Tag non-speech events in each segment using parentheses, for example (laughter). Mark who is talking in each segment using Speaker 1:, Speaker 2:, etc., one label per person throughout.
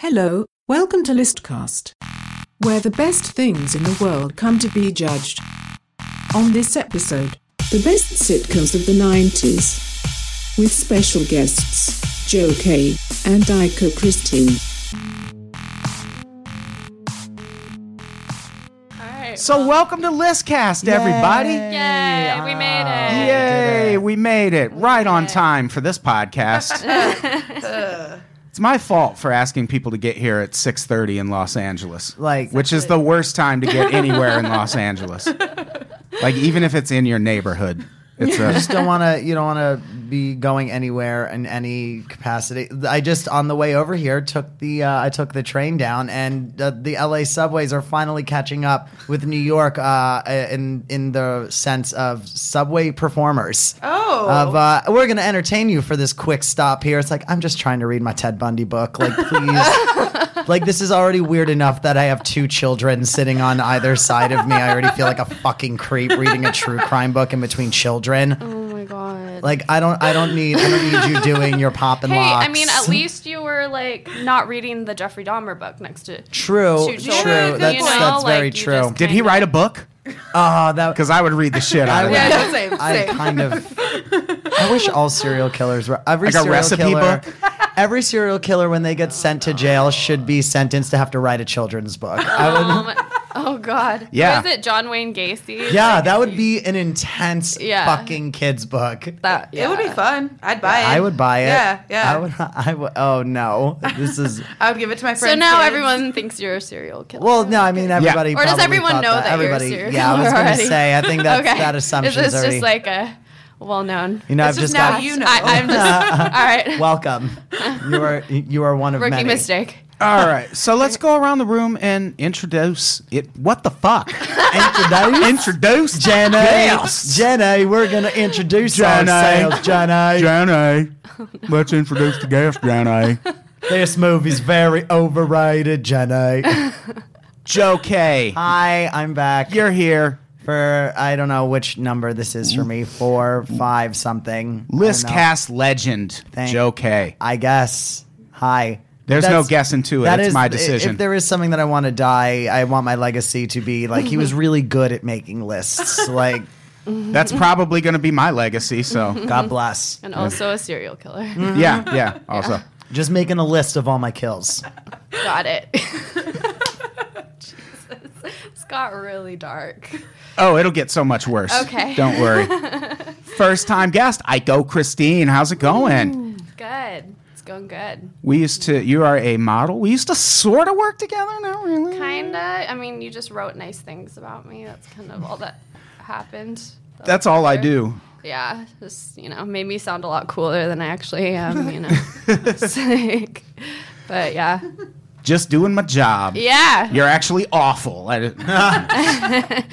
Speaker 1: Hello, welcome to Listcast, where the best things in the world come to be judged. On this episode, the best sitcoms of the 90s, with special guests Joe Kay and Iko Christine.
Speaker 2: Alright.
Speaker 3: So welcome to Listcast, everybody.
Speaker 2: Yay, we made it.
Speaker 3: Yay, we made it right on time for this podcast. it's my fault for asking people to get here at 6:30 in Los Angeles.
Speaker 4: Like-
Speaker 3: which is the worst time to get anywhere in Los
Speaker 4: (laughs)
Speaker 3: Angeles. Like even if it's in your neighborhood. It's
Speaker 2: (laughs)
Speaker 3: a,
Speaker 4: just don't want to you don't want to be going anywhere in any capacity i just on the way over here took the uh, i took the train down and uh, the la subways are finally catching up with new york uh, in in the sense of subway performers
Speaker 2: Oh.
Speaker 4: of uh, we're gonna entertain you for this quick stop here it's like i'm just trying to read my ted bundy book like
Speaker 2: (laughs)
Speaker 4: please like this is already weird enough that i have two children sitting on either side of me i already feel like a fucking creep reading a true crime book in between children
Speaker 2: oh my god.
Speaker 4: like I don't, I don't need, I don't need you doing your pop and
Speaker 2: hey,
Speaker 4: locks.
Speaker 2: I mean, at least you were like not reading the Jeffrey Dahmer book next to.
Speaker 4: true,
Speaker 2: Two
Speaker 4: true.
Speaker 2: children, you
Speaker 4: That's that's
Speaker 2: know, like,
Speaker 4: very
Speaker 2: you
Speaker 4: true.
Speaker 2: just-
Speaker 3: did
Speaker 2: (laughs)
Speaker 3: he (laughs) write a book?
Speaker 4: Oh, that
Speaker 3: Because I would read the shit out of
Speaker 4: Yeah,
Speaker 3: that.
Speaker 4: yeah, (laughs) I kind of. I
Speaker 2: (laughs)
Speaker 4: wish all serial killers were every
Speaker 3: Like a
Speaker 4: serial
Speaker 3: recipe
Speaker 4: killer.
Speaker 3: book?
Speaker 4: Every serial killer, when they get sent to jail, should be sentenced to have to write a children's
Speaker 2: (laughs)
Speaker 4: book. I would,
Speaker 2: Um, oh god.
Speaker 3: Yeah.
Speaker 2: Was it John Wayne Gacy?
Speaker 4: yeah, that would be an intense
Speaker 2: Yeah.
Speaker 4: fucking kids book.
Speaker 2: That.
Speaker 5: It would be
Speaker 2: yeah.
Speaker 5: fun. I'd buy it.
Speaker 4: I would buy it.
Speaker 5: Yeah, yeah.
Speaker 4: I would. I would. Oh no, this is.
Speaker 5: I would give it to my
Speaker 2: So
Speaker 5: friends.
Speaker 2: now
Speaker 5: kids.
Speaker 2: everyone thinks you're a serial killer.
Speaker 4: Well, no, I mean everybody.
Speaker 2: Or does
Speaker 4: probably
Speaker 2: everyone
Speaker 4: thought
Speaker 2: know that you're a
Speaker 4: everybody?
Speaker 2: serial
Speaker 4: yeah, I
Speaker 2: killer
Speaker 4: was gonna
Speaker 2: already?
Speaker 4: say. I think
Speaker 2: (laughs)
Speaker 4: that that assumption
Speaker 2: Is
Speaker 4: is
Speaker 2: this
Speaker 4: already.
Speaker 2: just like a well-known?
Speaker 4: you know, I've
Speaker 5: It's
Speaker 4: just
Speaker 5: just now
Speaker 4: got. (laughs)
Speaker 5: you know.
Speaker 2: I, I'm just (laughs) all right.
Speaker 4: Welcome.
Speaker 2: (laughs)
Speaker 4: You are you are one of
Speaker 2: Rookie
Speaker 4: many.
Speaker 2: mistake.
Speaker 3: All right, so let's go around the room and introduce it. What the
Speaker 4: (laughs)
Speaker 3: fuck?
Speaker 2: (laughs)
Speaker 4: Introduce
Speaker 3: introduce
Speaker 4: Jenny.
Speaker 3: Yes.
Speaker 4: Jenny, we're gonna introduce
Speaker 3: Jenny.
Speaker 4: ourselves. Jenny.
Speaker 3: Jenny. Let's introduce the guest, Jenny.
Speaker 4: This movie's very
Speaker 2: (laughs)
Speaker 4: overrated. Jenny.
Speaker 3: Joe K.
Speaker 4: Hi, I'm back.
Speaker 3: You're here.
Speaker 4: for I don't know which number this is for me. Four, five, something. I don't know.
Speaker 3: Listcast legend,
Speaker 4: Thank-
Speaker 3: Joe K.
Speaker 4: I guess. Hi.
Speaker 3: There's no guessing to it.
Speaker 4: that
Speaker 3: It's
Speaker 4: is-
Speaker 3: my
Speaker 4: i-
Speaker 3: decision.
Speaker 4: If there is something that I want to die, I want my legacy to be like
Speaker 2: (laughs)
Speaker 4: he was really good at making lists. Like
Speaker 3: That's probably going to be my legacy. So,
Speaker 2: (laughs)
Speaker 4: God bless.
Speaker 2: Mhm. And also a serial killer.
Speaker 3: yeah, yeah. Also,
Speaker 4: Just making a list of all my kills.
Speaker 2: Got it. Jesus. This got really dark.
Speaker 3: oh, it'll get so much worse.
Speaker 2: Okay. (laughs)
Speaker 3: don't worry. First time guest, I go Christine. How's it going?
Speaker 2: Good. It's going good.
Speaker 3: We used to. You are a model. We used to sort of work together. Not really.
Speaker 2: Kinda. I mean, you just wrote nice things about me. That's kind of all that happened.
Speaker 3: That's all I do.
Speaker 2: Yeah. Just, you know, made me sound a lot cooler than I actually am, you know.
Speaker 3: (laughs)
Speaker 2: (laughs) It's like- but yeah.
Speaker 3: Just doing my job.
Speaker 2: Yeah.
Speaker 3: You're actually awful. I-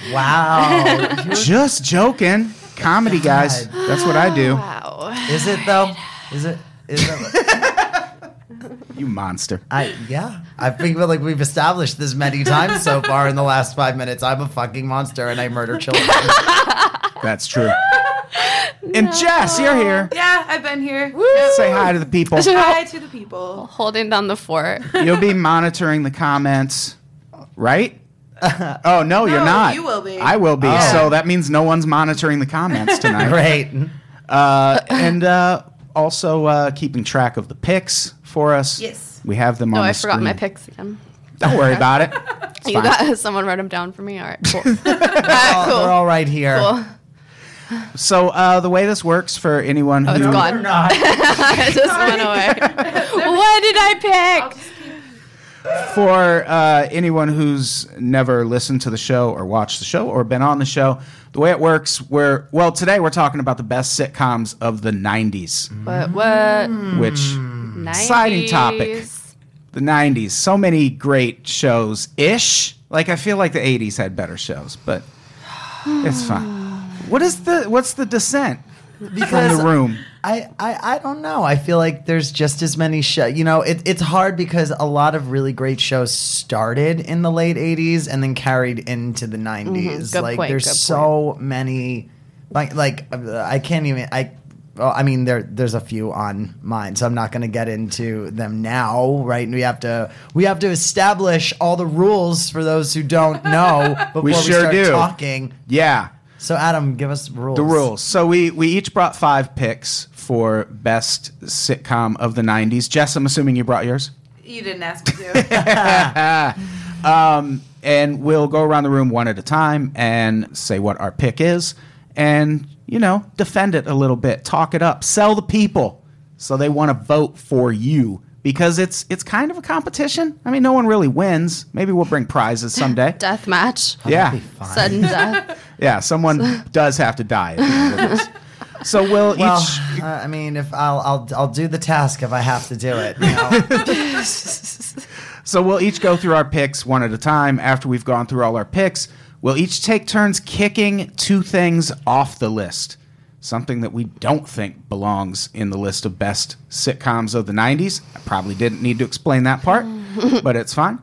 Speaker 2: (laughs)
Speaker 4: Wow.
Speaker 3: (laughs) just joking. Comedy guys. That's what I do.
Speaker 2: Wow.
Speaker 4: Is it though? Is it? Is it?
Speaker 3: You monster.
Speaker 4: I yeah. I think like we've established this many times so far in the last five minutes. I'm a fucking monster and I murder children.
Speaker 2: (laughs)
Speaker 3: That's true. And Jess, you're here.
Speaker 5: Yeah, I've been here.
Speaker 3: Say hi to the people.
Speaker 5: Hi to the people.
Speaker 2: Holding down the fort.
Speaker 3: You'll be monitoring the comments,
Speaker 5: (laughs)
Speaker 3: right? Oh no, you're
Speaker 5: No,
Speaker 3: not.
Speaker 5: you will be.
Speaker 3: I will be.
Speaker 4: Oh.
Speaker 3: So that means no one's monitoring the
Speaker 5: (laughs)
Speaker 3: comments tonight.
Speaker 4: Great.
Speaker 3: uh, and uh, also uh, keeping track of the picks for us.
Speaker 5: Yes.
Speaker 3: We have them
Speaker 2: Oh,
Speaker 3: on the
Speaker 2: I forgot my
Speaker 3: screen.
Speaker 2: picks again.
Speaker 3: Don't worry about
Speaker 2: (laughs)
Speaker 3: it. It's
Speaker 2: You
Speaker 3: fine.
Speaker 2: got (laughs) someone wrote them down for me. All right,
Speaker 3: (laughs)
Speaker 2: cool.
Speaker 4: Oh, They're all right here.
Speaker 2: cool.
Speaker 3: so uh, the way this works for anyone who
Speaker 2: (laughs) Oh, it's gone.
Speaker 4: They're not.
Speaker 2: I just went away. (laughs) what did I pick?
Speaker 3: for uh, anyone who's never listened to the show or watched the show or been on the show, the way it works, we're well today we're talking about the best sitcoms of the '90s,
Speaker 2: But what?
Speaker 4: Mm.
Speaker 3: which
Speaker 2: 90s.
Speaker 3: Mm, Exciting topic. the '90s, so many great shows ish. Like I feel like the '80s had better shows, but it's
Speaker 4: (sighs)
Speaker 3: fine. What is the what's the descent from
Speaker 4: Because
Speaker 3: the room?
Speaker 4: I, I, I don't know. I feel like there's just as many shows. You know, it, it's hard because a lot of really great shows started in the late 80s and then carried into the 90s.
Speaker 2: Mm-hmm. Good
Speaker 4: like,
Speaker 2: point,
Speaker 4: there's
Speaker 2: good
Speaker 4: so many. Like, like uh, I can't even. I well, I mean, there there's a few on mine, so I'm not going to get into them now, right? We have to we have to establish all the rules for those who
Speaker 3: (laughs)
Speaker 4: don't know before we,
Speaker 3: sure
Speaker 4: start
Speaker 3: do.
Speaker 4: talking.
Speaker 3: Yeah.
Speaker 4: So, Adam, give us rules.
Speaker 3: The rules. So we we each brought five picks for best sitcom of the '90s. Jess, I'm assuming you brought yours.
Speaker 5: You didn't ask me
Speaker 4: (laughs)
Speaker 5: to.
Speaker 3: and we'll go around the room one at a time and say what our pick is and you know defend it a little bit talk it up sell the people so they want to vote for you because it's it's kind of a competition i mean no one really wins maybe we'll bring prizes someday
Speaker 2: Death match.
Speaker 3: yeah
Speaker 2: Sudden death.
Speaker 3: yeah someone does have to die at the end of this. so we'll,
Speaker 4: Well,
Speaker 3: each
Speaker 4: uh, I mean, if I'll, I'll I'll do the task if I have to do it.
Speaker 3: (laughs)
Speaker 4: You know?
Speaker 3: So we'll each go through our picks one at a time. After we've gone through all our picks, we'll each take turns kicking two things off the list. Something that we don't think belongs in the list of best sitcoms of the 90s. I probably didn't need to explain that part, but it's fine.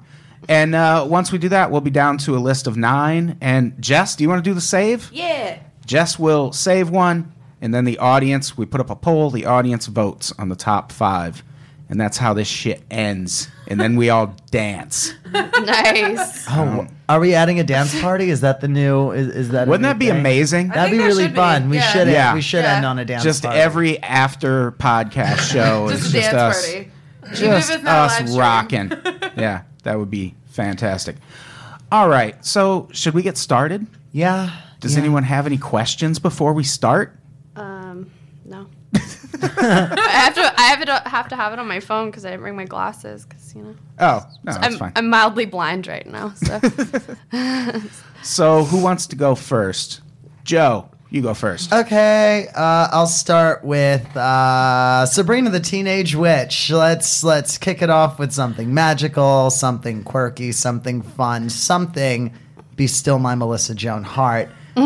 Speaker 3: And uh, once we do that, we'll be down to a list of nine. And Jess, do you want to do the save?
Speaker 5: yeah.
Speaker 3: Jess will save one, and then the audience, we put up a poll, the audience votes on the top five. And that's how this shit ends. And then we all dance.
Speaker 2: nice.
Speaker 4: oh, are we adding a dance party? Is that the new? Is, is that? a
Speaker 3: Wouldn't
Speaker 4: new
Speaker 3: that be
Speaker 4: thing?
Speaker 3: amazing?
Speaker 5: I
Speaker 4: That'd
Speaker 5: think
Speaker 4: be
Speaker 5: that
Speaker 4: really
Speaker 5: should be,
Speaker 4: fun. We
Speaker 5: yeah.
Speaker 4: should
Speaker 3: Yeah.
Speaker 4: we should
Speaker 5: Yeah.
Speaker 4: end on a dance
Speaker 3: Just
Speaker 4: party.
Speaker 3: every after
Speaker 5: (laughs)
Speaker 3: podcast show
Speaker 5: Just
Speaker 3: is
Speaker 5: a
Speaker 3: just
Speaker 5: dance
Speaker 3: us,
Speaker 5: party.
Speaker 3: just
Speaker 5: it's not a live
Speaker 3: us
Speaker 5: stream.
Speaker 3: rocking.
Speaker 5: (laughs)
Speaker 3: yeah, that would be fantastic. All right, so should we get started?
Speaker 4: yeah.
Speaker 3: Does
Speaker 4: yeah.
Speaker 3: anyone have any questions before we start?
Speaker 2: Um, no. I have to. I have to have to have it on my phone because I didn't bring my glasses. Because you know,
Speaker 3: Oh, no, that's
Speaker 2: I'm
Speaker 3: fine.
Speaker 2: I'm mildly blind right now. So
Speaker 3: so who wants to go first? Joe, you go first.
Speaker 4: Okay, uh, I'll start with uh, Sabrina the Teenage Witch. Let's let's kick it off with something magical, something quirky, something fun, something. Be still, my Melissa Joan Hart. uh,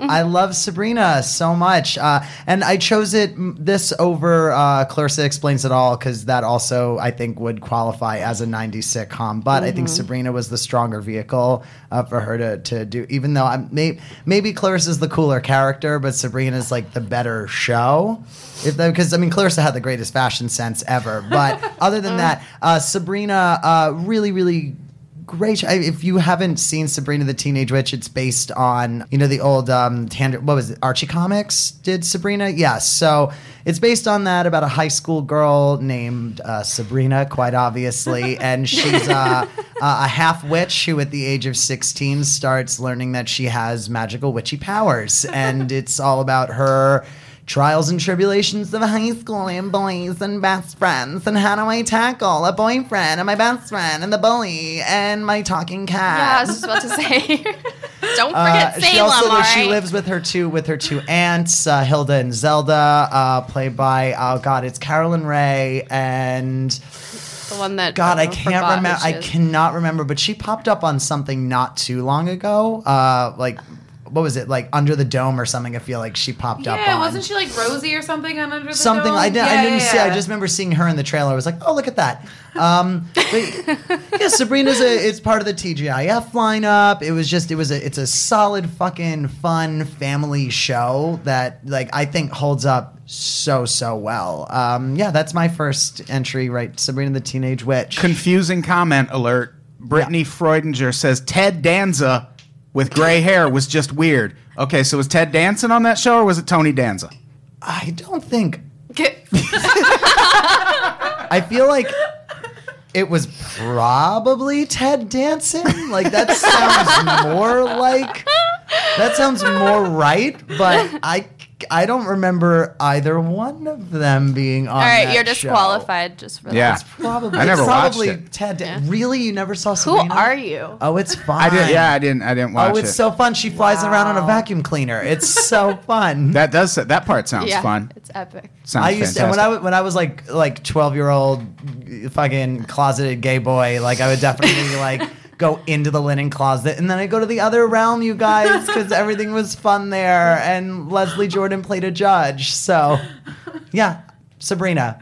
Speaker 4: I love Sabrina so much, uh, and I chose it m- this over uh, Clarissa Explains It All because that also I think would qualify as a '90s sitcom. But I think Sabrina was the stronger vehicle uh, for her to, to do. Even though I'm may, maybe Clarissa's the cooler character, but Sabrina's like the better show. If because I mean Clarissa had the greatest fashion sense ever, but other than that, uh, Sabrina uh, really really great. I, if you haven't seen Sabrina the Teenage Witch, it's based on you know the old um, Tandra, what was it? Archie Comics did Sabrina. Yes, so it's based on that about a high school girl named uh, Sabrina, quite obviously, and she's uh, a half witch who, at the age of sixteen, starts learning that she has magical witchy powers, and it's all about her trials and tribulations of high school and bullies and best friends and how do I tackle a boyfriend and my best friend and the bully and my talking
Speaker 2: yeah, I
Speaker 4: cat.
Speaker 2: was just about to say. (laughs) Don't
Speaker 4: Uh,
Speaker 2: forget Salem.
Speaker 4: she also
Speaker 2: all
Speaker 4: lives, she
Speaker 2: right?
Speaker 4: lives with her two with her two aunts, uh, Hilda and Zelda, uh, played by oh god, it's Carolyn Ray and
Speaker 2: the one that
Speaker 4: God, I
Speaker 2: everyone
Speaker 4: can't
Speaker 2: Oh, forgot who
Speaker 4: remember.
Speaker 2: she
Speaker 4: I
Speaker 2: is.
Speaker 4: cannot remember, but she popped up on something not too long ago, uh, like. What was it like under the dome or something? I feel like she popped up.
Speaker 5: Yeah,
Speaker 4: on.
Speaker 5: wasn't she like Rosie or something on Under the
Speaker 4: something
Speaker 5: Dome?
Speaker 4: I, did,
Speaker 5: yeah,
Speaker 4: I didn't
Speaker 5: yeah,
Speaker 4: see I
Speaker 5: yeah.
Speaker 4: just remember seeing her in the trailer I was like oh look at that um,
Speaker 5: (laughs)
Speaker 4: but, yeah Sabrina's a, it's part of the TGIF lineup it was just it was a it's a solid fucking fun family show that like I think holds up so so well um, yeah that's my first entry right Sabrina the Teenage Witch
Speaker 3: Confusing comment alert. Brittany Freudinger says Ted Danza with gray hair was just weird. Okay, so was Ted dancing on that show or was it Tony Danza?
Speaker 4: I don't think
Speaker 2: (laughs) Get-
Speaker 4: I feel like it was probably Ted Danson. Like that sounds more like that sounds more right, but I I don't remember either one of them being on.
Speaker 2: all right,
Speaker 4: that
Speaker 2: you're
Speaker 4: show.
Speaker 2: disqualified just for
Speaker 3: Yeah.
Speaker 2: that.
Speaker 4: Probably,
Speaker 3: I never watched
Speaker 4: probably
Speaker 3: it.
Speaker 4: Ted. Dan-
Speaker 2: Yeah.
Speaker 4: Really, you never saw
Speaker 2: Who
Speaker 4: Sabrina?
Speaker 2: are you?
Speaker 4: Oh, it's fine.
Speaker 3: I did yeah, I didn't I didn't watch
Speaker 4: Oh, it's
Speaker 3: it.
Speaker 4: so fun. She flies around on a vacuum cleaner. It's so fun.
Speaker 3: that does that part sounds fun.
Speaker 2: It's epic.
Speaker 3: Sounds
Speaker 4: I used to,
Speaker 3: fantastic.
Speaker 4: when I wa- when I was like like twelve year old fucking closeted gay boy, like I would definitely (laughs) like go into the linen closet and then I go to the other realm, you guys, because everything was fun there. And Leslie Jordan played a judge, so yeah, Sabrina,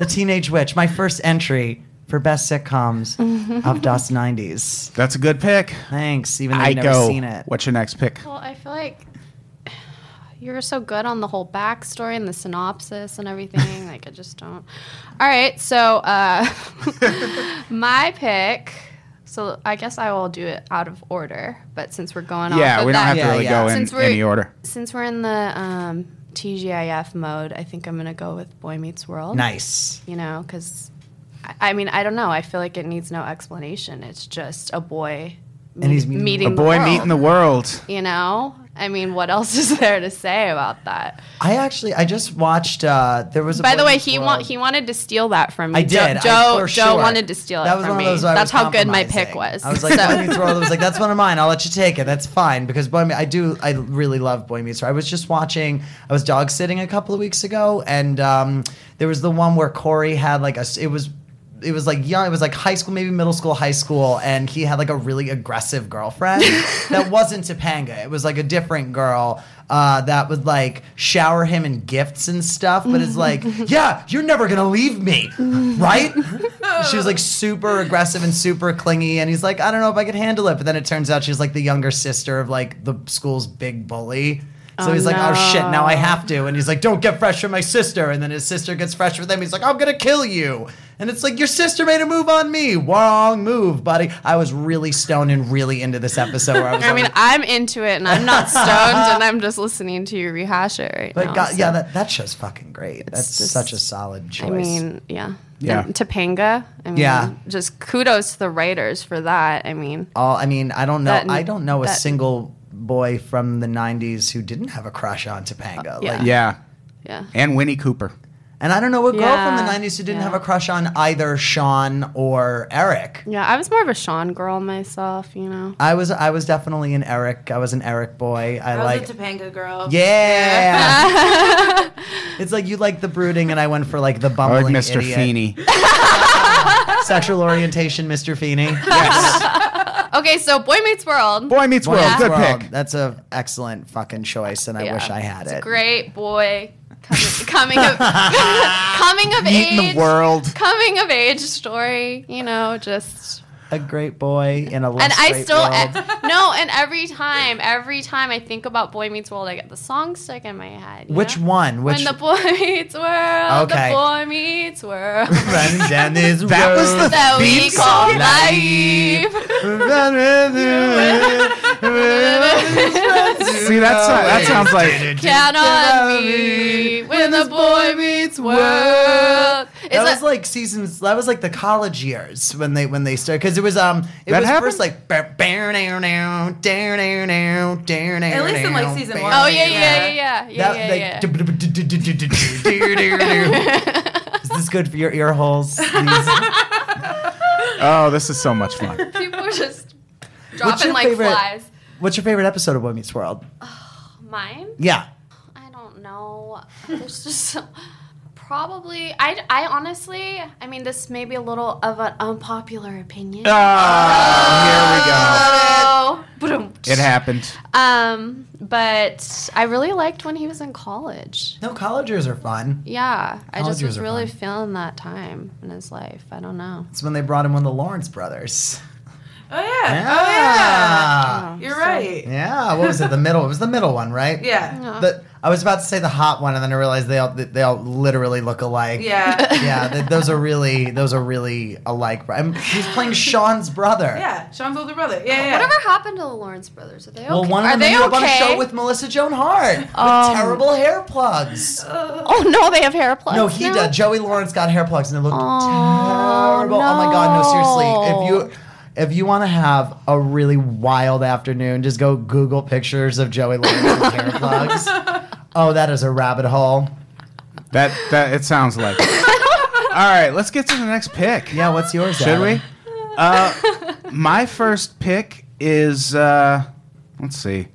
Speaker 4: the teenage witch, my first entry for best sitcoms
Speaker 2: (laughs)
Speaker 4: of DOS nineties.
Speaker 3: That's a good pick.
Speaker 4: Thanks, even though
Speaker 3: I
Speaker 4: I've never
Speaker 3: go.
Speaker 4: seen it.
Speaker 3: What's your next pick?
Speaker 2: Well, I feel like You were so good on the whole backstory and the synopsis and everything. like, I just don't. All right, so uh, (laughs) my pick. So I guess I will do it out of order, but since we're going off,
Speaker 3: yeah,
Speaker 2: of
Speaker 3: we don't
Speaker 2: that,
Speaker 3: have to
Speaker 4: Yeah,
Speaker 3: really
Speaker 4: yeah.
Speaker 3: go in
Speaker 2: Since we're-
Speaker 3: any order.
Speaker 2: Since we're in the um, TGIF mode, I think I'm gonna go with Boy Meets World.
Speaker 4: Nice.
Speaker 2: You know, because I, I mean, I don't know. I feel like it needs no explanation. It's just a boy
Speaker 4: And he's
Speaker 2: meet-
Speaker 4: meeting-
Speaker 2: meeting
Speaker 3: A boy
Speaker 2: the world,
Speaker 3: meeting the world.
Speaker 2: You know, I mean, what else is (laughs) there to say about that?
Speaker 4: I actually, I just watched. Uh, there was. A
Speaker 2: By the
Speaker 4: Boy
Speaker 2: way,
Speaker 4: Meets
Speaker 2: he
Speaker 4: World.
Speaker 2: wa- he wanted to steal that from me.
Speaker 4: I did. I-
Speaker 2: Joe Joe,
Speaker 4: for
Speaker 2: Joe
Speaker 4: sure.
Speaker 2: wanted to steal it
Speaker 4: That was
Speaker 2: from
Speaker 4: one
Speaker 2: me.
Speaker 4: of those where I
Speaker 2: That's
Speaker 4: was
Speaker 2: how good my pick
Speaker 4: compromising.
Speaker 2: was.
Speaker 4: I was like,
Speaker 2: (laughs) So-
Speaker 4: Boy Meets World. I was like, that's one of mine. I'll let you take it. That's fine because Boy, Me- I do. I really love Boy Meets World. I was just watching. I was dog sitting a couple of weeks ago, and um, there was the one where Corey had like a. s- It was. It was like young. It was like high school, maybe middle school, high school, and he had like a really
Speaker 2: (laughs)
Speaker 4: aggressive girlfriend that wasn't Topanga. It was like a different girl uh, that would like shower him in gifts and stuff. But
Speaker 2: (laughs)
Speaker 4: it's like, yeah, you're never gonna leave me, right? she was like super aggressive and super clingy and he's like i don't know if i could handle it but then it turns out she's like the younger sister of like the school's big bully so
Speaker 2: Oh,
Speaker 4: he's like oh shit now i
Speaker 2: no.
Speaker 4: have to and he's like don't get fresh with my sister and then his sister gets fresh with him he's like i'm gonna kill you and it's like your sister made a move on me wrong move buddy i was really stoned and really into this episode where i
Speaker 2: (laughs)
Speaker 4: was
Speaker 2: I
Speaker 4: like,
Speaker 2: mean, I'm into it, and I'm
Speaker 4: (laughs)
Speaker 2: not stoned, and I'm just listening to you rehash it right
Speaker 4: but
Speaker 2: now.
Speaker 4: God,
Speaker 2: so-
Speaker 4: yeah that, that show's fucking great that's
Speaker 2: just-
Speaker 4: such a solid choice
Speaker 2: I mean, yeah.
Speaker 3: Yeah.
Speaker 2: And Topanga. I mean,
Speaker 4: Yeah.
Speaker 2: just kudos to the writers for that. I mean,
Speaker 4: all I mean, I don't know.
Speaker 2: That-
Speaker 4: I don't know a
Speaker 2: that-
Speaker 4: single boy from the '90s who didn't have a crush on Topanga.
Speaker 2: Uh, yeah.
Speaker 4: like-
Speaker 3: Yeah.
Speaker 2: yeah.
Speaker 3: And Winnie Cooper.
Speaker 4: and I don't know a girl from the
Speaker 2: Yeah,
Speaker 4: '90s who didn't
Speaker 2: yeah.
Speaker 4: have a crush on either Sean or Eric.
Speaker 2: Yeah, I was more of a Sean girl myself, you know.
Speaker 4: I was, I was definitely an Eric. I was an Eric boy. I,
Speaker 5: I was
Speaker 4: like.
Speaker 5: a Topanga girl.
Speaker 4: yeah. it's like you like the brooding, and I went for like the
Speaker 3: I like
Speaker 4: bumbling
Speaker 3: Mr.
Speaker 4: idiot.
Speaker 3: Feeney.
Speaker 4: Sexual orientation, Mr. Feeney.
Speaker 2: Okay, so Boy Meets World.
Speaker 3: Boy Meets
Speaker 4: Boy
Speaker 3: World.
Speaker 4: Meets
Speaker 3: Good
Speaker 4: World.
Speaker 3: pick.
Speaker 4: That's an excellent fucking choice, and I
Speaker 2: Yeah.
Speaker 4: wish I had
Speaker 2: It's a
Speaker 4: it.
Speaker 2: Great boy. Coming, (laughs) coming
Speaker 4: (laughs)
Speaker 2: of coming of
Speaker 3: Meeting
Speaker 2: age.
Speaker 3: the world.
Speaker 2: Coming of age story, you know, just
Speaker 4: A great boy in a less
Speaker 2: and I
Speaker 4: great
Speaker 2: still
Speaker 4: world.
Speaker 2: no, and every time, every time I think about Boy Meets World, I get the song stuck in my head. you
Speaker 4: (laughs) Which
Speaker 2: know?
Speaker 4: one? Which
Speaker 2: e- when
Speaker 4: (laughs)
Speaker 2: the boy meets world,
Speaker 4: Okay.
Speaker 2: the boy meets world. (laughs)
Speaker 4: running down this
Speaker 3: That was the
Speaker 2: that we
Speaker 3: theme
Speaker 2: call
Speaker 3: song.
Speaker 2: (laughs) life.
Speaker 4: (laughs)
Speaker 3: See, that's, that sounds like.
Speaker 2: Count on me when the boy meets world. It's
Speaker 4: that
Speaker 2: a-
Speaker 4: was like seasons. That was like the college years when they when they started because it was um it
Speaker 3: That
Speaker 4: was
Speaker 3: happened?
Speaker 4: first like ba- ba- now now down now now down now
Speaker 5: At least in, like, season one.
Speaker 2: oh yeah, yeah, yeah,
Speaker 5: Yeah.
Speaker 2: yeah, yeah, yeah. yeah.
Speaker 4: That, like, Is this good for your ear holes? These-
Speaker 3: Oh, this is so much fun.
Speaker 4: (laughs)
Speaker 2: People are just
Speaker 4: What's
Speaker 2: dropping
Speaker 4: your
Speaker 2: like
Speaker 4: favorite-
Speaker 2: flies.
Speaker 4: What's your favorite episode of Boy Meets World?
Speaker 2: Mine?
Speaker 4: Yeah,
Speaker 2: I don't know. There's just (laughs) probably I I honestly I mean this may be a little of an unpopular opinion.
Speaker 3: Ah,
Speaker 2: Oh. Boom.
Speaker 3: here we go. It happened.
Speaker 2: Um, but I really liked when he was in college.
Speaker 4: no, college years are fun.
Speaker 2: Yeah, I
Speaker 4: College
Speaker 2: just
Speaker 4: years
Speaker 2: was
Speaker 4: are
Speaker 2: really
Speaker 4: fun.
Speaker 2: feeling that time in his life. I don't know.
Speaker 4: It's when they brought him on the Lawrence Brothers.
Speaker 5: Oh yeah. Oh
Speaker 4: Ah.
Speaker 5: yeah. You're right.
Speaker 4: Yeah, what was it? The middle. It was the middle one, right?
Speaker 5: Yeah.
Speaker 4: The, I was about to say the hot one, and then I realized they all they all literally look
Speaker 2: (laughs)
Speaker 4: alike.
Speaker 5: Yeah.
Speaker 4: yeah. Th- those are really those are really alike. bro. I'm, he's
Speaker 5: (laughs)
Speaker 4: playing Sean's brother.
Speaker 5: Yeah. Sean's older brother. Yeah. Yeah.
Speaker 2: Whatever happened to the Lawrence brothers? Are they okay?
Speaker 4: Well, one
Speaker 2: Are
Speaker 4: of them
Speaker 2: they
Speaker 4: ended up on a
Speaker 2: okay?
Speaker 4: show with Melissa Joan Hart with
Speaker 2: Um,
Speaker 4: terrible hair plugs.
Speaker 2: oh no, they have hair plugs.
Speaker 4: no, he
Speaker 2: now?
Speaker 4: did. Joey Lawrence got hair plugs, and it looked
Speaker 2: Oh,
Speaker 4: terrible. Oh my god, no,
Speaker 2: no.
Speaker 4: seriously. If you if you want to have a really wild afternoon, just go Google pictures of Joey Lawrence
Speaker 2: (laughs)
Speaker 4: with hair plugs. Oh, that is a rabbit hole.
Speaker 3: That, that It sounds like. it. All right, let's get to the next pick.
Speaker 4: Yeah, what's yours?
Speaker 3: Should
Speaker 4: Adam?
Speaker 3: we? Uh, my first pick is uh, let's see.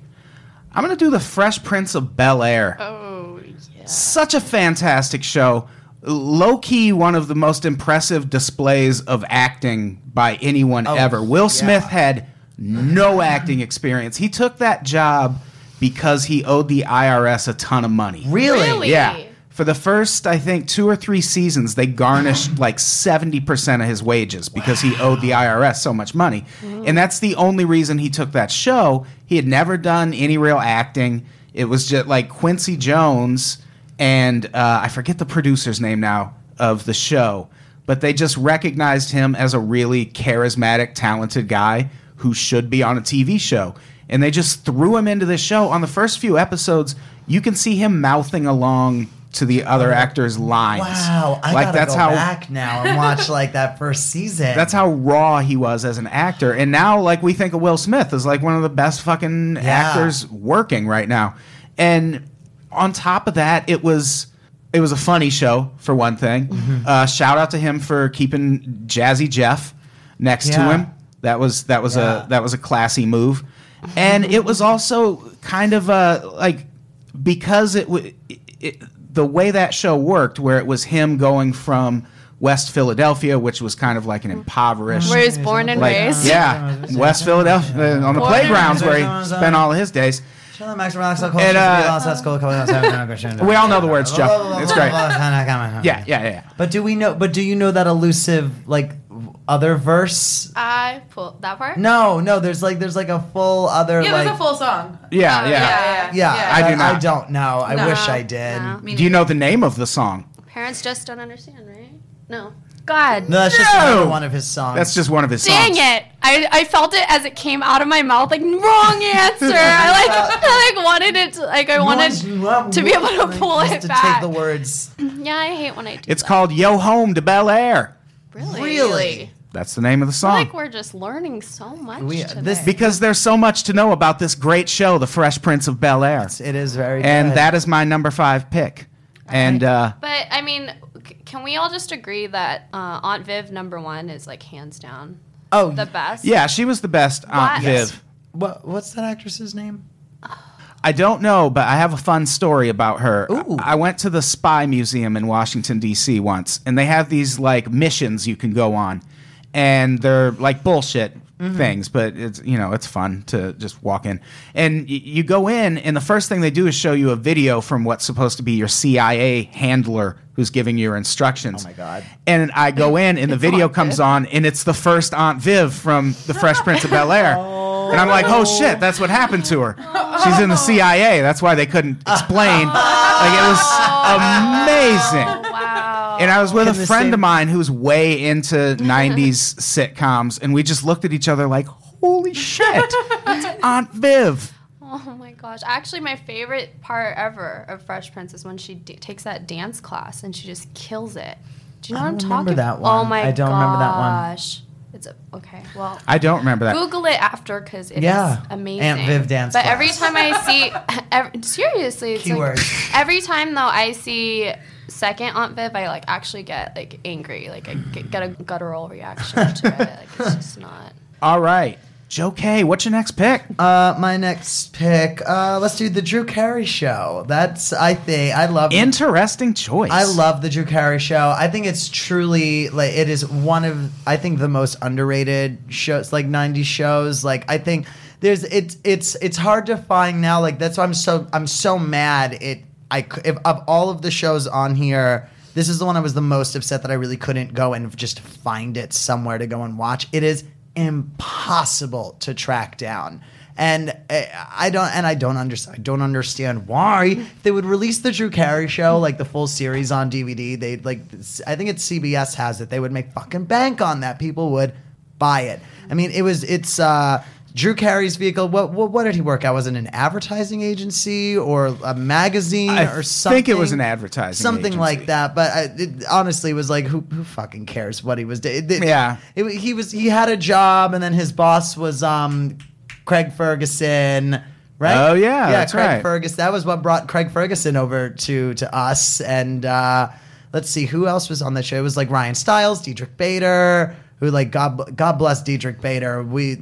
Speaker 3: I'm gonna do the Fresh Prince of Bel Air.
Speaker 2: Oh yeah.
Speaker 3: Such a fantastic show. Low key, one of the most impressive displays of acting by anyone ever. Will Smith had no acting experience. He took that job because he owed the IRS a ton of money.
Speaker 4: Really?
Speaker 2: Really?
Speaker 3: Yeah. For the first, I think, two or three seasons, they garnished like 70% of his wages because he owed the IRS so much money. And that's the only reason he took that show. He had never done any real acting. It was just like Quincy Jones and uh, I forget the producer's name now of the show, but they just recognized him as a really charismatic, talented guy who should be on a TV show. And they just threw him into this show. On the first few episodes, you can see him mouthing along to the other actors' lines.
Speaker 4: Oh, Wow, I
Speaker 3: like
Speaker 4: gotta
Speaker 3: that's
Speaker 4: go
Speaker 3: how
Speaker 4: back now and watch like that first season.
Speaker 3: that's how raw he was as an actor. And now, like, we think of Will Smith as like one of the best fucking actors working right now. And on top of that, it was it was a funny show for one thing. Uh, shout out to him for keeping Jazzy Jeff next
Speaker 4: Yeah.
Speaker 3: to him. That was that was
Speaker 4: Yeah.
Speaker 3: a that was a classy move. And it was also kind of a like because it, w- it, it the way that show worked where it was him going from West Philadelphia, which was kind of like an impoverished
Speaker 2: Where he's born and
Speaker 3: like,
Speaker 2: raised.
Speaker 3: Yeah, West Philadelphia uh, on the
Speaker 2: Born and
Speaker 3: playgrounds where he
Speaker 4: raised.
Speaker 3: spent all of his days.
Speaker 4: Shall I max relax, I'll call
Speaker 3: And,
Speaker 4: you,
Speaker 3: uh,
Speaker 4: be lost, that's cool, come on, outside, we're not gonna shut it down.
Speaker 3: We all know the words, Joe.
Speaker 4: Blah, blah, (laughs) blah,
Speaker 3: It's
Speaker 4: blah,
Speaker 3: great.
Speaker 4: blah, blah, blah, blah, blah.
Speaker 3: Yeah, yeah, yeah.
Speaker 4: But do we know? But do you know that elusive like other verse?
Speaker 2: I pull that part.
Speaker 4: No, no. There's like there's like a full other
Speaker 5: Yeah,
Speaker 4: like
Speaker 5: there's a full song.
Speaker 2: Oh,
Speaker 3: Yeah, yeah.
Speaker 5: yeah,
Speaker 4: yeah.
Speaker 5: yeah.
Speaker 3: I do
Speaker 4: I,
Speaker 3: not.
Speaker 4: I don't know. I
Speaker 5: No.
Speaker 4: wish I did.
Speaker 2: No.
Speaker 5: Me
Speaker 3: Do you know the name of the song?
Speaker 2: Parents just don't understand, right? No. God.
Speaker 4: No, that's just
Speaker 3: No.
Speaker 4: another one of his songs.
Speaker 3: That's just one of his
Speaker 2: Dang
Speaker 3: songs.
Speaker 2: it! I, I felt it as it came out of my mouth, like wrong answer.
Speaker 4: (laughs)
Speaker 2: I like (laughs) I like wanted it, to, like I wanted. to be able to pull
Speaker 4: Just
Speaker 2: it
Speaker 4: to
Speaker 2: back.
Speaker 4: take the words.
Speaker 2: Yeah, I hate when I do.
Speaker 3: It's
Speaker 2: that.
Speaker 3: called Yo Home to Bel Air.
Speaker 2: really.
Speaker 4: Really?
Speaker 3: That's the name of
Speaker 2: I
Speaker 3: the
Speaker 2: feel
Speaker 3: song.
Speaker 2: like we're just learning so much.
Speaker 4: We-
Speaker 2: today.
Speaker 4: this-
Speaker 3: Because there's so much to know about this great show, The Fresh Prince of Bel Air.
Speaker 4: It is very
Speaker 3: And
Speaker 4: good.
Speaker 3: that is my number five pick. And uh,
Speaker 2: But I mean, c- can we all just agree that uh, Aunt Viv number one is like hands down
Speaker 4: oh
Speaker 2: the best?
Speaker 3: yeah, she was the best
Speaker 2: What?
Speaker 3: Aunt Viv.
Speaker 4: What what's that actress's name?
Speaker 3: I don't know, but I have a fun story about her.
Speaker 4: Ooh.
Speaker 3: I I went to the Spy Museum in Washington D.C. once, and they have these like missions you can go on, and they're like bullshit
Speaker 4: Mm-hmm.
Speaker 3: things, but it's you know it's fun to just walk in, and y- you go in, and the first thing they do is show you a video from what's supposed to be your CIA handler who's giving you your instructions.
Speaker 4: Oh my God.
Speaker 3: And I go in, and the video comes on, and it's the first Aunt Viv from The Fresh Prince of Bel
Speaker 4: (laughs)
Speaker 3: Air. And I'm like, oh shit, that's what happened to her. She's in the CIA. That's why they couldn't explain. Like, it was amazing.
Speaker 2: Wow.
Speaker 3: And I was with
Speaker 4: Can
Speaker 3: a
Speaker 4: the
Speaker 3: friend
Speaker 4: same-
Speaker 3: of mine who was way into 90s sitcoms, and we just looked at each other like,
Speaker 2: (laughs)
Speaker 3: holy shit, it's Aunt Viv.
Speaker 2: Oh my gosh! Actually, my favorite part ever of Fresh Prince is when she d- takes that dance class and she just kills it. Do you know
Speaker 4: I
Speaker 2: what I'm
Speaker 4: don't remember
Speaker 2: talking?
Speaker 4: that
Speaker 2: Oh
Speaker 4: one.
Speaker 2: my
Speaker 4: I don't remember that one.
Speaker 2: gosh! It's a, okay. Well,
Speaker 3: I don't remember that.
Speaker 2: Google it after because it's
Speaker 4: Yeah.
Speaker 2: amazing.
Speaker 4: Aunt Viv dance
Speaker 2: But every
Speaker 4: class.
Speaker 2: time
Speaker 4: (laughs)
Speaker 2: I see, (laughs) ev seriously, it's like,
Speaker 4: Keywords.
Speaker 2: every time though I see second Aunt Viv, I like actually get like angry, like I get, get a guttural reaction to it. Like it's just not.
Speaker 3: All right. Joe K, what's your next pick?
Speaker 4: Uh, my next pick. Uh, let's do the Drew Carey show. That's I think I love
Speaker 3: Interesting choice.
Speaker 4: I love the Drew Carey show. I think it's truly like it is one of I think the most underrated shows, like '90s shows. Like I think there's it's it's it's hard to find now. Like that's why I'm so I'm so mad. It I c- if, of all of the shows on here, this is the one I was the most upset that I really couldn't go and just find it somewhere to go and watch. It is impossible to track down. And I I don't, and I don't understand. I don't understand why they would release the Drew Carey show like the full series on DVD. They like, I think it's CBS has it. They would make fucking bank on that. People would buy it. I mean, it was it's uh, Drew Carey's vehicle. What, what what did he work at? Was it an advertising agency or a magazine
Speaker 3: I
Speaker 4: or something?
Speaker 3: think it was an advertising
Speaker 4: something
Speaker 3: agency.
Speaker 4: like that. But I, it honestly was like, who who fucking cares what he was doing?
Speaker 3: Yeah.
Speaker 4: It, he was he had a job, and then his boss was um Craig Ferguson, right?
Speaker 3: Oh, yeah,
Speaker 4: yeah,
Speaker 3: that's
Speaker 4: Craig
Speaker 3: right.
Speaker 4: Ferguson. That was what brought Craig Ferguson over to to us. And uh, let's see who else was on that show. It was like Ryan Stiles, Diedrich Bader, who like God God bless Diedrich Bader. We,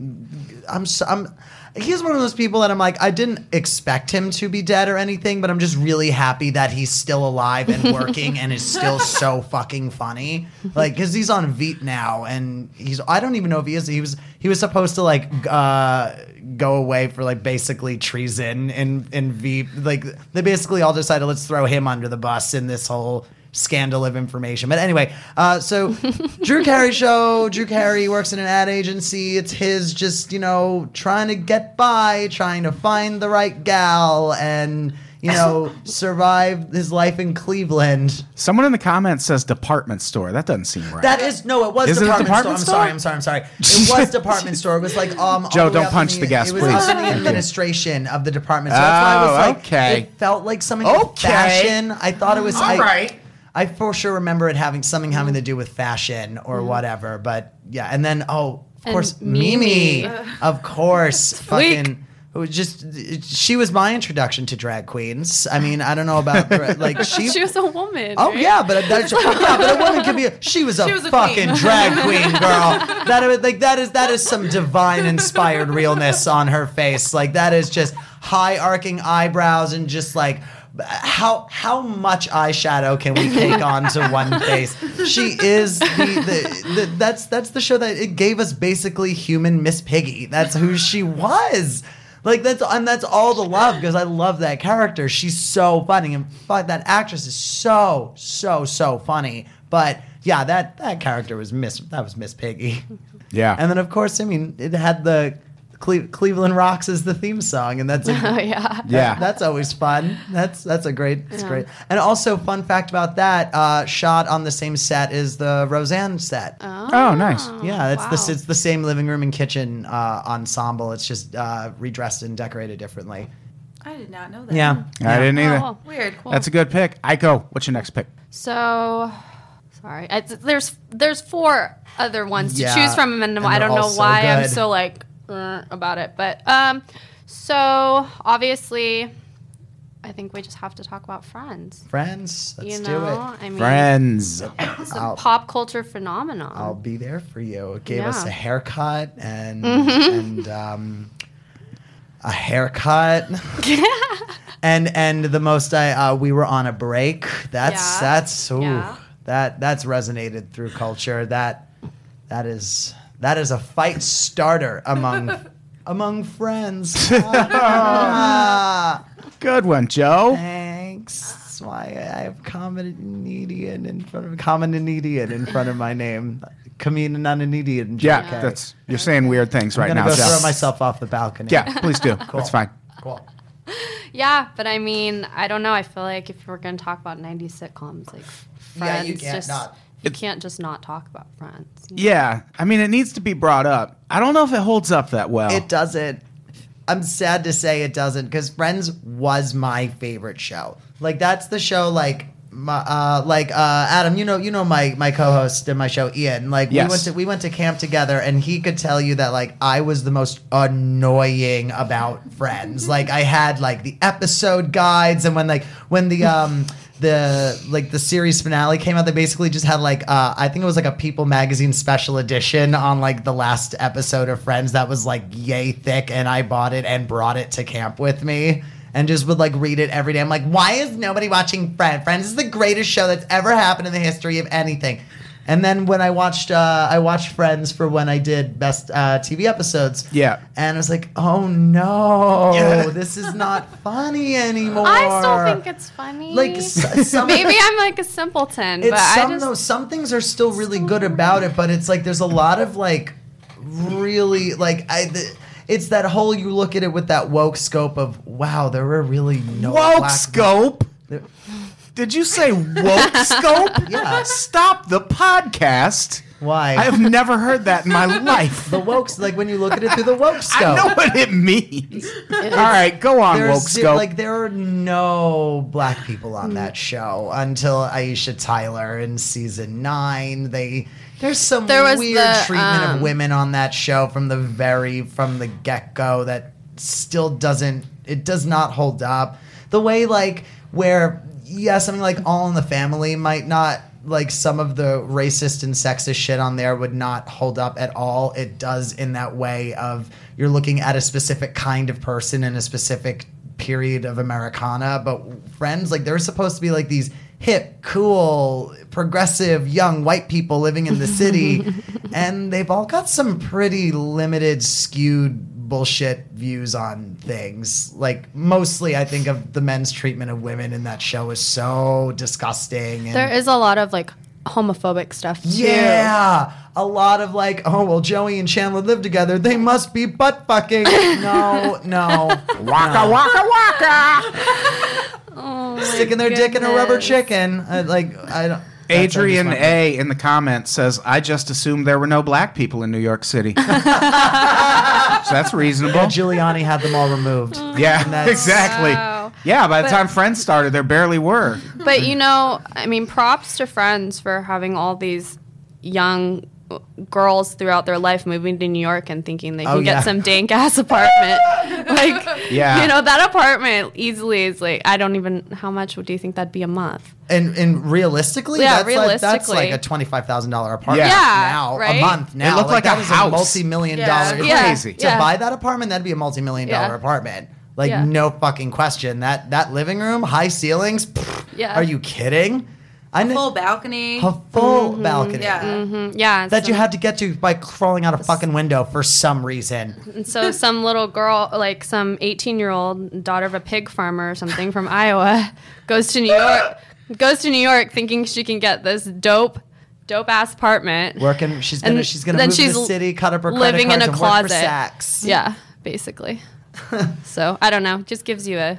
Speaker 4: I'm so, I'm. He's one of those people that I'm like, I didn't expect him to be dead or anything, but I'm just really happy that he's still
Speaker 3: (laughs)
Speaker 4: alive and working and is still so fucking funny. Like, because he's on Veep now, and he's I don't even know if he is. He was he was supposed to like uh, go away for like basically treason and and Veep. Like they basically all decided let's throw him under the bus in this whole scandal of information. But anyway, uh, so Drew Carey show. Drew Carey works in an ad agency. It's his just you know trying to get by, trying to find the right gal, and you know survive his life in Cleveland.
Speaker 3: Someone in the comments says department store. That doesn't seem right.
Speaker 4: That is no, it was
Speaker 3: Is it a department
Speaker 4: department, store.
Speaker 3: store?
Speaker 4: I'm sorry, I'm sorry, I'm sorry.
Speaker 3: (laughs)
Speaker 4: It was department store. It was like um. all
Speaker 3: Joe,
Speaker 4: way
Speaker 3: don't
Speaker 4: up in
Speaker 3: punch the guest,
Speaker 4: It was
Speaker 3: please.
Speaker 4: up in the
Speaker 3: Thank you.
Speaker 4: administration of the department store. That's why I
Speaker 3: Oh,
Speaker 4: was like,
Speaker 3: okay.
Speaker 4: it felt like something with
Speaker 3: Okay.
Speaker 4: fashion. I thought it was
Speaker 5: All
Speaker 4: I,
Speaker 5: right.
Speaker 4: I for sure remember it having something having to do with fashion or whatever. But yeah, and then oh, of
Speaker 2: And
Speaker 4: course,
Speaker 2: Mimi.
Speaker 4: Mimi, of course,
Speaker 2: Weak.
Speaker 4: fucking. It was just she was my introduction to drag queens. I mean, I don't know about dra- like
Speaker 2: (laughs)
Speaker 4: she
Speaker 2: she was a woman.
Speaker 4: Oh
Speaker 2: right?
Speaker 4: yeah, but that's yeah, but a woman could be.
Speaker 5: (laughs)
Speaker 4: A, she was a
Speaker 5: She was a
Speaker 4: fucking
Speaker 5: queen.
Speaker 4: drag queen,
Speaker 5: (laughs)
Speaker 4: girl. That is like that is that is some divine inspired realness on her face. Like that is just high arcing eyebrows and just like how how much eyeshadow can we take
Speaker 5: (laughs)
Speaker 4: onto one face? She is the, the, the that's that's the show that it gave us basically human Miss Piggy. That's who she was. Like that's and that's all the love because I love that character. She's so funny and fuck that actress is so so so funny. But yeah, that that character was Miss that was
Speaker 3: (laughs)
Speaker 4: Miss Piggy.
Speaker 3: yeah.
Speaker 4: And then of course, I mean, it had the Cle- Cleveland Rocks as the theme song, and that's a,
Speaker 2: Oh yeah.
Speaker 3: (laughs) yeah.
Speaker 4: that's always fun. That's that's a great it's great. And also, fun fact about that uh, shot on the same set is the Roseanne set.
Speaker 3: oh, nice.
Speaker 4: Yeah, it's
Speaker 2: wow.
Speaker 4: the it's the same living room and kitchen uh, ensemble. It's just uh, redressed and decorated differently.
Speaker 5: I did not know that.
Speaker 4: Yeah,
Speaker 3: I didn't
Speaker 2: Oh,
Speaker 3: either.
Speaker 2: well,
Speaker 5: Weird. Cool.
Speaker 3: That's a good pick. Iko, what's your next pick?
Speaker 2: So sorry. I, there's there's four other ones
Speaker 4: Yeah,
Speaker 2: to choose from, and,
Speaker 4: and
Speaker 2: I
Speaker 4: they're
Speaker 2: don't know
Speaker 4: all so
Speaker 2: why I'm
Speaker 4: good.
Speaker 2: so like "Uh," about it. But um, so obviously, I think we just have to talk about Friends.
Speaker 4: friends. Let's
Speaker 2: you know,
Speaker 4: do it.
Speaker 2: I mean,
Speaker 3: Friends.
Speaker 2: it's a
Speaker 4: I'll-
Speaker 2: pop culture phenomenon.
Speaker 4: I'll be there for you. It gave us
Speaker 2: Yeah. Mm-hmm.
Speaker 4: a haircut and and um, a
Speaker 2: (laughs)
Speaker 4: haircut and and the most I uh, we were on a break. That's
Speaker 2: Yeah.
Speaker 4: that's ooh,
Speaker 2: Yeah.
Speaker 4: that that's resonated through culture. That that is that is a fight starter
Speaker 2: (laughs)
Speaker 4: among among friends. Ah.
Speaker 3: Good one, Joe.
Speaker 4: Thanks. That's why I have comedian in front of comedian in front of my name. Comedian, not an idiot.
Speaker 3: Yeah,
Speaker 4: okay.
Speaker 3: that's you're saying weird things
Speaker 4: I'm
Speaker 3: right
Speaker 4: gonna
Speaker 3: now,
Speaker 4: go
Speaker 3: Joe.
Speaker 4: throw myself off the balcony.
Speaker 3: Yeah, please do. That's fine.
Speaker 4: Cool.
Speaker 2: yeah, but I mean, I don't know. I feel like if we're gonna talk about '90s sitcoms, like
Speaker 4: Yeah,
Speaker 2: Friends,
Speaker 4: you can't
Speaker 2: just
Speaker 4: not.
Speaker 2: you can't just not talk about Friends.
Speaker 3: Yeah, I mean it needs to be brought up. I don't know if it holds up that well.
Speaker 4: It doesn't. I'm sad to say it doesn't because Friends was my favorite show. Like that's the show. Like my uh, like uh, Adam, you know, you know my my co-host in my show, Ian. Like
Speaker 3: Yes.
Speaker 4: we went to we went to camp together, and he could tell you that like I was the most annoying about Friends. like I had like the episode guides, and when like when the um. The like the series finale came out. They basically just had like uh, I think it was like a People magazine special edition on like the last episode of Friends that was like yay thick, and I bought it and brought it to camp with me and just would like read it every day. I'm like, why is nobody watching Friends? Friends is the greatest show that's ever happened in the history of anything. And then when I watched, uh, I watched Friends for when I did best uh, TV episodes.
Speaker 3: Yeah.
Speaker 4: and I was like, oh no, (laughs) this is not funny anymore.
Speaker 2: I still think it's funny.
Speaker 4: like s-
Speaker 2: (laughs)
Speaker 4: some,
Speaker 2: Maybe I'm like a simpleton, but
Speaker 4: (laughs) it's
Speaker 2: I
Speaker 4: some
Speaker 2: just
Speaker 4: though some things are still really good about it, but it's like there's a lot of like really like I. The, it's that whole you look at it with that woke scope of wow, there were really no
Speaker 3: woke
Speaker 4: black-
Speaker 3: scope.
Speaker 4: there-
Speaker 3: Did you say
Speaker 4: (laughs)
Speaker 3: woke scope?
Speaker 4: Yeah.
Speaker 3: Stop the podcast.
Speaker 4: Why?
Speaker 3: I have never heard that in
Speaker 4: (laughs)
Speaker 3: my life.
Speaker 4: the woke like when you look at it through the woke
Speaker 3: (laughs)
Speaker 4: scope.
Speaker 3: I know what it means. All right, go on,
Speaker 4: There's
Speaker 3: woke
Speaker 4: zi-
Speaker 3: scope.
Speaker 4: Like there are no black people on that show until Aisha Tyler in season nine. They there's some
Speaker 2: There was
Speaker 4: weird
Speaker 2: the,
Speaker 4: treatment
Speaker 2: um,
Speaker 4: of women on that show from the very from the get go that still doesn't it does not hold up. The way like where yeah, something like All in the Family might not like some of the racist and sexist shit on there would not hold up at all. It does in that way of you're looking at a specific kind of person in a specific period of Americana, but friends, like they're supposed to be like these hip, cool, progressive, young white people
Speaker 2: (laughs)
Speaker 4: living in the city, and they've all got some pretty limited, skewed bullshit views on things. Like mostly, I think of the men's treatment of women in that show is so disgusting. And
Speaker 2: There is a lot of like homophobic stuff. too.
Speaker 4: Mm. yeah, a lot of like, oh well, Joey and Chandler live together. They must be butt
Speaker 2: (laughs)
Speaker 4: fucking. no, no,
Speaker 3: Waka waka waka.
Speaker 2: Oh my
Speaker 4: sticking their dick in a rubber
Speaker 2: goodness.
Speaker 4: chicken. I, like I don't. that's- I'm just
Speaker 3: Adrian
Speaker 4: wondering.
Speaker 3: A in the comments says, "I just assumed there were no black people in New
Speaker 2: (laughs)
Speaker 3: York City." so that's reasonable.
Speaker 4: Giuliani had them
Speaker 2: (laughs)
Speaker 4: all removed.
Speaker 2: Oh.
Speaker 4: And
Speaker 3: Yeah, (laughs)
Speaker 4: that's-
Speaker 3: exactly.
Speaker 2: Wow.
Speaker 3: Yeah, by the
Speaker 2: But-
Speaker 3: time Friends started, there barely were.
Speaker 2: But you know, I mean, props to Friends for having all these young girls throughout their life moving to New York and thinking they
Speaker 4: Oh,
Speaker 2: can
Speaker 4: yeah.
Speaker 2: get some dank ass
Speaker 4: (laughs)
Speaker 2: apartment. like,
Speaker 3: Yeah.
Speaker 2: you know, that apartment easily is like, I don't even, how much would you think that'd be a month?
Speaker 4: And and realistically,
Speaker 2: Yeah,
Speaker 4: that's like that's like
Speaker 2: realistically.
Speaker 4: a twenty five thousand dollar
Speaker 3: Yeah.
Speaker 4: apartment
Speaker 2: Yeah,
Speaker 4: now a
Speaker 2: right?
Speaker 4: month now.
Speaker 3: looked like
Speaker 4: that
Speaker 3: a
Speaker 4: is
Speaker 3: house.
Speaker 4: multi million
Speaker 5: Yeah.
Speaker 4: dollar
Speaker 3: It's
Speaker 2: Yeah.
Speaker 3: crazy.
Speaker 4: to
Speaker 2: Yeah.
Speaker 4: buy that apartment. That'd be a multi million dollar
Speaker 2: Yeah.
Speaker 4: apartment. Like
Speaker 2: Yeah.
Speaker 4: no fucking question. That that living room, high ceilings. pfft,
Speaker 2: Yeah.
Speaker 4: Are you kidding? I kn-
Speaker 5: Full balcony.
Speaker 4: a full balcony.
Speaker 5: Yeah.
Speaker 2: Mm, yeah.
Speaker 4: That
Speaker 2: so,
Speaker 4: you had to get to by crawling out a fucking window for some reason.
Speaker 2: and so some little girl, like some 18 year old daughter of a pig farmer or something from Iowa, goes to New York, goes to New York thinking she can get this dope, dope ass apartment.
Speaker 4: Working, she's gonna,
Speaker 2: And
Speaker 4: she's gonna
Speaker 2: then
Speaker 4: move to
Speaker 2: she's
Speaker 4: the
Speaker 2: l-
Speaker 4: city, cut up her credit
Speaker 2: living in
Speaker 4: cards
Speaker 2: a
Speaker 4: and work for
Speaker 2: closet.
Speaker 4: Saks.
Speaker 2: Yeah, basically.
Speaker 4: (laughs)
Speaker 2: so I don't know. Just gives you a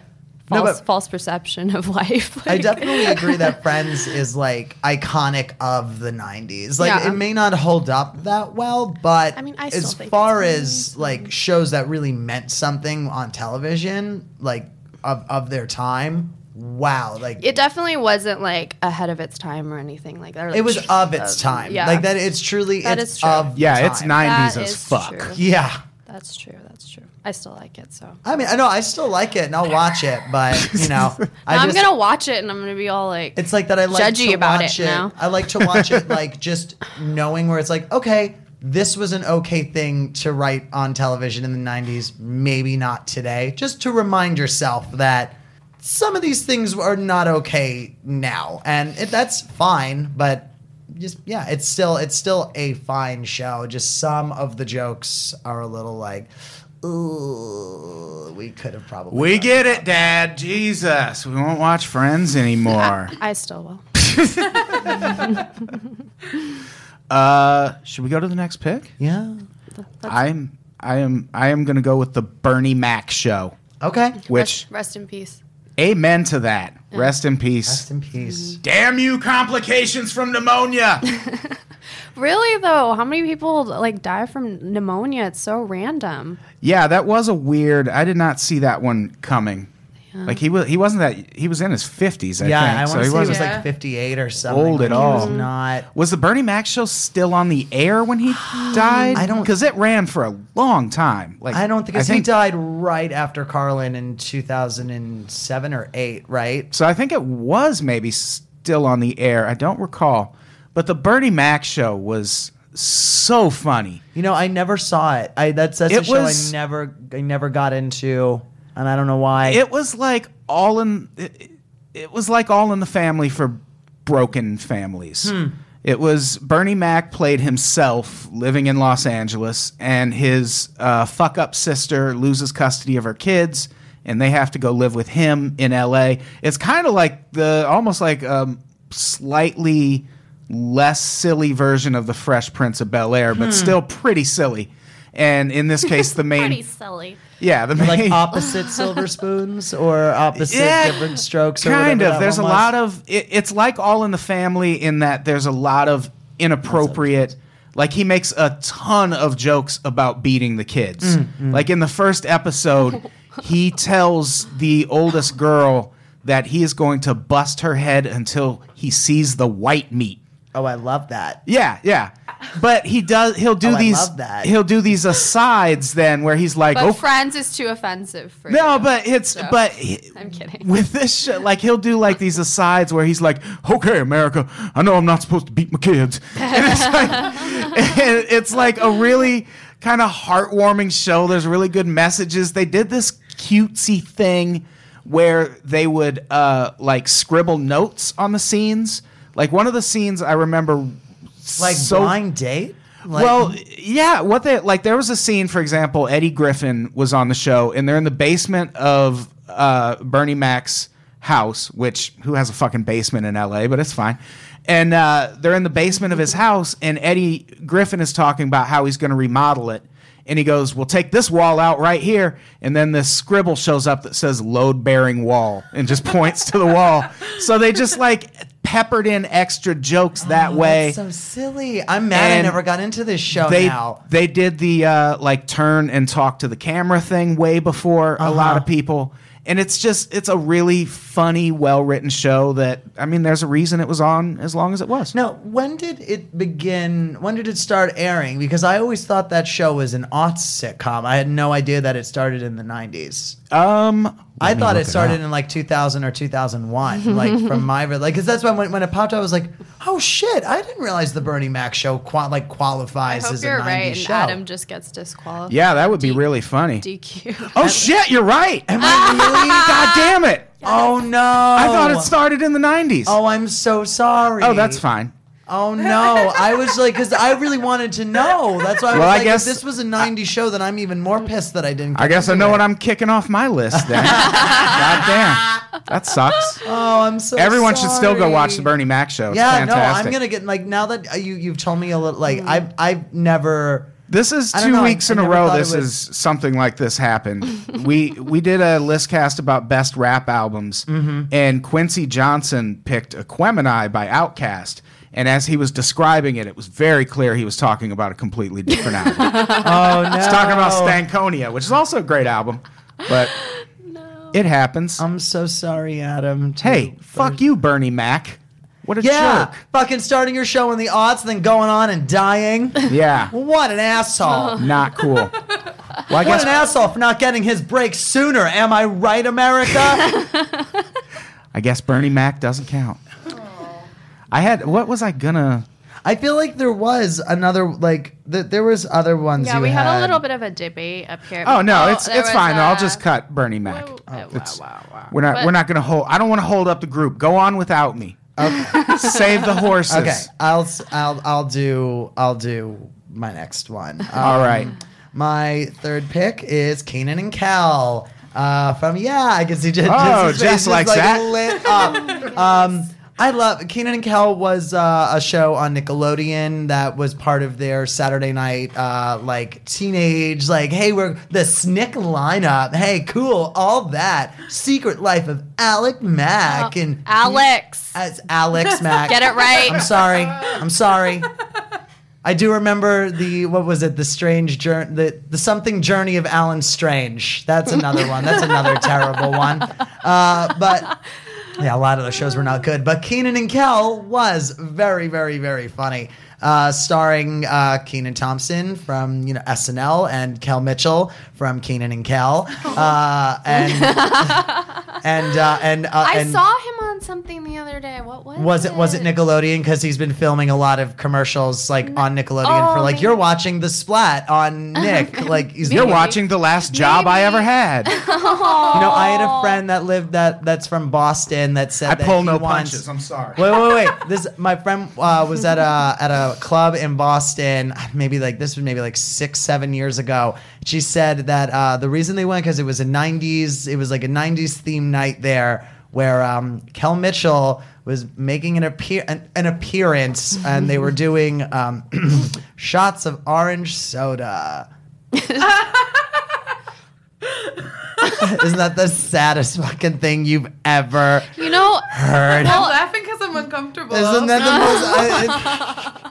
Speaker 4: No,
Speaker 2: false
Speaker 4: but-
Speaker 2: false perception of life.
Speaker 4: I
Speaker 2: Like-
Speaker 4: definitely agree that Friends is like iconic of the '90s. Like
Speaker 2: Yeah.
Speaker 4: it may not hold up that well, but
Speaker 2: I mean, I still
Speaker 4: as
Speaker 2: think
Speaker 4: far
Speaker 2: it's Mm-hmm.
Speaker 4: as like shows that really meant something on television, like of of their time, wow! Like
Speaker 2: it definitely wasn't like ahead of its time or anything like that. Or, like, um,
Speaker 4: it was of its time.
Speaker 2: yeah.
Speaker 4: Like that, it's truly
Speaker 2: That
Speaker 4: it's
Speaker 2: is true.
Speaker 4: of
Speaker 3: Yeah,
Speaker 4: the
Speaker 3: it's
Speaker 4: time.
Speaker 2: That
Speaker 3: 90s as
Speaker 2: is
Speaker 3: fuck.
Speaker 2: true.
Speaker 4: Yeah.
Speaker 2: That's true. That's true. I still like it. So
Speaker 4: I mean, I know I still like it and I'll watch it, but
Speaker 3: (laughs)
Speaker 4: you know, I
Speaker 2: Now
Speaker 4: just,
Speaker 2: I'm gonna watch it and I'm gonna be all like,
Speaker 4: It's like that I like
Speaker 2: Judgy
Speaker 4: to
Speaker 2: about
Speaker 4: watch
Speaker 2: it now.
Speaker 4: I like to
Speaker 2: (laughs)
Speaker 4: watch it like just knowing where it's like, okay, this was an okay thing to write on television in the 90s, maybe not today. Just to remind yourself that some of these things are not okay now. And it, that's fine, but just yeah, it's still it's still a fine show. Just some of the jokes are a little like Ooh, we could have probably.
Speaker 3: We
Speaker 4: done
Speaker 3: get it, Dad. Jesus, we won't watch
Speaker 2: (laughs)
Speaker 3: Friends anymore.
Speaker 2: I still will.
Speaker 3: Uh, should we go to the next pick?
Speaker 4: Yeah.
Speaker 3: I'm, I am, I am going to go with the Bernie Mac show.
Speaker 4: Okay.
Speaker 3: Which,
Speaker 2: rest, rest in peace.
Speaker 3: amen to that. Rest in peace.
Speaker 4: Rest in peace.
Speaker 3: Damn you, complications from pneumonia.
Speaker 2: Really though, how many people like die from pneumonia? It's so random.
Speaker 3: yeah, that was a weird. I did not see that one coming. Like he was, he wasn't that. He was in his fifties, I
Speaker 4: yeah,
Speaker 3: think.
Speaker 4: I
Speaker 3: so
Speaker 4: want to
Speaker 3: he
Speaker 4: say he was
Speaker 3: wasn't.
Speaker 5: Yeah.
Speaker 4: like 58 or something.
Speaker 3: Old at
Speaker 4: Like, he was
Speaker 3: all.
Speaker 4: Not.
Speaker 3: Was the Bernie Mac show still on the air when he died?
Speaker 4: I don't-
Speaker 3: because it ran for a long time. Like
Speaker 4: I don't think, 'cause he died right after Carlin in 2007 or 8, right?
Speaker 3: So I think it was maybe still on the air. I don't recall, but the Bernie Mac show was so funny.
Speaker 4: You know, I never saw it. I that's that's a
Speaker 3: It
Speaker 4: show
Speaker 3: was-
Speaker 4: I never I never got into, and I don't know why.
Speaker 3: It was like all in. It, it was like all in the family for broken families. It was Bernie Mac played himself living in Los Angeles, and his uh, fuck up sister loses custody of her kids, and they have to go live with him in L.A. It's kind of like the almost like um, slightly less silly version of the Fresh Prince of Bel Air, but still pretty silly. And in this case, the main
Speaker 2: silly.
Speaker 3: yeah the main (laughs)
Speaker 4: like opposite silver spoons or opposite
Speaker 3: Yeah,
Speaker 4: different strokes. Or
Speaker 3: kind
Speaker 4: whatever
Speaker 3: of
Speaker 4: that
Speaker 3: there's a
Speaker 4: one was.
Speaker 3: lot of it, it's like all in the family in that there's a lot of inappropriate like he makes a ton of jokes about beating the kids
Speaker 4: Mm,
Speaker 3: like in the first episode he tells the oldest girl that he is going to bust her head until he sees the white meat
Speaker 4: Oh, I love that.
Speaker 3: yeah yeah but he does he'll do
Speaker 4: Oh, I
Speaker 3: these
Speaker 4: love that.
Speaker 3: he'll do these asides then where he's like
Speaker 2: But
Speaker 3: oh
Speaker 2: friends is too offensive for
Speaker 3: no
Speaker 2: you.
Speaker 3: but it's
Speaker 2: So,
Speaker 3: but he-
Speaker 2: I'm (laughs) kidding.
Speaker 3: with this shit, like he'll do like these asides where he's like, "Okay, America, I know I'm not supposed to beat my kids," (laughs) and it's like, and it's like a really kind of heartwarming show. There's really good messages. They did this cutesy thing where they would uh, like scribble notes on the scenes. Like one of the scenes I remember,
Speaker 4: Like
Speaker 3: so
Speaker 4: blind date. Like,
Speaker 3: well, yeah. What they like? There was a scene, for example, Eddie Griffin was on the show, and they're in the basement of uh, Bernie Mac's house, which who has a fucking basement in L.A., but it's fine. And uh, they're in the basement of his house, and Eddie Griffin is talking about how he's going to remodel it, and he goes, "We'll take this wall out right here," and then this scribble shows up that says "load bearing wall" and just (laughs) points to the wall. So they just like peppered in extra jokes that way
Speaker 4: Oh, that's so silly. I'm mad I
Speaker 3: And
Speaker 4: never got into this show
Speaker 3: they
Speaker 4: now.
Speaker 3: they did the uh, like turn and talk to the camera thing way before
Speaker 4: Uh-huh.
Speaker 3: a lot of people, and it's just it's a really funny, well written show that I mean, there's a reason it was on as long as it was.
Speaker 4: Now, when did it begin? When did it start airing? Because I always thought that show was an aughts sitcom. I had no idea that it started in the 90s.
Speaker 3: Um,
Speaker 4: I
Speaker 3: let me
Speaker 4: thought
Speaker 3: look
Speaker 4: it started
Speaker 3: up.
Speaker 4: in like 2000 or 2001,
Speaker 3: (laughs)
Speaker 4: like from my like, because that's when when it popped. up, I was like, oh shit! I didn't realize the Bernie Mac show qual- like
Speaker 2: I
Speaker 4: qualifies
Speaker 2: hope
Speaker 4: as a
Speaker 2: you're
Speaker 4: 90s
Speaker 2: right, and
Speaker 4: show.
Speaker 2: Adam just gets disqualified.
Speaker 3: Yeah, that would be really funny.
Speaker 2: DQ.
Speaker 3: oh shit, you're right.
Speaker 4: Am I
Speaker 3: God damn it!
Speaker 4: really? oh no!
Speaker 3: I thought it started in the '90s.
Speaker 4: Oh, I'm so sorry.
Speaker 3: oh that's fine.
Speaker 4: Oh no! I was like, because I really wanted to know. That's why I was
Speaker 3: Well, I
Speaker 4: like, if
Speaker 3: guess-
Speaker 4: this was a '90s show, then I'm even more pissed that I didn't.
Speaker 3: I guess I know what I'm kicking off my list
Speaker 4: (laughs)
Speaker 3: then. God damn. That sucks.
Speaker 4: Oh, I'm so.
Speaker 3: Everyone should still go watch the
Speaker 4: sorry.
Speaker 3: Bernie Mac show. It's
Speaker 4: Yeah,
Speaker 3: fantastic.
Speaker 4: no, I'm gonna get like now that uh, you you've told me a little like I I've never
Speaker 3: This is
Speaker 4: I don't
Speaker 3: two
Speaker 4: know, I-
Speaker 3: weeks
Speaker 4: I
Speaker 3: in a
Speaker 4: never
Speaker 3: row.
Speaker 4: thought it
Speaker 3: This
Speaker 4: was-
Speaker 3: is something like this
Speaker 4: (laughs)
Speaker 3: happened. we we did a list cast about best rap albums, and Quincy Johnson picked "Aquemini" by Outkast. And as he was describing it, it was very clear he was talking about a completely
Speaker 4: (laughs)
Speaker 3: different album.
Speaker 4: oh no
Speaker 3: He's talking about Stankonia, which is also a great album,
Speaker 4: (laughs)
Speaker 3: but it happens.
Speaker 4: I'm so sorry, Adam. too.
Speaker 3: hey, fuck you, Bernie Mac. What a
Speaker 4: Yeah,
Speaker 3: jerk.
Speaker 4: fucking starting your show in the aughts, then going on and dying.
Speaker 3: (laughs) Yeah,
Speaker 4: what an asshole!
Speaker 3: not cool. Well, I
Speaker 4: What
Speaker 3: guess
Speaker 4: an asshole for not getting his break sooner. Am I right, America?
Speaker 3: I guess Bernie Mac doesn't count. I had what was I gonna?
Speaker 4: I feel like there was another like th- there was other ones.
Speaker 2: Yeah,
Speaker 4: you
Speaker 2: we had,
Speaker 4: had
Speaker 2: a little bit of a debate up here.
Speaker 3: Oh no, it's
Speaker 2: there
Speaker 3: it's
Speaker 2: was
Speaker 3: fine. i I'll
Speaker 2: a-
Speaker 3: just cut Bernie Mac. Oh,
Speaker 2: Whoa, wow,
Speaker 3: It's-
Speaker 2: wow, wow.
Speaker 3: We're not
Speaker 2: But-
Speaker 3: we're not gonna hold. I don't want to hold up the group. Go on without me. Okay. (laughs) Save the horses.
Speaker 4: Okay, I'll s- I'll I'll do I'll do my next one.
Speaker 3: (laughs) All
Speaker 4: Um,
Speaker 3: right.
Speaker 4: My third pick is Keenan and Cal. Uh, from yeah, I can see Jess.
Speaker 3: Oh,
Speaker 4: Jess's face
Speaker 3: Jess
Speaker 4: is,
Speaker 3: likes
Speaker 4: like,
Speaker 3: that.
Speaker 4: Lit up. um, I love Keenan and Cal was uh, a show on Nickelodeon that was part of their Saturday night uh, like teenage like hey we're the Snick lineup hey cool all that Secret Life of Alec Mack and
Speaker 2: Alex.
Speaker 4: as
Speaker 2: (laughs)
Speaker 4: Alex Mack
Speaker 2: Get it right.
Speaker 4: I'm sorry.
Speaker 2: (laughs)
Speaker 4: I'm sorry. I do remember the what was it? The strange journey, the, the something journey of Alan Strange. That's another one.
Speaker 2: (laughs)
Speaker 4: That's another terrible one. Uh, but yeah, a lot of those shows were not good. But Keenan and Kel was very, very, very funny. Uh, starring uh, Keenan Thompson from you know SNL and Kel Mitchell from Keenan and Kel, uh,
Speaker 2: (laughs)
Speaker 4: and and uh, and uh,
Speaker 2: I
Speaker 4: and
Speaker 2: saw him on something the other day. What was
Speaker 4: was it was it Nickelodeon? Because he's been filming a lot of commercials like on Nickelodeon
Speaker 2: Oh,
Speaker 4: for like
Speaker 2: maybe.
Speaker 4: you're watching the Splat on Nick. like he's
Speaker 3: You're
Speaker 4: you know
Speaker 3: watching the last job I
Speaker 2: (laughs)
Speaker 3: ever had.
Speaker 4: I had a friend that lived that that's from Boston that said
Speaker 3: I
Speaker 4: that
Speaker 3: pull
Speaker 4: he
Speaker 3: no
Speaker 4: wants-
Speaker 3: punches. I'm sorry.
Speaker 4: Wait, wait, wait! This my friend uh, was at a at a club in Boston. Maybe like this was maybe like six, seven years ago. She said that uh, the reason they went because it was a '90s. It was like a '90s theme night there where um, Kel Mitchell was making an appear an, an appearance, and they were doing um, (clears throat) shots of orange soda. Isn't that the saddest fucking thing you've ever
Speaker 2: You know,
Speaker 4: heard?
Speaker 5: I'm laughing because I'm uncomfortable.
Speaker 4: Isn't that the most? I- I-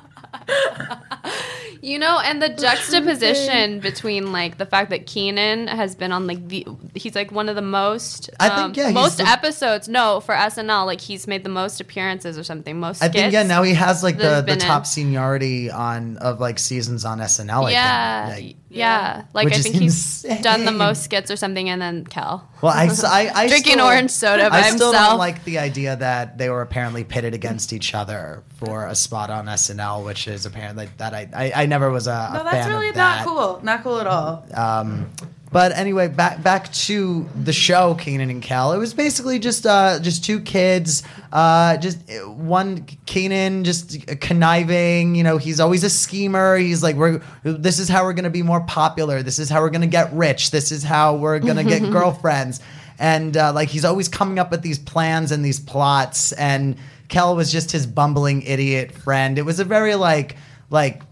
Speaker 2: (laughs) you know, and (laughs) the juxtaposition between like the fact that Keenan has been on like the he's like one of the most
Speaker 4: I think,
Speaker 2: um,
Speaker 4: yeah, he's
Speaker 2: most
Speaker 4: the-
Speaker 2: episodes. No, for SNL, like he's made the most appearances or something. Most
Speaker 4: I think yeah.
Speaker 2: skits.
Speaker 4: Now he has like
Speaker 2: that
Speaker 4: the,
Speaker 2: he's
Speaker 4: the
Speaker 2: been
Speaker 4: top
Speaker 2: in.
Speaker 4: seniority on of like seasons on SNL.
Speaker 2: yeah,
Speaker 4: I think.
Speaker 2: y-
Speaker 4: Like,
Speaker 2: yeah, Like
Speaker 4: Which
Speaker 2: I
Speaker 4: is
Speaker 2: think he's done the
Speaker 4: insane.
Speaker 2: most skits or something, and then Cal
Speaker 4: well, I, s- I- I
Speaker 2: drinking
Speaker 4: still-
Speaker 2: orange soda by
Speaker 4: I still
Speaker 2: himself.
Speaker 4: don't like the idea that they were apparently pitted against each other for a spot on SNL, which is apparently that I I, I never was a, a
Speaker 5: no,
Speaker 4: fan
Speaker 5: that's
Speaker 4: of
Speaker 5: really not
Speaker 4: that.
Speaker 5: cool. Not cool at all.
Speaker 4: Um, But anyway, back back to the show, Keenan and Kel. It was basically just uh, just two kids, uh, just uh, one Keenan just conniving. You know, he's always a schemer. He's like, we're this is how we're gonna be more popular. This is how we're gonna get rich. This is how we're gonna get girlfriends. And uh, like he's always coming up with these plans and these plots. And Kel was just his bumbling idiot friend. It was a very like like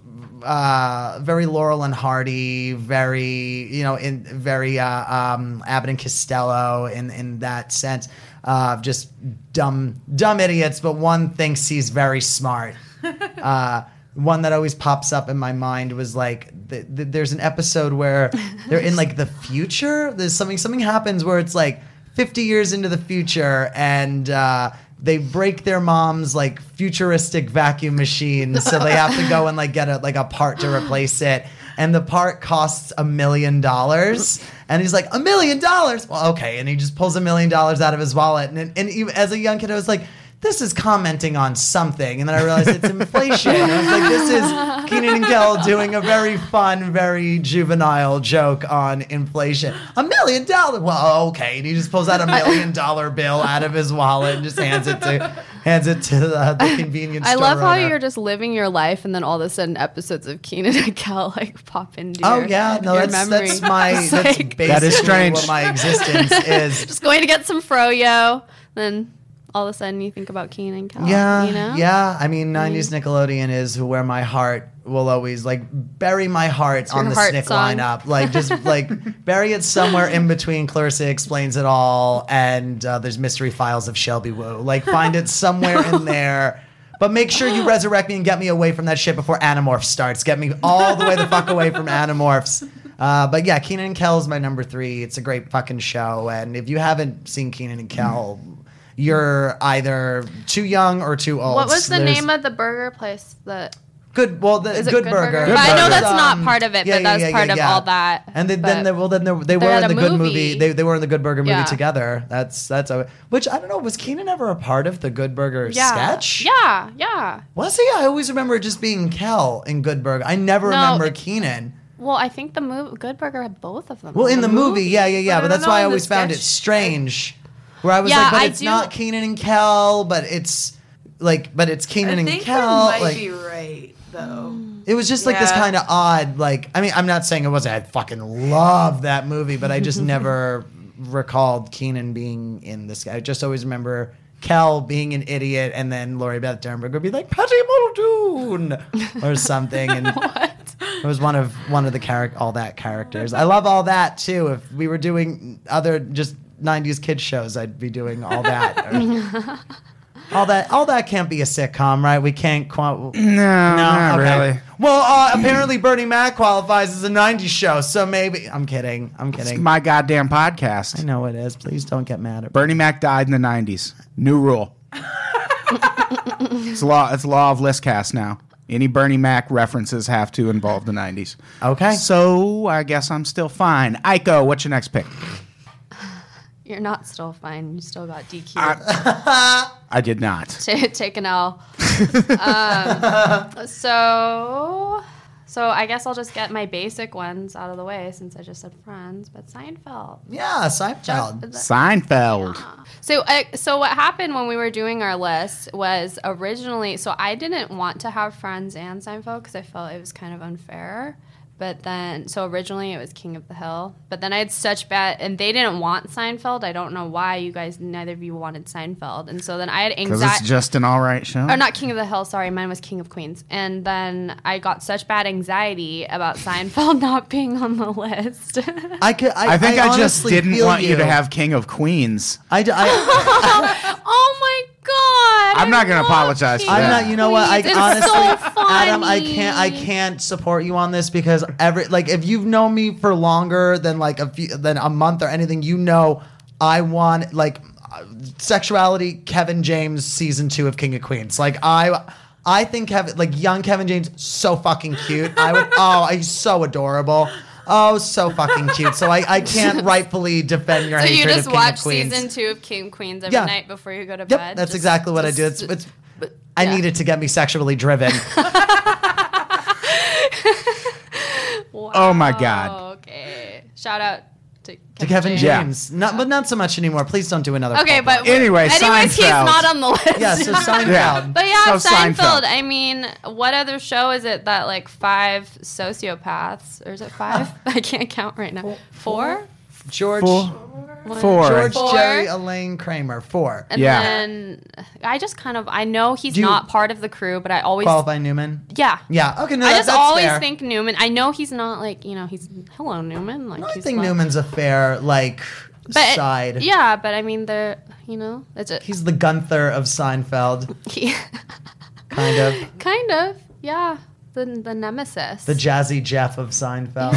Speaker 4: uh, very Laurel and Hardy, very you know, in very uh, um, Abbott and Costello in in that sense of just dumb dumb idiots, but one thinks he's very smart. uh, one that always pops up in my mind was like th- th- there's an episode where they're in like the future. There's something something happens where it's like 50 years into the future and. Uh, they break their mom's like futuristic vacuum machine, so they have to go and like get a like a part to replace it. And the part costs a million dollars. And he's like, a million dollars? Well, okay. And he just pulls a million dollars out of his wallet. And, and even, as a young kid, I was like, this is commenting on something. And then I realized it's inflation. And I was like, this is Keenan and Kel doing a very fun, very juvenile joke on inflation. A million dollars. Well, okay. And he just pulls out a million dollar bill out of his wallet and just hands it to hands it to the, the convenience
Speaker 2: I
Speaker 4: store.
Speaker 2: love how
Speaker 4: owner.
Speaker 2: you're just living your life, and then all of a sudden, episodes of Keenan and Kel (laughs) like pop into
Speaker 4: Oh
Speaker 2: your,
Speaker 4: yeah, no,
Speaker 2: your
Speaker 4: that's
Speaker 2: memory.
Speaker 4: that's my
Speaker 2: It's
Speaker 4: that's
Speaker 2: like,
Speaker 4: basically
Speaker 3: That is strange.
Speaker 4: what my existence
Speaker 2: (laughs) (laughs)
Speaker 4: is.
Speaker 2: just going to get some froyo. Then all of a sudden, you think about Keenan and Kel.
Speaker 4: Yeah,
Speaker 2: you know? Mm-hmm.
Speaker 4: yeah. I mean, '90s Nickelodeon is where my heart will always like bury my heart on
Speaker 2: your
Speaker 4: the
Speaker 2: heart
Speaker 4: Snick
Speaker 2: song.
Speaker 4: lineup. Like
Speaker 2: (laughs)
Speaker 4: just like bury it somewhere in between Clarissa explains it all and uh, there's mystery files of Shelby Woo. Like find it somewhere
Speaker 2: (laughs)
Speaker 4: in there. But make sure you resurrect me and get me away from that shit before Animorphs starts. Get me all the way the fuck away from Animorphs. Uh, but yeah, Keenan and Kel is my number three. It's a great fucking show. And if you haven't seen Keenan and Kel, you're either too young or too old.
Speaker 2: What was the
Speaker 4: Oh, There's-
Speaker 2: name of the burger place that?
Speaker 4: Good. Well, the
Speaker 2: Is it
Speaker 4: Good,
Speaker 2: Good
Speaker 4: Burger. um,
Speaker 2: Burger?
Speaker 3: Good
Speaker 4: But
Speaker 3: But I know Burger.
Speaker 2: that's not part of it, but that's part of all that.
Speaker 4: And they,
Speaker 2: But-
Speaker 4: then, they, well, then they, they were
Speaker 2: had
Speaker 4: in
Speaker 2: a
Speaker 4: the Good
Speaker 2: movie.
Speaker 4: movie. They, they were in the Good Burger movie
Speaker 2: Yeah.
Speaker 4: together. That's that's a, which I don't know. Was Keenan ever a part of the Good Burger
Speaker 2: Yeah.
Speaker 4: sketch?
Speaker 2: Yeah, yeah.
Speaker 4: Was he? I always remember it just being Kel in Good Burger. I never
Speaker 2: No.
Speaker 4: remember Keenan.
Speaker 2: Well, I think the movie Good Burger had both of them.
Speaker 4: Well, in the movie, yeah, yeah, yeah.
Speaker 5: But
Speaker 4: But,
Speaker 5: I don't
Speaker 4: that's
Speaker 5: know
Speaker 4: why I
Speaker 5: in the
Speaker 4: always found it
Speaker 5: sketch.
Speaker 4: strange. Where I was
Speaker 2: Yeah,
Speaker 4: like, but
Speaker 2: I
Speaker 4: it's
Speaker 2: do-
Speaker 4: not Keenan and Kel, but it's like, but it's Keenan
Speaker 5: I
Speaker 4: and
Speaker 5: think
Speaker 4: Kel.
Speaker 5: you might
Speaker 4: like, Mm.
Speaker 5: be right though.
Speaker 4: It was just like this
Speaker 5: Yeah.
Speaker 4: kind of odd, like I mean, I'm not saying it was I fucking love that movie, but I just never recalled Keenan being in this guy. I just always remember Kel being an idiot and then Lori Beth Dernberg would be like Patty Muldoon or something and it was one of one of the character all that characters. I love all that too. If we were doing other just 90s kid shows, I'd be doing all that. or- all that all that can't be a sitcom, right? We can't qua-
Speaker 3: No, not
Speaker 4: okay.
Speaker 3: really.
Speaker 4: Well, uh, apparently Bernie Mac qualifies as a '90s show, so maybe I'm kidding. I'm
Speaker 3: It's
Speaker 4: kidding.
Speaker 3: my goddamn
Speaker 4: I
Speaker 3: podcast.
Speaker 4: know it is. Please don't get mad at.
Speaker 3: Bernie Mac died in the '90s. New rule. it's law. It's law of listcast now. Any Bernie Mac references have to involve the '90s.
Speaker 4: Okay.
Speaker 3: So I guess I'm still fine. Iko, what's your next pick?
Speaker 2: You're not still fine. You still got (laughs) DQ.
Speaker 3: I did not.
Speaker 2: T- Take an
Speaker 4: (laughs)
Speaker 2: L. um, so, so I guess I'll just get my basic ones out of the way since I just said Friends, but Seinfeld.
Speaker 4: Yeah, Seinfeld.
Speaker 3: Seinfeld.
Speaker 2: So, uh, so what happened when we were doing our list was originally. So I didn't want to have Friends and Seinfeld because I felt it was kind of unfair. But then, so originally it was King of the Hill. But then I had such bad, and they didn't want Seinfeld. I don't know why you guys, neither of you wanted Seinfeld. And so then I had
Speaker 3: Because
Speaker 2: anxiety.
Speaker 3: it's just an all right show.
Speaker 2: Or not King of the Hill, sorry, mine was King of Queens. And then I got such bad anxiety about Seinfeld (laughs) not being on the list. (laughs)
Speaker 4: I could. I,
Speaker 3: I think I, just
Speaker 4: honestly
Speaker 3: didn't
Speaker 4: feel
Speaker 3: want you to have King of Queens.
Speaker 4: I, d-
Speaker 3: (laughs)
Speaker 4: I-
Speaker 2: oh my god!
Speaker 3: I'm not gonna
Speaker 2: love
Speaker 3: apologize for
Speaker 2: King
Speaker 4: I'm
Speaker 3: Yeah.
Speaker 2: of
Speaker 4: not. You know what? I
Speaker 2: Queens. It's
Speaker 4: honestly,
Speaker 2: so funny.
Speaker 4: Adam, I can't. I can't support you on this because every like, if you've known me for longer than like a few than a month or anything, you know, I want like uh, sexuality. Kevin James season two of King of Queens. Like I. I think Kevin, like young Kevin James, so fucking cute.
Speaker 2: (laughs)
Speaker 4: I would, oh, he's so adorable. Oh, so fucking cute. So I, I
Speaker 2: (laughs)
Speaker 4: can't rightfully defend your
Speaker 2: So you
Speaker 4: hatred
Speaker 2: just
Speaker 4: of King
Speaker 2: watch
Speaker 4: of Queens.
Speaker 2: season two of King of Queens every
Speaker 4: Yeah.
Speaker 2: night before you go to
Speaker 4: Yep,
Speaker 2: bed.
Speaker 4: that's
Speaker 2: Just-
Speaker 4: exactly what I do. It's,
Speaker 2: (laughs) just-
Speaker 4: it's I
Speaker 2: yeah.
Speaker 4: need it to get me
Speaker 2: (laughs)
Speaker 4: sexually driven.
Speaker 2: Wow,
Speaker 3: (laughs) Oh my God.
Speaker 2: Okay. Shout out to Kevin,
Speaker 4: to Kevin
Speaker 2: James.
Speaker 3: Yeah.
Speaker 4: James. Not, but not so much anymore. Please don't do another.
Speaker 2: Okay,
Speaker 4: pop-up.
Speaker 2: but
Speaker 3: (laughs) Anyway,
Speaker 2: anyways, he's
Speaker 3: Seinfeld.
Speaker 2: not on the list. (laughs)
Speaker 4: yeah, so
Speaker 3: Yeah.
Speaker 4: Seinfeld.
Speaker 2: But yeah,
Speaker 3: So
Speaker 2: Seinfeld.
Speaker 3: Seinfeld.
Speaker 2: I mean, what other show is it that like five sociopaths or is it
Speaker 4: (laughs)
Speaker 2: five? I can't count right now. Four,
Speaker 4: George,
Speaker 3: Four.
Speaker 2: One,
Speaker 3: Four.
Speaker 4: George,
Speaker 2: Four.
Speaker 4: Jerry, Elaine, Kramer. Four.
Speaker 2: And
Speaker 3: Yeah.
Speaker 2: then I just kind of I know he's
Speaker 4: Do you-
Speaker 2: not part of the crew, but I always
Speaker 4: Qualify Newman.
Speaker 2: yeah
Speaker 4: Yeah. Okay. No,
Speaker 2: I
Speaker 4: that-
Speaker 2: just
Speaker 4: that's
Speaker 2: always
Speaker 4: fair.
Speaker 2: think Newman. I know he's not like you know he's hello Newman like
Speaker 4: No, I
Speaker 2: he's
Speaker 4: think
Speaker 2: not-
Speaker 4: Newman's a fair like
Speaker 2: but
Speaker 4: side.
Speaker 2: Yeah, but I mean they're you know it's a
Speaker 4: He's the Gunther of Seinfeld,
Speaker 2: (laughs) he,
Speaker 4: kind of.
Speaker 2: kind of yeah the the nemesis
Speaker 4: The jazzy Jeff of Seinfeld.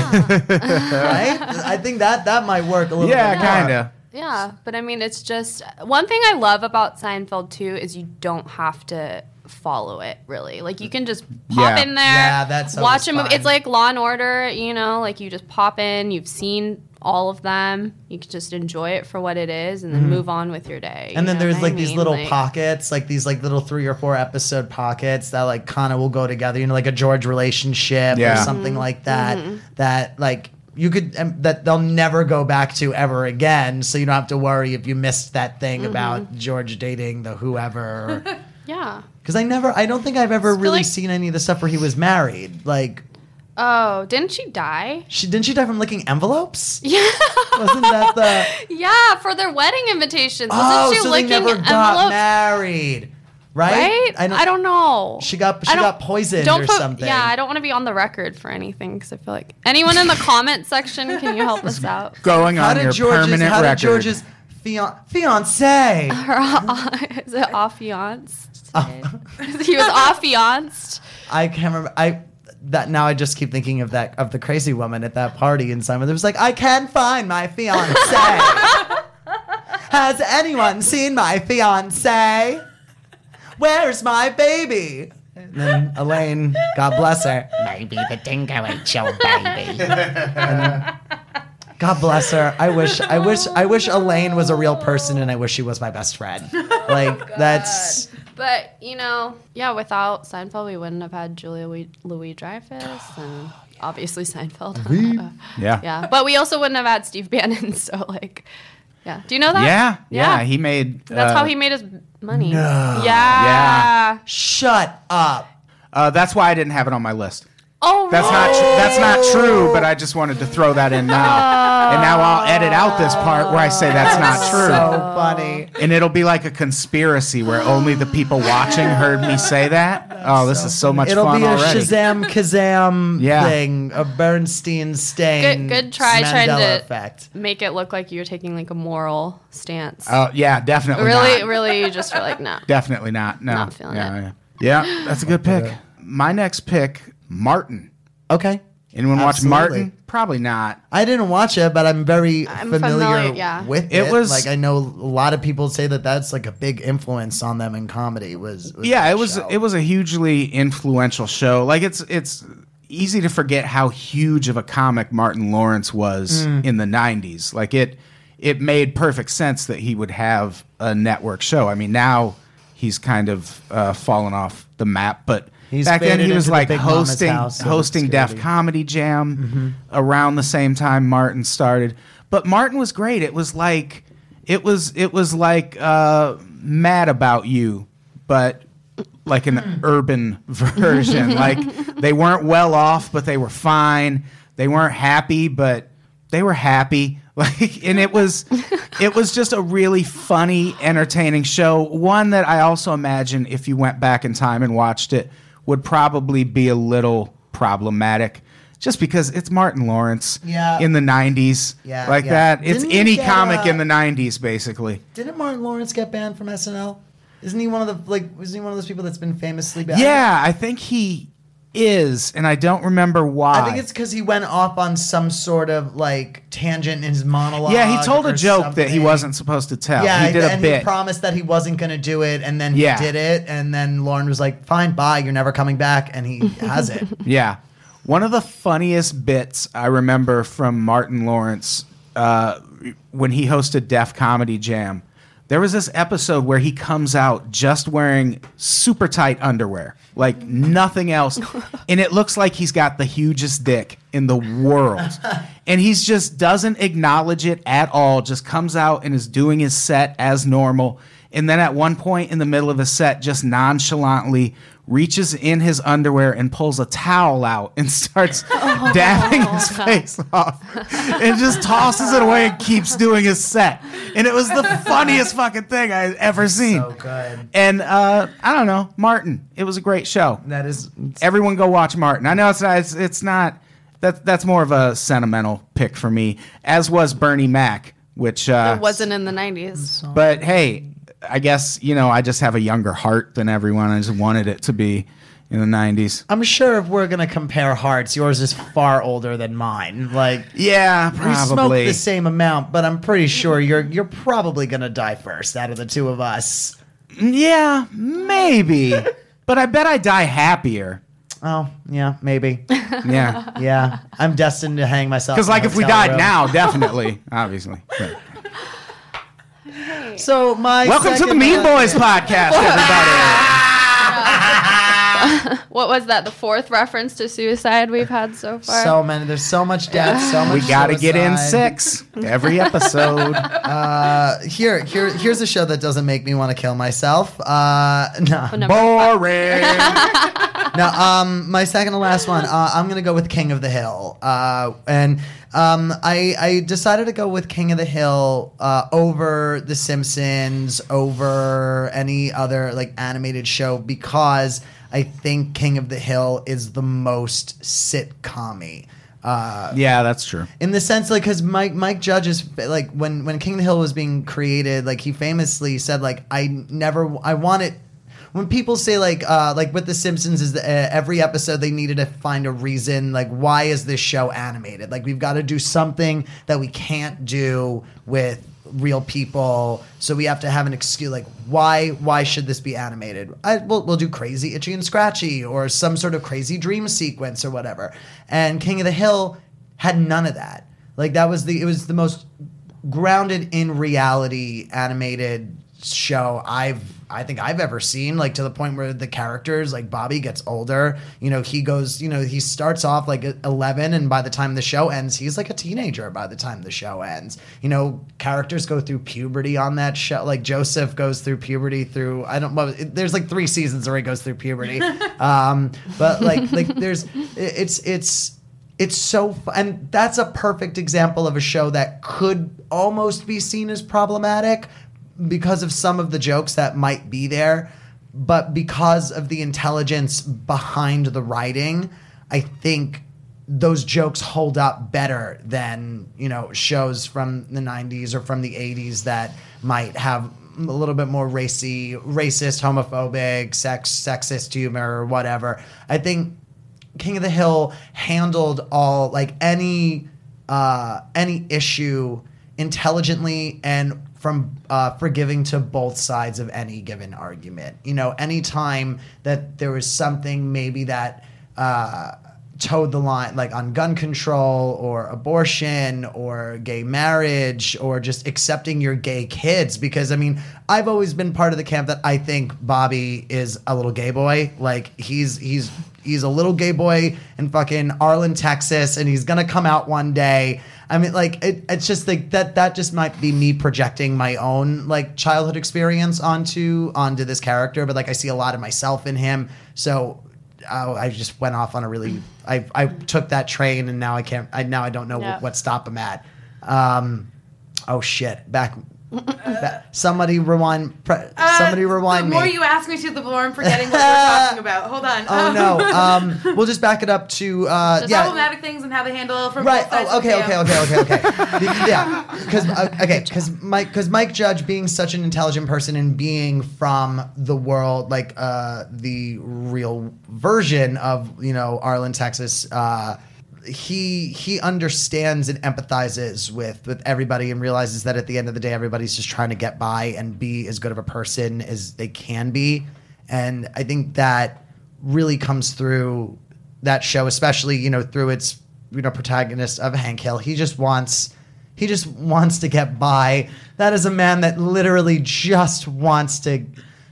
Speaker 4: right? I think that that might work a little
Speaker 3: Yeah,
Speaker 4: bit.
Speaker 3: kind
Speaker 4: more.
Speaker 3: of.
Speaker 2: Yeah, but I mean, it's just one thing I love about Seinfeld too is you don't have to follow it really. Like you can just pop
Speaker 3: Yeah.
Speaker 2: in there,
Speaker 4: Yeah, that's
Speaker 2: watch
Speaker 4: always
Speaker 2: a movie.
Speaker 4: fun.
Speaker 2: It's like Law and Order, you know, like you just pop in, you've seen all of them, you can just enjoy it for what it is, and then move on with your day. you
Speaker 4: And then
Speaker 2: know
Speaker 4: there's
Speaker 2: what I
Speaker 4: like these
Speaker 2: mean?
Speaker 4: little
Speaker 2: Like-
Speaker 4: pockets, like these like little three or four episode pockets that like kind of will go together. You know, like a George relationship
Speaker 3: Yeah.
Speaker 4: or
Speaker 2: Mm-hmm.
Speaker 4: something like that. That like you could um, that they'll never go back to ever again. So you don't have to worry if you missed that thing
Speaker 2: Mm-hmm.
Speaker 4: about George dating the whoever.
Speaker 2: Yeah.
Speaker 4: Because I never, I don't think I've ever
Speaker 2: feel
Speaker 4: really
Speaker 2: like-
Speaker 4: seen any of the stuff where he was married. Like
Speaker 2: Oh, didn't she die?
Speaker 4: she didn't she die from licking envelopes?
Speaker 2: (laughs) Yeah.
Speaker 4: Wasn't that
Speaker 2: (laughs)
Speaker 4: the?
Speaker 2: yeah, for their wedding invitations.
Speaker 4: Uh, oh,
Speaker 2: Wasn't she
Speaker 4: so they
Speaker 2: licking
Speaker 4: never got
Speaker 2: envelopes?
Speaker 4: married, right?
Speaker 2: right? I don't, know.
Speaker 4: She got- she
Speaker 2: I don't-
Speaker 4: got poisoned or
Speaker 2: put-
Speaker 4: something.
Speaker 2: Yeah, I don't want to be on the record for anything because I feel like anyone in the comment section can you help us out? (laughs)
Speaker 3: Going
Speaker 4: How
Speaker 3: on your
Speaker 4: did George's?
Speaker 3: permanent
Speaker 4: How did
Speaker 3: record.
Speaker 4: George's fian- fiance?
Speaker 2: uh, Is it
Speaker 4: (laughs)
Speaker 2: affianced? he was affianced.
Speaker 4: I can't remember. I that now I just keep thinking of that of the crazy woman at that party in Simon. There was like, I can't find my fiance.
Speaker 3: (laughs)
Speaker 4: Has anyone seen my fiance? Where's my baby? And then Elaine, God bless her.
Speaker 6: Maybe the dingo ate your baby.
Speaker 4: God bless her. I wish, I wish, I wish Elaine was a real person, and I wish she was my
Speaker 3: (laughs)
Speaker 4: best friend.
Speaker 3: Oh
Speaker 4: Like that's
Speaker 2: But you know, yeah, without Seinfeld, we wouldn't have had Julia Louis, Louis
Speaker 4: (gasps)
Speaker 2: Dreyfus and obviously Seinfeld.
Speaker 3: Yeah.
Speaker 2: yeah, but we also wouldn't have had Steve Bannon. (laughs) So like, yeah, do you know that?
Speaker 3: Yeah, yeah, He made.
Speaker 2: That's
Speaker 3: uh,
Speaker 2: how he made his money. Yeah.
Speaker 4: shut up.
Speaker 3: Uh, that's why I didn't have it on my list.
Speaker 2: Oh,
Speaker 3: That's not. Tr- that's not true. But I just wanted to throw that in now, and now I'll edit out this part where I say that's not true.
Speaker 4: So funny.
Speaker 3: and it'll be like a conspiracy where only the people watching heard me say that. oh, this is so much
Speaker 4: It'll
Speaker 3: fun
Speaker 4: be a
Speaker 3: already.
Speaker 4: Shazam Kazam
Speaker 3: (laughs) Yeah.
Speaker 4: thing, a Bernstein stain.
Speaker 2: Good- good try
Speaker 4: Mandela
Speaker 2: trying to-
Speaker 4: effect.
Speaker 2: make it look like you're taking like a moral stance.
Speaker 3: Oh yeah, definitely.
Speaker 2: really,
Speaker 3: not.
Speaker 2: really, you just were like, no.
Speaker 3: definitely not. No,
Speaker 2: Not feeling
Speaker 3: yeah,
Speaker 2: it.
Speaker 3: yeah, yeah. That's a good pick. My next pick, Martin.
Speaker 4: Okay.
Speaker 3: Anyone
Speaker 4: Absolutely.
Speaker 3: watch Martin? Probably not.
Speaker 4: I didn't watch it, but I'm very familiar,
Speaker 2: familiar, yeah.
Speaker 4: with it.
Speaker 3: It was-
Speaker 4: like I know a lot of people say that that's like a big influence on them in comedy. Was, was
Speaker 3: yeah
Speaker 4: that
Speaker 3: it was
Speaker 4: show.
Speaker 3: it was a hugely influential show like it's it's easy to forget how huge of a comic martin lawrence was
Speaker 4: Mm.
Speaker 3: in the 90s like it it made perfect sense that he would have a network show i mean now he's kind of uh, fallen off the map but
Speaker 4: He's
Speaker 3: back then
Speaker 4: faded
Speaker 3: he was
Speaker 4: into the
Speaker 3: like
Speaker 4: Big Mama's
Speaker 3: hosting
Speaker 4: house of
Speaker 3: hosting def
Speaker 4: obscurity. Mm-hmm.
Speaker 3: comedy jam around the same time martin started but martin was great it was like it was it was like uh, mad about you but like an urban version. like they weren't well off, but they were fine. They weren't happy, but they were happy. (laughs) Like and it was it was just a really funny, entertaining show. One that I also imagine if you went back in time and watched it would probably be a little problematic. Just because it's Martin Lawrence
Speaker 4: Yeah.
Speaker 3: in the '90s,
Speaker 4: Yeah,
Speaker 3: like
Speaker 4: yeah.
Speaker 3: that. It's
Speaker 4: Didn't he
Speaker 3: any
Speaker 4: get,
Speaker 3: comic
Speaker 4: uh,
Speaker 3: in the '90s, basically.
Speaker 4: Didn't Martin Lawrence get banned from SNL? Isn't he one of the like? Isn't he one of those people that's been famously banned?
Speaker 3: Yeah, I think he is, and I don't remember why.
Speaker 4: I think it's because he went off on some sort of like tangent in his monologue.
Speaker 3: yeah, he told a
Speaker 4: or
Speaker 3: joke that he
Speaker 4: something.
Speaker 3: wasn't supposed to tell.
Speaker 4: Yeah,
Speaker 3: he did a
Speaker 4: and
Speaker 3: bit.
Speaker 4: he promised that he wasn't going to do it, and then he
Speaker 3: Yeah.
Speaker 4: did it, and then Lauren was like, "Fine, bye, you're never coming back," and he has it.
Speaker 3: (laughs) yeah, one of the funniest bits I remember from Martin Lawrence uh, when he hosted Def Comedy Jam. There was this episode where he comes out just wearing super tight underwear, like nothing else. and it looks like he's got the hugest dick in the world. and he's just doesn't acknowledge it at all, just comes out and is doing his set as normal. And then at one point in the middle of his set, just nonchalantly reaches in his underwear and pulls a towel out and (laughs) starts dabbing his face off and just tosses it away and keeps doing his set. And it was the funniest fucking thing I've ever seen.
Speaker 4: So good.
Speaker 3: And uh, I don't know, Martin. It was a great show.
Speaker 4: That is
Speaker 3: Everyone go watch Martin. I know it's not, it's, it's not that that's more of a sentimental pick for me, as was Bernie Mac, which uh,
Speaker 2: It wasn't in the 90s.
Speaker 3: but hey, I guess you know I just have a younger heart than everyone. I just wanted it to be in the '90s.
Speaker 4: I'm sure if we're gonna compare hearts, yours is far older than mine. Like
Speaker 3: Yeah,
Speaker 4: we smoke
Speaker 3: probably.
Speaker 4: the same amount, but I'm pretty sure you're you're probably gonna die first out of the two of us.
Speaker 3: Yeah, maybe. (laughs) but I bet I die
Speaker 4: (laughs)
Speaker 3: happier.
Speaker 4: Oh yeah, maybe.
Speaker 3: Yeah,
Speaker 4: Yeah, I'm destined to hang myself.
Speaker 3: because
Speaker 4: in a
Speaker 3: like if we
Speaker 4: hotel
Speaker 3: died
Speaker 4: room.
Speaker 3: now, definitely,
Speaker 4: (laughs)
Speaker 3: obviously. But-
Speaker 4: So my
Speaker 3: Welcome to the
Speaker 4: second-
Speaker 3: Mean Boys podcast, everybody.
Speaker 4: (laughs)
Speaker 2: What was that? The fourth reference to suicide we've had so far?
Speaker 4: So many. There's so much death. So much.
Speaker 3: We got to get in
Speaker 4: suicide.
Speaker 3: six every
Speaker 4: (laughs)
Speaker 3: episode.
Speaker 4: Uh, Here, here, here's a show that doesn't make me want to kill myself. Uh, (laughs) no,
Speaker 2: Oh, number-
Speaker 3: Boring.
Speaker 4: no. Um, my second to last one. Uh, I'm gonna go with King of the Hill. Uh, and um, I, I decided to go with King of the Hill uh, over The Simpsons, over any other like animated show because I think King of the Hill is the most sitcom-y. Uh,
Speaker 3: yeah, that's true.
Speaker 4: in the sense like because mike mike judge is like when when king of the hill was being created like he famously said like i never i want it when people say like uh like with the simpsons is the, uh, every episode they needed to find a reason like why is this show animated like we've got to do something that we can't do with real people so we have to have an excuse like why why should this be animated I, we'll, we'll do crazy itchy and scratchy or some sort of crazy dream sequence or whatever and king of the hill had none of that. Like that was the it was the most grounded in reality animated show I've I think I've ever seen. Like to the point where the characters like Bobby gets older. You know he goes. You know he starts off like at eleven, and by the time the show ends, he's like a teenager. By the time the show ends, you know characters go through puberty on that show. Like Joseph goes through puberty through I don't. Well, it- there's like three seasons where he goes through puberty. um, but like like there's it- it's it's it's so fu- and that's a perfect example of a show that could almost be seen as problematic because of some of the jokes that might be there but because of the intelligence behind the writing i think those jokes hold up better than you know shows from the 90s or from the 80s that might have a little bit more racy racist homophobic sex sexist humor or whatever i think King of the Hill handled all like any uh, any issue intelligently and from uh, forgiving to both sides of any given argument. You know, any time that there was something maybe that uh, towed the line, like on gun control or abortion or gay marriage or just accepting your gay kids. Because I mean, I've always been part of the camp that I think Bobby is a little gay boy. Like he's he's he's a little gay boy in fucking Arlen, Texas, and he's gonna come out one day. I mean, like it, it's just like that. That just might be me projecting my own like childhood experience onto onto this character, but like I see a lot of myself in him. So oh, I just went off on a really. I I took that train and now I can't. I now I don't know
Speaker 2: Yeah.
Speaker 4: what stop I'm at. Um, oh shit! Back. ba- somebody rewind. Pre,
Speaker 5: Uh,
Speaker 4: somebody rewind
Speaker 5: The more
Speaker 4: me.
Speaker 5: you ask me to, the more I'm forgetting what
Speaker 4: (laughs)
Speaker 5: we're talking about. Hold on.
Speaker 4: oh
Speaker 5: (laughs)
Speaker 4: no. Um, we'll just back it up to uh,
Speaker 2: Just
Speaker 4: yeah.
Speaker 5: Problematic things and how they handle from
Speaker 4: Right.
Speaker 5: both sides
Speaker 4: Oh,
Speaker 5: of
Speaker 4: okay,
Speaker 5: the
Speaker 4: okay,
Speaker 5: camp.
Speaker 4: okay, okay, okay.
Speaker 5: (laughs)
Speaker 4: The- yeah, because okay, because Mike, because Mike Judge, being such an intelligent person and being from the world, like uh, the real version of you know Arlen, Texas, uh, he he understands and empathizes with with everybody and realizes that at the end of the day, everybody's just trying to get by and be as good of a person as they can be, and I think that really comes through that show, especially you know through its you know protagonist of Hank Hill. He just wants He just wants to get by. That is a man that literally just wants to,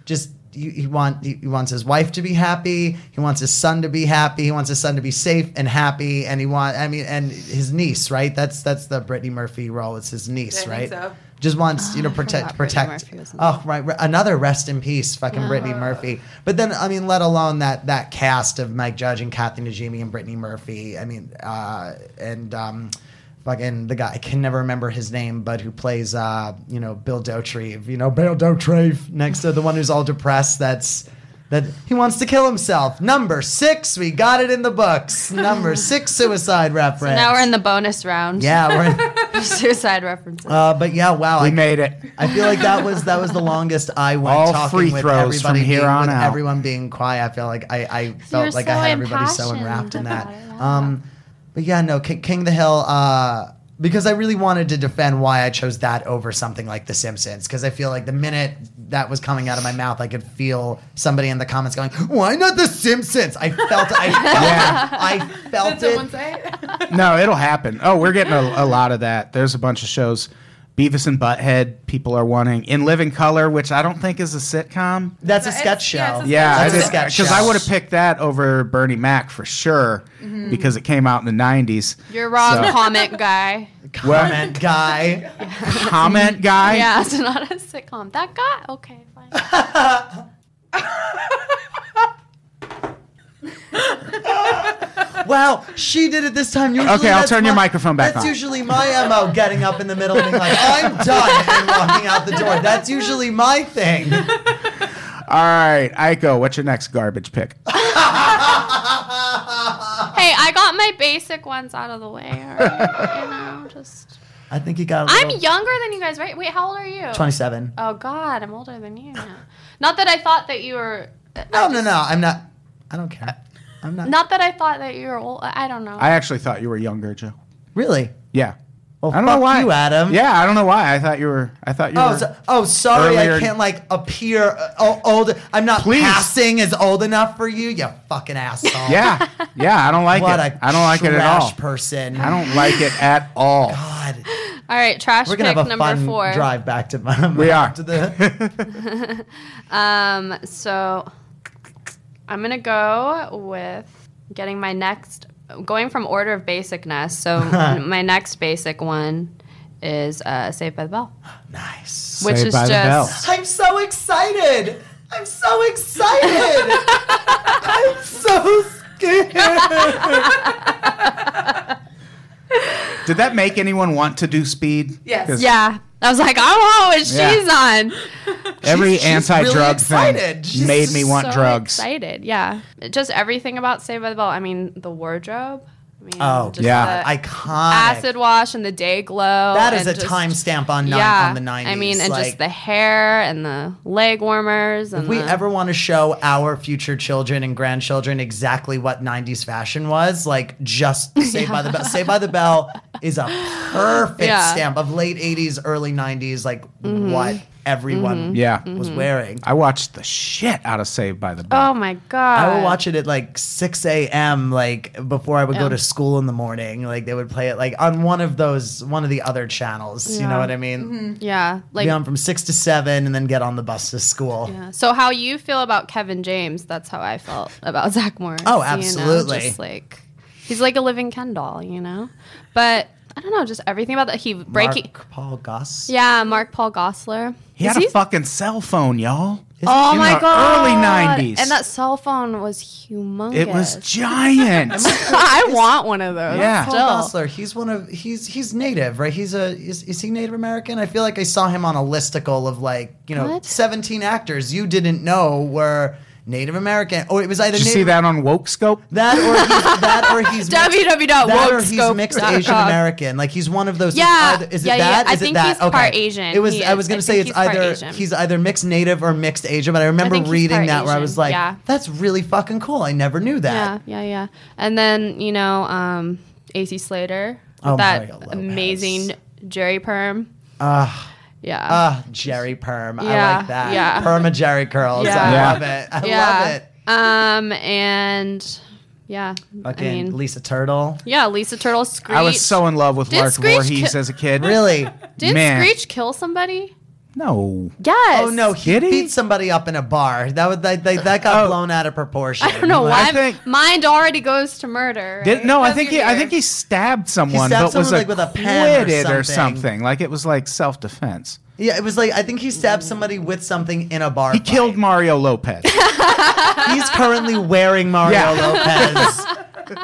Speaker 4: just he, he want he, he wants his wife to be happy. He wants his son to be happy. He wants his son to be safe and happy. And he want I mean and his niece right. That's that's the Brittany Murphy role. It's his niece
Speaker 5: I think
Speaker 4: right.
Speaker 5: so.
Speaker 4: Just
Speaker 2: (sighs)
Speaker 4: wants you know
Speaker 2: forgot
Speaker 4: protect
Speaker 2: Brittany
Speaker 4: protect.
Speaker 2: Murphy was in
Speaker 4: Oh right, re- another rest in peace, fucking Brittany Murphy. But then I mean, let alone that that cast of Mike Judge and Kathy Najimy and Brittany Murphy. I mean, uh, and um, fucking the guy I can never remember his name, but who plays uh, you know Bill Dotrieve, you know Bill Dotrieve next to the one who's all depressed. That's that he wants to kill himself. Number six, we got it in the books. Number
Speaker 2: (laughs)
Speaker 4: six suicide reference.
Speaker 2: Now we're in the bonus round.
Speaker 4: yeah, we're.
Speaker 2: (laughs) Suicide references.
Speaker 4: Uh, but yeah, wow.
Speaker 3: We
Speaker 4: I-
Speaker 3: made it.
Speaker 4: I feel like that was that was the longest I went
Speaker 3: All
Speaker 4: talking
Speaker 3: free
Speaker 4: with
Speaker 3: throws
Speaker 4: everybody
Speaker 3: from here
Speaker 4: being,
Speaker 3: on
Speaker 4: with
Speaker 3: out.
Speaker 4: everyone being quiet. I feel like I, I felt like
Speaker 2: so
Speaker 4: I had everybody so
Speaker 2: impassioned
Speaker 4: enwrapped in that.
Speaker 2: about it, yeah.
Speaker 4: Um, but yeah, no, King, King of the Hill. Uh, because I really wanted to defend why I chose that over something like The Simpsons. Because I feel like the minute that was coming out of my mouth, I could feel somebody in the comments going, "Why not The Simpsons?" I felt, I felt,
Speaker 3: Yeah.
Speaker 4: I
Speaker 5: Did
Speaker 4: felt
Speaker 5: someone
Speaker 4: it.
Speaker 5: say
Speaker 4: (laughs)
Speaker 5: it?
Speaker 3: No, it'll happen. Oh, we're getting a, a lot of that. There's a bunch of shows. Beavis and Butthead, people are wanting. In Living Color, which I don't think is a sitcom.
Speaker 4: That's a
Speaker 5: It's-
Speaker 4: sketch show.
Speaker 5: yeah, it's a
Speaker 3: Yeah,
Speaker 4: That's a sketch
Speaker 3: because I
Speaker 4: show.
Speaker 3: would have picked that over Bernie Mac for sure because it came out in the '90s.
Speaker 2: Mm-hmm. You're wrong,
Speaker 3: So- (laughs)
Speaker 2: comment guy.
Speaker 3: Well-
Speaker 4: comment guy.
Speaker 2: (laughs)
Speaker 3: Comment guy.
Speaker 2: Yeah, it's not a sitcom. That guy. Okay, fine.
Speaker 4: Wow, she did it this time. Usually
Speaker 3: Okay, I'll
Speaker 4: that's
Speaker 3: turn
Speaker 4: my,
Speaker 3: your microphone back
Speaker 4: That's
Speaker 3: on.
Speaker 4: usually my MO getting up in the middle and being like, I'm done and walking out the door. That's usually my thing. (laughs)
Speaker 3: All right, Iko, what's your next garbage pick?
Speaker 2: Hey, I got my basic ones out of the way. all right? you know, just.
Speaker 4: I think you got a
Speaker 2: I'm
Speaker 4: little-
Speaker 2: younger than you guys, right? Wait, how old are you?
Speaker 4: 27.
Speaker 2: Oh God, I'm older than you now. Not that I thought that you were.
Speaker 4: No, no, no. I'm not. I don't care. I'm not.
Speaker 2: Not that I thought that you were old. I don't know.
Speaker 3: I actually thought you were younger, Joe.
Speaker 4: Really?
Speaker 3: Yeah.
Speaker 4: Well,
Speaker 3: I don't
Speaker 4: fuck
Speaker 3: know why.
Speaker 4: you, Adam.
Speaker 3: Yeah, I don't know why. I thought you were. I thought you
Speaker 4: Oh,
Speaker 3: were.
Speaker 4: so, oh, sorry. I
Speaker 3: Earlier-
Speaker 4: can't like appear uh, o- old. I'm not
Speaker 3: Please.
Speaker 4: passing as old enough for you. You fucking asshole.
Speaker 3: yeah, yeah. I don't like
Speaker 4: What
Speaker 3: it.
Speaker 4: a
Speaker 3: I don't like it at
Speaker 4: trash
Speaker 3: all.
Speaker 4: Person.
Speaker 3: I don't like it at all.
Speaker 4: God.
Speaker 2: All right, trash
Speaker 4: We're
Speaker 2: pick
Speaker 4: gonna have a
Speaker 2: number
Speaker 4: fun
Speaker 2: four.
Speaker 4: drive back to my. (laughs)
Speaker 3: We are.
Speaker 4: to the. (laughs)
Speaker 2: Um, so I'm gonna go with getting my next, going from order of basicness.
Speaker 4: (laughs)
Speaker 2: So my next basic one is uh, Saved by the Bell,
Speaker 4: nice.
Speaker 2: which
Speaker 3: Saved
Speaker 2: is
Speaker 3: by the Bell.
Speaker 2: just
Speaker 4: I'm so excited. I'm so excited. (laughs) I'm so scared.
Speaker 3: Did that make anyone want to do speed?
Speaker 5: Yes.
Speaker 3: 'Cause
Speaker 2: yeah. I was like, oh, when she's
Speaker 3: Yeah.
Speaker 4: (laughs)
Speaker 2: on.
Speaker 3: Every
Speaker 4: She's- she's
Speaker 3: anti-drug
Speaker 4: really
Speaker 3: thing
Speaker 4: excited. She's
Speaker 3: made me want
Speaker 2: so
Speaker 3: drugs.
Speaker 2: Excited, yeah. Just everything about Saved by the Bell. I mean, the wardrobe. I mean,
Speaker 4: Oh,
Speaker 2: just
Speaker 3: yeah.
Speaker 2: the
Speaker 4: Iconic.
Speaker 2: Uh, acid wash and the day glow.
Speaker 4: That is
Speaker 2: and
Speaker 4: a
Speaker 2: just-
Speaker 4: timestamp on nine, on the 90s.
Speaker 2: I mean, and
Speaker 4: Like,
Speaker 2: just the hair and the leg warmers and
Speaker 4: If we
Speaker 2: the,
Speaker 4: ever want to show our future children and grandchildren exactly what 90s fashion was, like
Speaker 2: (laughs)
Speaker 4: just Saved by the Bell. Saved by the Bell is a perfect
Speaker 2: Yeah. Mm-hmm.
Speaker 4: stamp of late 80s, early 90s, like what everyone
Speaker 3: Yeah.
Speaker 4: was wearing.
Speaker 3: I watched the shit out of Saved by the Bell.
Speaker 2: Oh my god!
Speaker 4: I would watch it at like 6 a.m. like before I would
Speaker 2: Yeah.
Speaker 4: go to school in the morning. Like they would play it like on one of those, one of the other channels. You
Speaker 2: Yeah.
Speaker 4: know what I mean?
Speaker 2: Yeah, like
Speaker 4: Be on from six to seven and then get on the bus to school.
Speaker 2: yeah. So how you feel about Kevin James? That's how I felt about (laughs) Zach Morris.
Speaker 4: Oh,
Speaker 2: You
Speaker 4: absolutely.
Speaker 2: know? Just like he's like a living Ken doll, you know. But I don't know, just everything about that. He breaking.
Speaker 4: Mark Paul Goss.
Speaker 2: Yeah, Mark Paul Gossler.
Speaker 3: He
Speaker 2: Is
Speaker 3: had a fucking cell phone, y'all.
Speaker 2: Oh
Speaker 3: in
Speaker 2: my
Speaker 3: the
Speaker 2: god!
Speaker 3: early 90s.
Speaker 2: and that cell phone was humongous.
Speaker 3: It was giant.
Speaker 2: (laughs) I want one of those.
Speaker 3: Yeah.
Speaker 4: Paul
Speaker 2: still.
Speaker 4: Gossler, he's one of he's he's native, right? He's a is, is he Native American? I feel like I saw him on a listicle of like you know
Speaker 2: What?
Speaker 4: seventeen actors you didn't know were Native American, or it was either
Speaker 3: Did you
Speaker 4: Native,
Speaker 3: see that on Woke Scope?
Speaker 4: that or he's, that or
Speaker 2: (laughs)
Speaker 4: he's mixed- that or he's
Speaker 2: www.wokescope.com.
Speaker 4: mixed Asian American. Like he's one of those.
Speaker 2: Yeah.
Speaker 4: Either, is it
Speaker 2: Yeah, yeah,
Speaker 4: that?
Speaker 2: yeah. I
Speaker 4: Is it
Speaker 2: think
Speaker 4: that?
Speaker 2: he's
Speaker 4: okay.
Speaker 2: part Asian.
Speaker 4: It was.
Speaker 2: He
Speaker 4: I
Speaker 2: is.
Speaker 4: was
Speaker 2: I
Speaker 4: gonna
Speaker 2: think
Speaker 4: say it's
Speaker 2: he's part
Speaker 4: either
Speaker 2: Asian.
Speaker 4: he's either mixed Native or mixed Asian. But I remember
Speaker 2: think he's
Speaker 4: reading
Speaker 2: part
Speaker 4: that where I was
Speaker 2: Asian,
Speaker 4: like,
Speaker 2: yeah.
Speaker 4: "That's really fucking cool. I never knew
Speaker 2: Yeah,
Speaker 4: that."
Speaker 2: yeah, yeah. And then, you know, um, AC Slater.
Speaker 4: Oh,
Speaker 2: that
Speaker 4: Mario Lopez.
Speaker 2: amazing Jerry Perm.
Speaker 4: Ah,
Speaker 2: Yeah.
Speaker 4: ah, Jerry perm. I
Speaker 2: Yeah,
Speaker 4: like that.
Speaker 2: yeah.
Speaker 4: Perma Jerry curls.
Speaker 2: Yeah.
Speaker 4: I
Speaker 2: Yeah.
Speaker 4: love it. I
Speaker 2: yeah.
Speaker 4: love it.
Speaker 2: Um, and Yeah.
Speaker 4: Fucking
Speaker 2: I mean,
Speaker 4: Lisa Turtle.
Speaker 2: yeah, Lisa Turtle Screech.
Speaker 3: I was so in love with
Speaker 2: Did
Speaker 3: Lark
Speaker 2: Screech
Speaker 3: Voorhees
Speaker 2: ki-
Speaker 3: as a kid.
Speaker 2: (laughs)
Speaker 4: Really?
Speaker 2: Did
Speaker 3: Man.
Speaker 2: Screech kill somebody?
Speaker 3: No.
Speaker 2: Yes.
Speaker 4: Oh no, he
Speaker 3: Did he?
Speaker 4: beat somebody up in a bar. That was that, that, that got
Speaker 3: Oh.
Speaker 4: blown out of
Speaker 2: (laughs)
Speaker 4: proportion.
Speaker 2: I don't know why.
Speaker 3: I think-
Speaker 2: Mind already goes to murder.
Speaker 3: Did,
Speaker 2: right?
Speaker 3: no, I
Speaker 5: That's
Speaker 3: think he.
Speaker 5: your
Speaker 3: I
Speaker 5: ear.
Speaker 3: think he stabbed someone,
Speaker 4: stabbed
Speaker 3: but was
Speaker 4: someone, like, with a pen or
Speaker 3: acquitted or
Speaker 4: something.
Speaker 3: something. Like it was like self defense.
Speaker 4: Yeah, it was like I think he stabbed somebody with something in a bar.
Speaker 3: He
Speaker 4: fight.
Speaker 3: killed Mario Lopez.
Speaker 4: He's currently wearing Mario
Speaker 3: Yeah.
Speaker 4: Lopez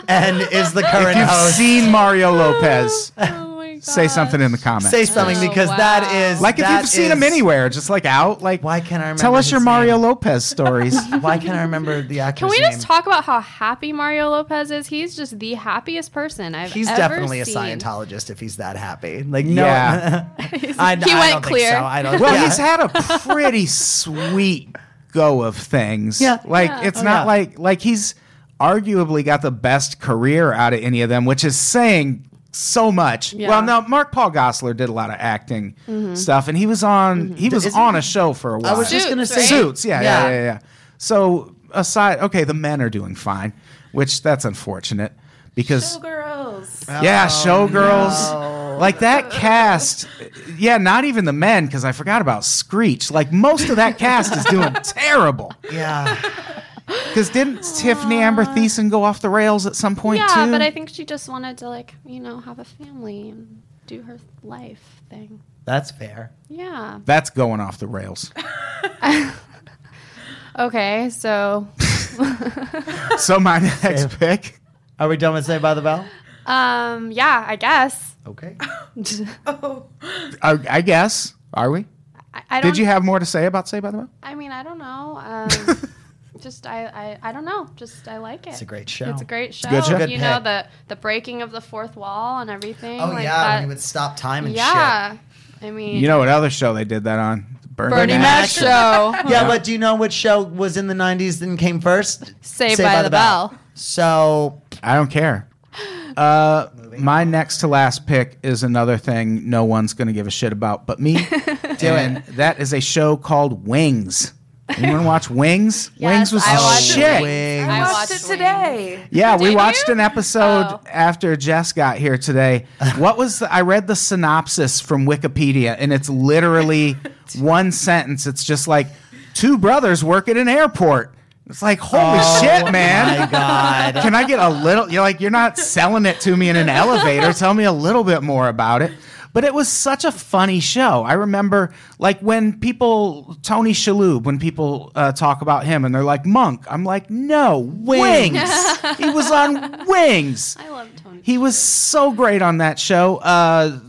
Speaker 4: and is the
Speaker 3: if
Speaker 4: current
Speaker 3: you've
Speaker 4: host.
Speaker 3: seen Mario Lopez,
Speaker 2: Oh
Speaker 4: (laughs)
Speaker 2: my
Speaker 3: say
Speaker 2: gosh.
Speaker 3: something in the comments.
Speaker 4: Say something
Speaker 2: Oh,
Speaker 4: because
Speaker 2: wow.
Speaker 4: that is
Speaker 3: like if
Speaker 4: that
Speaker 3: you've seen
Speaker 4: is-
Speaker 3: him anywhere, just like out. Like
Speaker 4: Why can't I remember?
Speaker 3: tell us
Speaker 4: his
Speaker 3: your Mario
Speaker 4: name?
Speaker 3: Lopez
Speaker 4: (laughs)
Speaker 3: stories.
Speaker 4: Why can't I remember the actor's
Speaker 2: Can we
Speaker 4: name?
Speaker 2: just talk about how happy Mario Lopez is? He's just the happiest person I've
Speaker 4: He's
Speaker 2: ever
Speaker 4: definitely
Speaker 2: seen.
Speaker 4: a Scientologist if he's that happy. Like
Speaker 3: Yeah.
Speaker 4: no, (laughs) I,
Speaker 2: He
Speaker 4: I
Speaker 2: went
Speaker 4: don't
Speaker 2: clear.
Speaker 4: Think so. I don't.
Speaker 3: Well,
Speaker 4: yeah.
Speaker 3: he's had a pretty sweet go of things.
Speaker 4: Yeah.
Speaker 3: Like it's
Speaker 4: Oh,
Speaker 3: not
Speaker 4: yeah.
Speaker 3: like like he's arguably got the best career out of any of them, which is saying so much.
Speaker 2: Yeah.
Speaker 3: Well, now Mark Paul Gossler did a lot of acting stuff, and he was on he was
Speaker 4: Isn't
Speaker 3: on
Speaker 4: Mm-hmm. he-
Speaker 3: a show for a while.
Speaker 4: I was just gonna
Speaker 2: Suits,
Speaker 4: say
Speaker 2: right?
Speaker 3: Suits, yeah, yeah,
Speaker 4: Yeah.
Speaker 3: yeah, yeah, yeah. So aside, okay, the men are doing fine, which that's unfortunate because
Speaker 5: Oh,
Speaker 4: (laughs)
Speaker 5: girls.
Speaker 3: yeah,
Speaker 2: Oh,
Speaker 3: showgirls. Like that cast, yeah, not even the men, because I forgot about Screech. Like most of that cast is
Speaker 2: (laughs)
Speaker 3: doing terrible.
Speaker 4: yeah.
Speaker 3: Because didn't Tiffany Amber Thiessen go off the rails at some point
Speaker 2: Yeah,
Speaker 3: too?
Speaker 2: but I think she just wanted to like you know have a family and do her life thing.
Speaker 4: That's fair.
Speaker 2: Yeah.
Speaker 3: That's going off the rails.
Speaker 2: Okay, so (laughs)
Speaker 3: So my next pick.
Speaker 4: Are we done with Saved by the Bell?
Speaker 2: um yeah, I guess. (laughs)
Speaker 4: Okay.
Speaker 5: Oh.
Speaker 3: I, I guess. Are we?
Speaker 2: I, I don't
Speaker 3: Did you have more to say about Say by the Way?
Speaker 2: I mean, I don't know. Um just I, I I don't know. Just I like it.
Speaker 4: It's a great show.
Speaker 2: It's a great show.
Speaker 3: good show.
Speaker 2: You
Speaker 4: Good
Speaker 2: know
Speaker 4: pick.
Speaker 2: the the breaking of the fourth wall and everything.
Speaker 4: Oh
Speaker 2: like
Speaker 4: yeah,
Speaker 2: that.
Speaker 4: when he would stop time and shit.
Speaker 2: yeah. I mean,
Speaker 3: You know what other show they did that on? Bernie,
Speaker 2: Bernie
Speaker 4: Mac.
Speaker 2: Mac
Speaker 4: (laughs)
Speaker 2: show.
Speaker 4: Yeah, but do you know what show was in the '90s and came first?
Speaker 2: Saved by the Bell.
Speaker 4: So
Speaker 3: I don't care. Uh, my next to last pick is another thing no one's going to give a shit about
Speaker 2: (laughs)
Speaker 3: but me. and that is a show called Wings. Anyone watch Wings?
Speaker 2: (laughs) Yes,
Speaker 3: Wings was
Speaker 2: I watched
Speaker 3: shit.
Speaker 4: Wings.
Speaker 5: I
Speaker 2: I
Speaker 5: watched it
Speaker 2: watched
Speaker 5: today.
Speaker 3: Yeah, we
Speaker 2: Did
Speaker 3: watched
Speaker 2: you?
Speaker 3: an episode
Speaker 2: Oh.
Speaker 3: after Jess got here
Speaker 4: (laughs)
Speaker 3: today. What was the, I read the synopsis from Wikipedia, and
Speaker 2: (laughs)
Speaker 3: it's literally one sentence. It's just like two brothers work at an airport. It's like holy shit, man!
Speaker 4: Oh my God.
Speaker 3: Can I get a little? You're like you're not selling it to me in an elevator. Tell me a little bit more about it. But it was such a funny show. I remember, like when people Tony Shalhoub, when people uh, talk about him, and they're like Monk. I'm like, no, Wings. he was on Wings.
Speaker 2: I love Tony.
Speaker 3: He was so great on that show. Uh,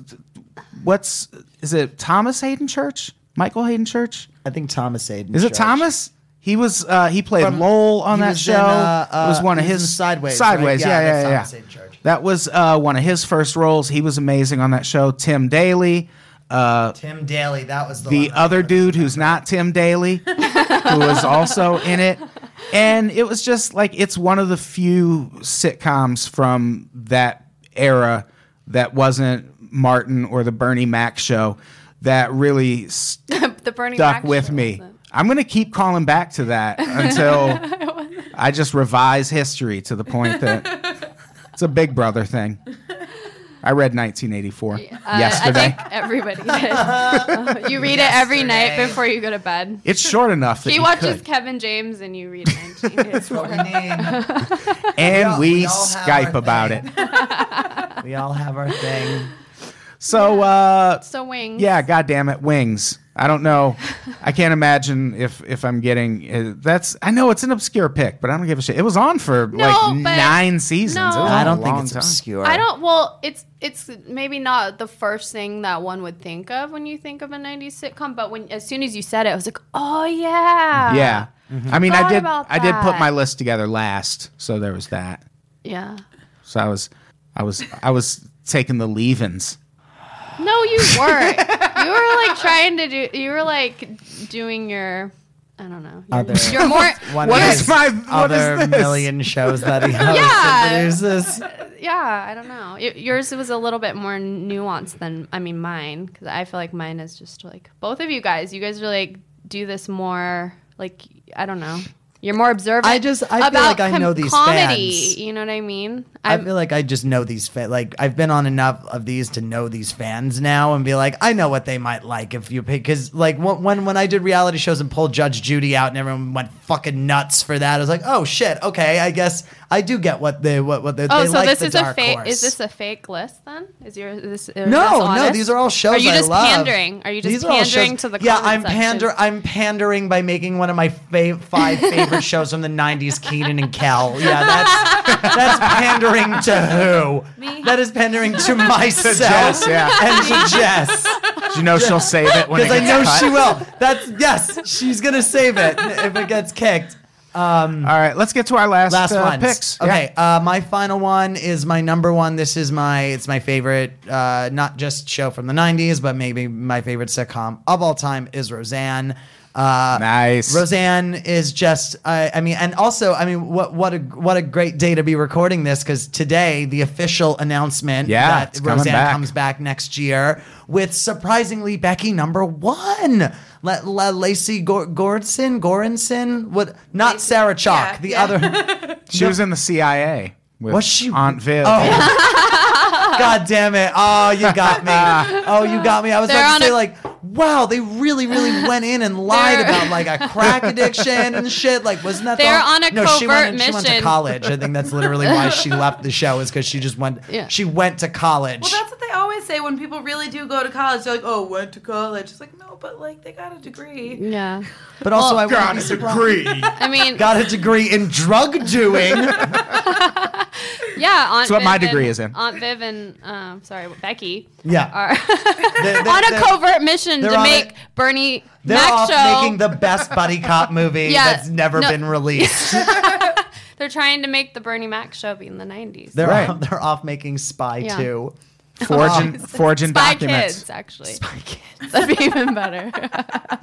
Speaker 3: what's is it? Thomas Hayden Church? Michael Hayden Church?
Speaker 4: I think Thomas Aiden.
Speaker 3: Is it Thomas? He was uh, he played
Speaker 4: From-
Speaker 3: Lowell on
Speaker 4: he
Speaker 3: that
Speaker 4: was
Speaker 3: show.
Speaker 4: in, uh, uh,
Speaker 3: it was one of
Speaker 4: he was
Speaker 3: his
Speaker 4: in Sideways,
Speaker 3: Sideways,
Speaker 4: right?
Speaker 3: yeah,
Speaker 4: Yeah,
Speaker 3: yeah,
Speaker 4: that's
Speaker 3: yeah.
Speaker 4: Thomas Hayden Church.
Speaker 3: That was uh, one of his first roles. He was amazing on that show. Tim Daly, uh,
Speaker 4: Tim Daly. That was the,
Speaker 3: the
Speaker 4: one.
Speaker 3: other dude who's not Tim Daly, who
Speaker 4: (laughs)
Speaker 3: was also in it, and it was just like it's one of the few sitcoms from that era that wasn't Martin or the Bernie Mac show that really s-
Speaker 2: (laughs) the Bernie
Speaker 3: stuck
Speaker 2: Mac
Speaker 3: with
Speaker 2: show,
Speaker 3: me.
Speaker 2: wasn't
Speaker 3: I'm going to keep calling back
Speaker 2: (laughs)
Speaker 3: to that until I just revise history to the point that it's a Big Brother thing. I read 1984
Speaker 2: it? Uh,
Speaker 3: yesterday.
Speaker 2: I think everybody did. Uh, you read it every night
Speaker 4: Yesterday.
Speaker 2: before you go to bed.
Speaker 3: it's short enough that
Speaker 2: He
Speaker 3: you
Speaker 2: watches
Speaker 3: could.
Speaker 2: Kevin James and you read 1984.
Speaker 4: What
Speaker 2: (laughs)
Speaker 4: we need.
Speaker 3: and
Speaker 4: all-
Speaker 3: we,
Speaker 4: we all have our
Speaker 3: Skype about it.
Speaker 4: thing. we all have our thing.
Speaker 2: (laughs)
Speaker 3: So uh,
Speaker 2: so wings.
Speaker 3: yeah, goddamn it, Wings. I don't know. I can't imagine if if I'm getting uh, that's. I know it's an obscure pick, but I don't give a shit. It was on for like
Speaker 2: but-
Speaker 3: nine seasons. It
Speaker 2: No.
Speaker 3: was on
Speaker 4: I
Speaker 3: a
Speaker 4: don't think
Speaker 3: long
Speaker 4: it's
Speaker 3: time.
Speaker 4: obscure.
Speaker 2: I don't. Well, it's it's maybe not the first thing that one would think of when you think of a '90s sitcom, but when as soon as you said it, I was like, oh yeah,
Speaker 3: Yeah. Mm-hmm. I mean,
Speaker 2: Forgot
Speaker 3: I did.
Speaker 2: Uh, about
Speaker 3: I did put
Speaker 2: that.
Speaker 3: my list together last, so there was that.
Speaker 2: yeah.
Speaker 3: So I was, I was, I was taking the leavings.
Speaker 2: No, you weren't. you were like trying to do. You were like doing your. I don't know.
Speaker 3: (laughs)
Speaker 2: Your,
Speaker 4: Other-
Speaker 2: your more.
Speaker 4: One
Speaker 3: What
Speaker 4: of
Speaker 3: is
Speaker 4: his
Speaker 3: my? What
Speaker 4: other
Speaker 3: is this?
Speaker 4: million shows that
Speaker 3: (laughs)
Speaker 4: he hosts
Speaker 2: Yeah.
Speaker 4: and produces?
Speaker 2: yeah, I don't know. Y- yours was a little bit more nuanced than I mean mine because I feel like mine is just like both of you guys. You guys are like do this more like I don't know. You're more observant.
Speaker 4: I just- I feel
Speaker 2: about
Speaker 4: like I
Speaker 2: com-
Speaker 4: know these
Speaker 2: comedy.
Speaker 4: fans.
Speaker 2: You know what I mean?
Speaker 4: I
Speaker 2: I'm,
Speaker 4: feel like I just know these fa- like I've been on enough of these to know these fans now and be like I know what they might like if you pick because like when when- when I did reality shows and pulled Judge Judy out and everyone went fucking nuts for that I was like oh shit okay I guess I do get what they what what they
Speaker 2: oh,
Speaker 4: they
Speaker 2: so
Speaker 4: like
Speaker 2: this
Speaker 4: the
Speaker 2: is a
Speaker 4: dark
Speaker 2: fake.
Speaker 4: horse.
Speaker 2: Is this a fake list then? Is your this? is this
Speaker 4: no, no,
Speaker 2: honest?
Speaker 4: these are all shows.
Speaker 2: Are you
Speaker 4: I
Speaker 2: just
Speaker 4: love.
Speaker 2: pandering? Are you just
Speaker 4: These all
Speaker 2: pandering
Speaker 4: shows-
Speaker 2: to the?
Speaker 4: Yeah,
Speaker 2: comment
Speaker 4: I'm
Speaker 2: section?
Speaker 4: pander. I'm pandering by making one of my
Speaker 2: (laughs)
Speaker 4: fa- five favorite shows from the '90s, Keenan and Kel. Yeah, that's that's pandering to who?
Speaker 5: Me.
Speaker 4: That is pandering
Speaker 2: (laughs)
Speaker 4: to myself
Speaker 3: Jess, yeah.
Speaker 4: and to Jess
Speaker 3: Do you know she'll save it
Speaker 4: (laughs)
Speaker 3: when it
Speaker 4: because I
Speaker 3: gets
Speaker 4: know
Speaker 3: cut?
Speaker 4: she will. That's yes, she's gonna save it if it gets kicked.
Speaker 3: All right, let's get to our last,
Speaker 4: last
Speaker 3: uh,
Speaker 4: ones.
Speaker 3: picks.
Speaker 4: Okay, uh, my final one is my number one. This is my it's my favorite, uh, not just show from the '90s, but maybe my favorite sitcom of all time is Roseanne. Uh,
Speaker 3: Nice.
Speaker 4: Roseanne is just, I, I mean, and also, I mean, what what a what a great day to be recording this because today the official announcement
Speaker 3: Yeah, it's
Speaker 4: that
Speaker 3: coming
Speaker 4: Roseanne
Speaker 3: back.
Speaker 4: comes back next year with surprisingly Becky number one. La- La- Lacey Gor- Gordson, Goranson, what? Not Sarah Chalk,
Speaker 5: yeah,
Speaker 4: the
Speaker 3: (laughs)
Speaker 5: yeah.
Speaker 4: other.
Speaker 3: She was in the CIA with
Speaker 4: Was she-
Speaker 3: Aunt Viv.
Speaker 4: Oh. God damn it. Oh, you
Speaker 2: (laughs)
Speaker 4: got me. Oh, you got me. I was
Speaker 2: They're
Speaker 4: about
Speaker 2: on
Speaker 4: to say,
Speaker 2: a-
Speaker 4: like, wow, they really, really went
Speaker 2: (laughs)
Speaker 4: in and lied
Speaker 2: They're-
Speaker 4: about, like, a crack addiction and shit. Like, wasn't that the
Speaker 2: They're
Speaker 4: whole-
Speaker 2: on a
Speaker 4: no, she went,
Speaker 2: covert
Speaker 4: She went to
Speaker 2: mission.
Speaker 4: college. I think that's literally
Speaker 2: (laughs)
Speaker 4: why she left the show is because she just went,
Speaker 2: Yeah.
Speaker 4: she went to college.
Speaker 5: Well, that's what they always say when people really do go to college. They're like, "Oh, went to college." It's like, no, but like they got a degree.
Speaker 2: (laughs) Yeah.
Speaker 4: but also,
Speaker 2: Well,
Speaker 4: I wouldn't be surprised-
Speaker 2: I mean,
Speaker 4: Got a degree in
Speaker 2: (laughs)
Speaker 4: drug doing.
Speaker 2: yeah. Aunt
Speaker 3: It's what my
Speaker 2: Viv and-
Speaker 3: degree is in.
Speaker 2: Aunt Viv and um, sorry, Becky.
Speaker 4: Yeah.
Speaker 2: Are
Speaker 4: They're-
Speaker 2: (laughs) on a
Speaker 4: they're-
Speaker 2: covert mission
Speaker 4: they're
Speaker 2: to
Speaker 4: on a-
Speaker 2: make Bernie
Speaker 4: They're
Speaker 2: Mac
Speaker 4: off
Speaker 2: show.
Speaker 4: making the best buddy cop movie
Speaker 2: (laughs) Yeah,
Speaker 4: that's never
Speaker 2: no.
Speaker 4: been released.
Speaker 2: (laughs) they're trying to make the Bernie Mac show be in the '90s.
Speaker 4: They're,
Speaker 3: Right.
Speaker 4: off, they're off making Spy
Speaker 2: Yeah.
Speaker 4: 2. (laughs)
Speaker 3: Forging, forging
Speaker 2: Spy
Speaker 3: documents.
Speaker 2: Kids, actually. Spy Kids. (laughs) That'd be even better.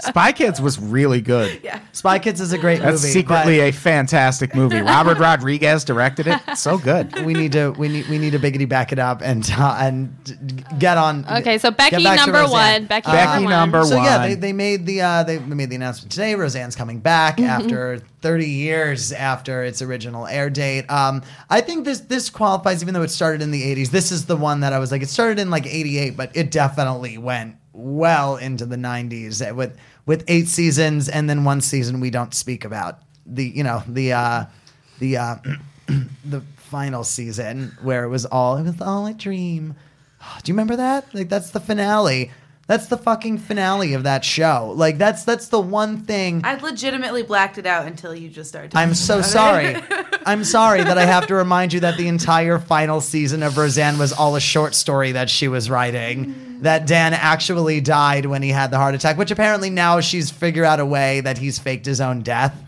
Speaker 3: Spy Kids was really good.
Speaker 5: Yeah.
Speaker 4: Spy Kids is a great
Speaker 3: That's
Speaker 4: movie.
Speaker 3: secretly a fantastic movie.
Speaker 4: (laughs)
Speaker 3: Robert Rodriguez directed it. So good.
Speaker 4: but we need to we need we need to biggity back it up and uh, and d- get on.
Speaker 2: Okay, so
Speaker 4: get
Speaker 2: Becky
Speaker 4: back to
Speaker 2: number
Speaker 4: Roseanne.
Speaker 2: one. Becky,
Speaker 3: Becky
Speaker 2: number,
Speaker 3: number
Speaker 2: one.
Speaker 4: Uh, So yeah, they,
Speaker 3: one.
Speaker 4: they made the uh, they made the announcement today. Roseanne's coming back
Speaker 2: Mm-hmm.
Speaker 4: after 30 years after its original air date. Um, I think this this qualifies, even though it started in the 80s. This is the one that I was like, it started in like 88, but it definitely went well into the 90s with with eight seasons and then one season we don't speak about the you know the uh, the uh, the final season where it was all it was all a dream. (sighs) Do you remember that? Like that's the finale. That's the fucking finale of that show. Like that's that's the one thing
Speaker 5: I legitimately blacked it out until you just started.
Speaker 4: I'm so sorry. I'm sorry that I have to remind you that the entire final season of Roseanne was all a short story that she was writing. That Dan actually died when he had the heart attack, which apparently now she's figured out a way that he's faked his own death.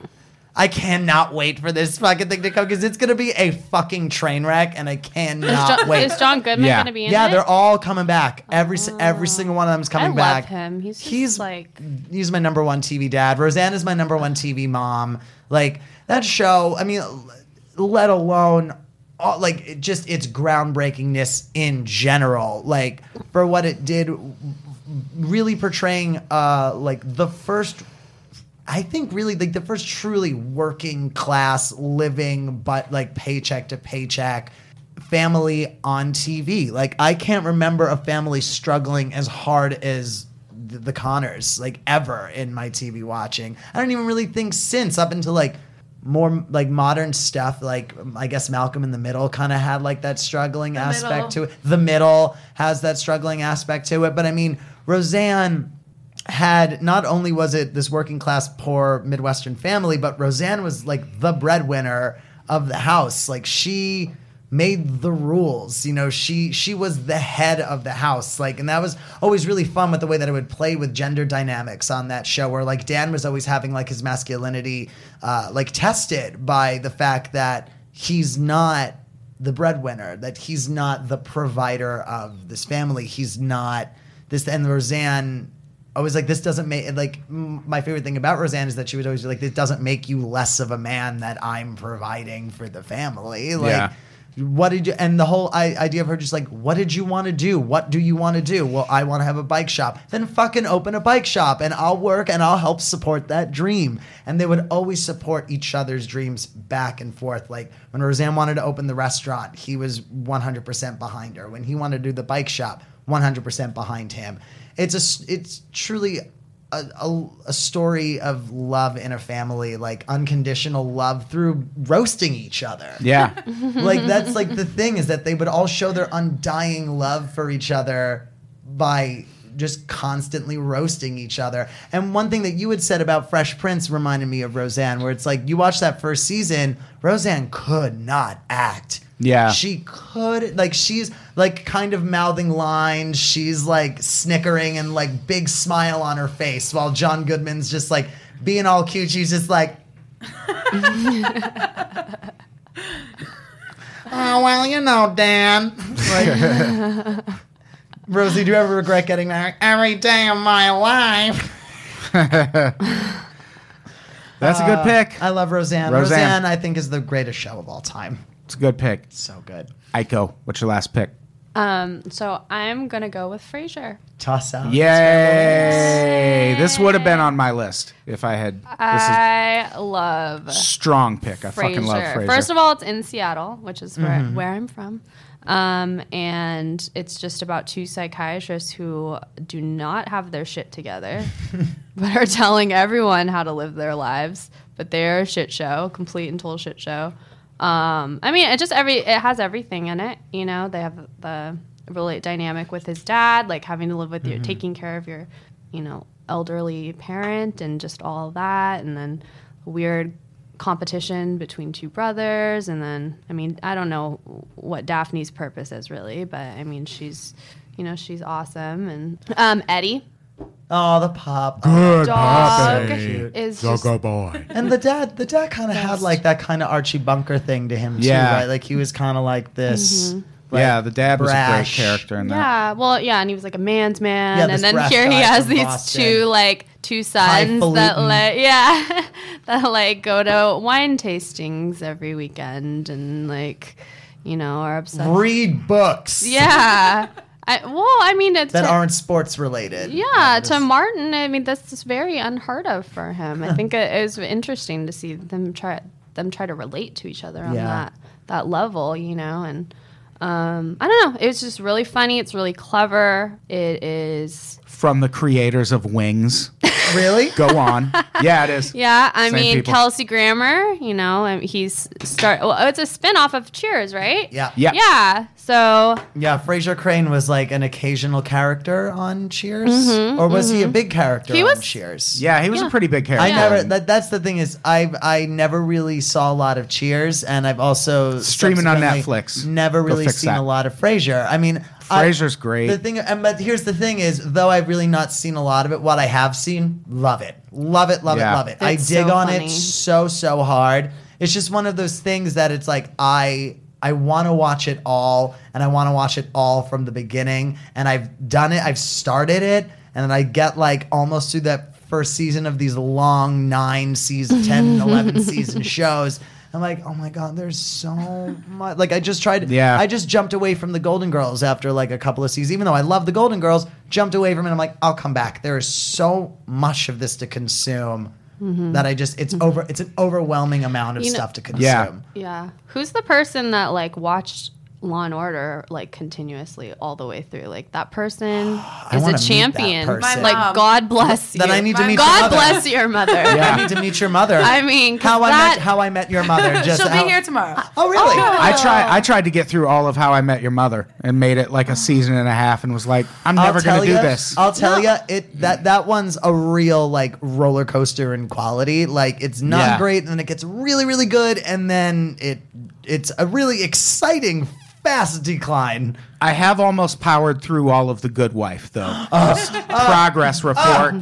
Speaker 4: I cannot wait for this fucking thing to come because it's gonna be a fucking train wreck, and I cannot
Speaker 2: Is John,
Speaker 4: wait.
Speaker 2: is John Goodman
Speaker 3: Yeah.
Speaker 2: gonna be in
Speaker 4: yeah,
Speaker 2: it? Oh.
Speaker 4: they're all coming back. Every si- every single one of them's
Speaker 2: I
Speaker 4: coming
Speaker 2: love
Speaker 4: back
Speaker 2: him. He's just
Speaker 4: He's-
Speaker 2: like
Speaker 4: he's my number one TV dad. Roseanne is my number one TV mom. Like that show, I mean, l- let alone all, like it just its groundbreakingness in general. Like for what it did, really portraying uh like the first I think really like the first truly working class living, but like paycheck to paycheck family on TV. Like I can't remember a family struggling as hard as the, the Connors like ever in my TV watching. I don't even really think since up until like more like modern stuff like i guess malcolm in the middle kind of had like that struggling aspect
Speaker 5: Middle.
Speaker 4: to it the middle has that struggling aspect to it but i mean roseanne had not only was it this working class poor midwestern family but roseanne was like the breadwinner of the house like she made the rules you know she she was the head of the house like and that was always really fun with the way that it would play with gender dynamics on that show where like dan was always having like his masculinity uh like tested by the fact that he's not the breadwinner that he's not the provider of this family he's not this and roseanne I was like, this doesn't make like m- my favorite thing about Roseanne is that she would always be like, this doesn't make you less of a man that I'm providing for the family. Like,
Speaker 3: Yeah.
Speaker 4: what did you and the whole I, idea of her just like what did you want to do what do you want to do well i want to have a bike shop then fucking open a bike shop and i'll work and i'll help support that dream and they would always support each other's dreams back and forth like when roseanne wanted to open the restaurant he was 100% behind her when he wanted to do the bike shop 100% behind him it's a s- it's truly a, a, a story of love in a family like unconditional love through roasting each other
Speaker 3: Yeah.
Speaker 4: like that's like the thing is that they would all show their undying love for each other by just constantly roasting each other. And one thing that you had said about Fresh Prince reminded me of Roseanne, where it's like you watch that first season, Roseanne could not act.
Speaker 3: Yeah.
Speaker 4: She could like she's like kind of mouthing lines. She's like snickering and like big smile on her face while John Goodman's just like being all cute. She's just like (laughs) Oh well, you know, Dan. Like, (laughs) Rosie, do you ever regret getting married? Every day of my life.
Speaker 3: That's a
Speaker 4: Uh,
Speaker 3: good pick.
Speaker 4: I love Roseanne.
Speaker 3: Roseanne.
Speaker 4: Roseanne. I think, is the greatest show of all time.
Speaker 3: It's a good pick.
Speaker 4: So good.
Speaker 3: Aiko, what's your last pick?
Speaker 2: Um, so I'm gonna go with Frasier.
Speaker 4: Toss out.
Speaker 3: Yay! This would have been on my list if I had.
Speaker 4: Uh,
Speaker 3: This
Speaker 2: I love
Speaker 3: is strong pick. I fucking love
Speaker 2: Frasier.
Speaker 3: Frasier.
Speaker 2: First of all, it's in Seattle, which is where, where I'm from. Um, and it's just about two psychiatrists who do not have their shit together, (laughs) but are telling everyone how to live their lives. But they're a shit show, complete and total shit show. Um, I mean, it just every it has everything in it. You know, they have the relate dynamic with his dad, like having to live with your taking care of your, you know, elderly parent, and just all that, and then weird competition between two brothers and then i mean i don't know what daphne's purpose is really but i mean she's you know she's awesome and um eddie
Speaker 4: Oh, the pop.
Speaker 2: dog is just,
Speaker 4: And the dad, the dad kind of had like that kind of Archie Bunker thing to him too,
Speaker 3: Yeah.
Speaker 4: right? Like he was kind of like this.
Speaker 2: Mm-hmm.
Speaker 4: like,
Speaker 3: yeah, the dad
Speaker 4: brash.
Speaker 3: was a great character in that.
Speaker 2: yeah well yeah and he was like a man's man
Speaker 4: Yeah,
Speaker 2: and
Speaker 4: this
Speaker 2: then
Speaker 4: brash
Speaker 2: here he
Speaker 4: guy
Speaker 2: has
Speaker 4: from
Speaker 2: these
Speaker 4: Boston.
Speaker 2: two like two sons that
Speaker 4: Highfalutin.
Speaker 2: like yeah (laughs) that like go to wine tastings every weekend and like you know are obsessed
Speaker 4: Read books
Speaker 2: yeah I, well i mean it's
Speaker 4: that aren't sports related.
Speaker 2: Yeah, to Martin, I mean that's just very unheard of for him. I think it, it was interesting to see them try them try to relate to each other on
Speaker 4: Yeah.
Speaker 2: that that level, you know. And um, I don't know, it's just really funny. It's really clever. It is.
Speaker 3: From the creators of
Speaker 4: (laughs)
Speaker 3: Wings.
Speaker 4: Really?
Speaker 3: Go on. yeah, it is.
Speaker 2: Yeah, I
Speaker 3: Same
Speaker 2: mean
Speaker 3: people.
Speaker 2: Kelsey Grammer, you know, and he's start. Well, it's a spin-off of Cheers, right?
Speaker 4: Yeah.
Speaker 3: Yeah.
Speaker 2: Yeah. So
Speaker 4: Yeah, Fraser Crane was like an occasional character on Cheers, or was he a big character
Speaker 2: Mm-hmm. He
Speaker 4: on
Speaker 2: was-
Speaker 4: Cheers?
Speaker 3: Yeah, he was a pretty big character.
Speaker 4: I never. That, that's the thing is, I I never really saw a lot of Cheers, and I've also
Speaker 3: Streaming on
Speaker 4: subsequently
Speaker 3: Netflix.
Speaker 4: Never
Speaker 3: Go
Speaker 4: really
Speaker 3: fix
Speaker 4: seen
Speaker 3: that.
Speaker 4: a lot of Frasier. I mean,
Speaker 3: Frasier's
Speaker 4: I,
Speaker 3: great.
Speaker 4: The thing, and but here's the thing is, though I've really not seen a lot of it. What I have seen, love it, love it, love
Speaker 3: Yeah.
Speaker 4: it, love it. I
Speaker 2: It's
Speaker 4: dig
Speaker 2: so
Speaker 4: on
Speaker 2: funny.
Speaker 4: it so so hard. It's just one of those things that it's like I I want to watch it all and I want to watch it all from the beginning and I've done it. I've started it and then I get like almost through that first season of these long 9
Speaker 2: (laughs)
Speaker 4: season 10 11 season shows. I'm like, "Oh my god, there's so much." Like I just tried
Speaker 3: Yeah.
Speaker 4: I just jumped away from the Golden Girls after like a couple of seasons. Even though I love the Golden Girls, jumped away from it. I'm like, "I'll come back. There is so much of this to consume." That I just it's over it's an overwhelming amount of
Speaker 2: Mm-hmm. You know-
Speaker 4: stuff to consume.
Speaker 3: Yeah.
Speaker 2: Yeah. Who's the person that like watched Law and Order like continuously all the way through? Like that
Speaker 4: (sighs)
Speaker 2: person is
Speaker 4: wanna
Speaker 2: a
Speaker 4: meet that
Speaker 2: champion.
Speaker 4: person.
Speaker 5: My
Speaker 2: Like
Speaker 5: mom.
Speaker 2: God bless you.
Speaker 4: Then I need to
Speaker 5: My-
Speaker 4: meet your
Speaker 2: God
Speaker 4: mother.
Speaker 2: bless your
Speaker 4: (laughs)
Speaker 2: mother.
Speaker 4: I need to meet your mother.
Speaker 2: I mean, 'cause
Speaker 4: how I
Speaker 2: that-
Speaker 4: met how I met
Speaker 2: (laughs)
Speaker 4: your mother. Just
Speaker 5: She'll
Speaker 4: how-
Speaker 5: be here tomorrow.
Speaker 4: Oh really?
Speaker 3: I tried. I tried to get through all of How I Met Your Mother and made it like a season and a half, and was like, I'm
Speaker 4: I'll
Speaker 3: never
Speaker 4: tell
Speaker 3: gonna do
Speaker 4: ya-
Speaker 3: this.
Speaker 4: I'll tell you, it that that one's a real like roller coaster in quality. Like it's not
Speaker 3: Yeah.
Speaker 4: great, and then it gets really, really good, and then it it's a really exciting fast decline.
Speaker 3: I have almost powered through all of The Good Wife,
Speaker 4: (gasps)
Speaker 3: though.
Speaker 4: Uh,
Speaker 3: Just progress report.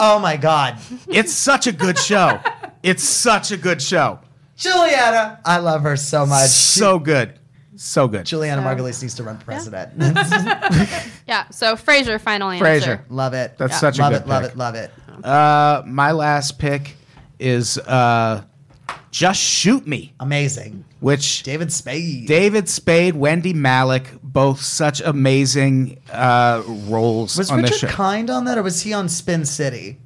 Speaker 4: Oh my god,
Speaker 3: It's such a good show. It's such a good show.
Speaker 4: Juliana, I love her so much.
Speaker 3: So good. So good.
Speaker 4: Juliana
Speaker 2: So-
Speaker 4: Margulies needs to run for president. (laughs)
Speaker 2: Yeah. So Frasier, final answer.
Speaker 3: Frasier.
Speaker 4: love it.
Speaker 3: That's such a
Speaker 4: love
Speaker 3: good
Speaker 4: it. Love
Speaker 3: pick.
Speaker 4: it. Love it.
Speaker 3: Uh, my last pick is uh, Just Shoot Me.
Speaker 4: Amazing.
Speaker 3: which
Speaker 4: David Spade.
Speaker 3: David Spade, Wendy Malick, both such amazing uh, roles
Speaker 4: was
Speaker 3: on the
Speaker 4: Richard
Speaker 3: show.
Speaker 4: Kind on that, or was he on Spin City?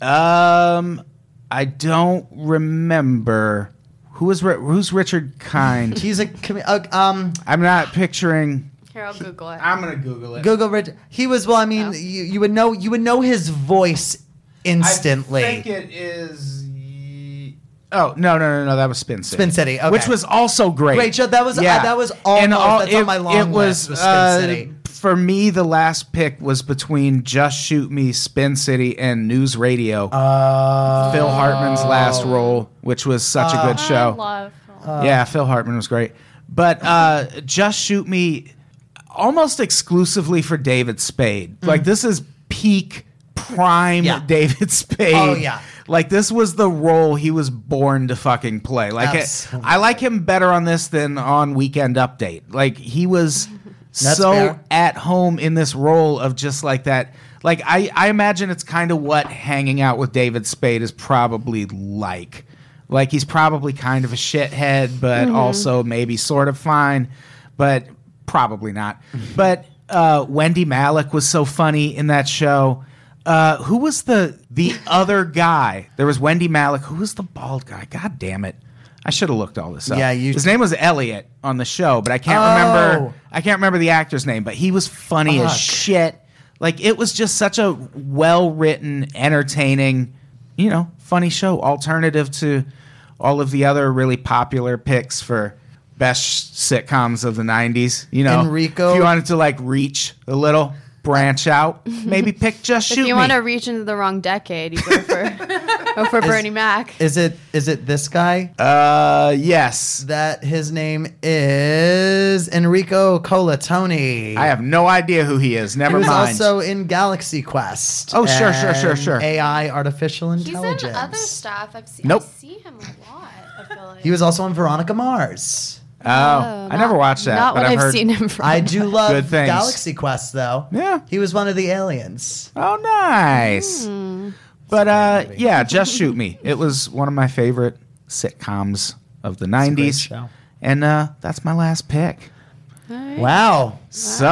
Speaker 3: um, I don't remember who is Ri- who's Richard Kind.
Speaker 4: He's a commu- uh, um.
Speaker 3: I'm not picturing.
Speaker 2: Here, I'll Google it.
Speaker 3: I'm gonna Google it.
Speaker 4: Google Rich. He was well. I mean,
Speaker 2: Oh.
Speaker 4: you, you would know you would know his voice instantly.
Speaker 3: I think it is. ye- Oh no no no no! That was Spin City.
Speaker 4: Spin City, okay.
Speaker 3: which was also great.
Speaker 4: Great show. That was- uh, that was almost- that's on my long
Speaker 3: It was,
Speaker 4: list, was Spin
Speaker 3: uh,
Speaker 4: City.
Speaker 3: for me. The last pick was between Just Shoot Me, Spin City, and News Radio.
Speaker 4: Uh,
Speaker 3: Phil Hartman's last role, which was such a good
Speaker 4: Oh.
Speaker 3: show.
Speaker 2: Love.
Speaker 4: Uh,
Speaker 3: yeah, Phil Hartman was great. But uh, Just Shoot Me almost exclusively for David Spade. Like, this is peak, prime
Speaker 4: Mm-hmm. Yeah.
Speaker 3: David Spade.
Speaker 4: Oh, yeah.
Speaker 3: Like, this was the role he was born to fucking play. Like, it,
Speaker 4: Absolutely.
Speaker 3: I like him better on this than on Weekend Update. Like, he was
Speaker 4: (laughs) That's
Speaker 3: so
Speaker 4: fair.
Speaker 3: at home in this role of just like that. Like I, I imagine it's kind of what hanging out with David Spade is probably like. Like he's probably kind of a shithead, but
Speaker 4: Mm-hmm.
Speaker 3: also maybe sort of fine, but probably not.
Speaker 4: (laughs)
Speaker 3: But uh, Wendy Malick was so funny in that show. Uh, who was the the other guy? There was Wendy Malick. Who was the bald guy? God damn it! I should have looked all this up.
Speaker 4: Yeah, you-
Speaker 3: His name was Elliot on the show, but I can't
Speaker 4: Oh.
Speaker 3: remember. I can't remember the actor's name, but he was funny as
Speaker 4: Fuck.
Speaker 3: shit. Like it was just such a well-written, entertaining, you know, funny show. Alternative to all of the other really popular picks for best sitcoms of the '90s. You know,
Speaker 4: Enrico.
Speaker 3: If you wanted to like reach a little, branch out,
Speaker 4: (laughs)
Speaker 3: maybe pick just shoot
Speaker 2: If you
Speaker 3: me.
Speaker 2: want to reach into the wrong decade, you go
Speaker 5: (laughs)
Speaker 2: for go for Bernie Mac.
Speaker 4: is it is it this guy
Speaker 3: uh, yes,
Speaker 4: that his name is Enrico Colatoni?
Speaker 3: I have no idea who he is.
Speaker 4: He
Speaker 3: Never
Speaker 4: was
Speaker 3: mind.
Speaker 4: also in Galaxy Quest.
Speaker 3: Oh, sure, sure, sure,
Speaker 4: and
Speaker 3: sure.
Speaker 4: AI artificial
Speaker 2: He's
Speaker 4: intelligence.
Speaker 2: in other stuff. I've seen.
Speaker 3: Nope.
Speaker 2: I see him a lot. I feel like.
Speaker 4: He was also on Veronica Mars.
Speaker 3: oh, I never watched that.
Speaker 2: Not
Speaker 3: but
Speaker 2: what
Speaker 3: I've
Speaker 2: I've
Speaker 3: heard-
Speaker 2: seen him from.
Speaker 4: I do love
Speaker 3: (laughs) Good things.
Speaker 4: Galaxy Quest though.
Speaker 3: Yeah.
Speaker 4: He was one of the aliens.
Speaker 3: Oh, nice.
Speaker 2: Mm.
Speaker 3: But uh, yeah, just shoot me. It was one of my favorite sitcoms of the
Speaker 4: a great
Speaker 3: '90s,
Speaker 4: show.
Speaker 3: and uh, that's my last pick.
Speaker 4: Wow.
Speaker 3: So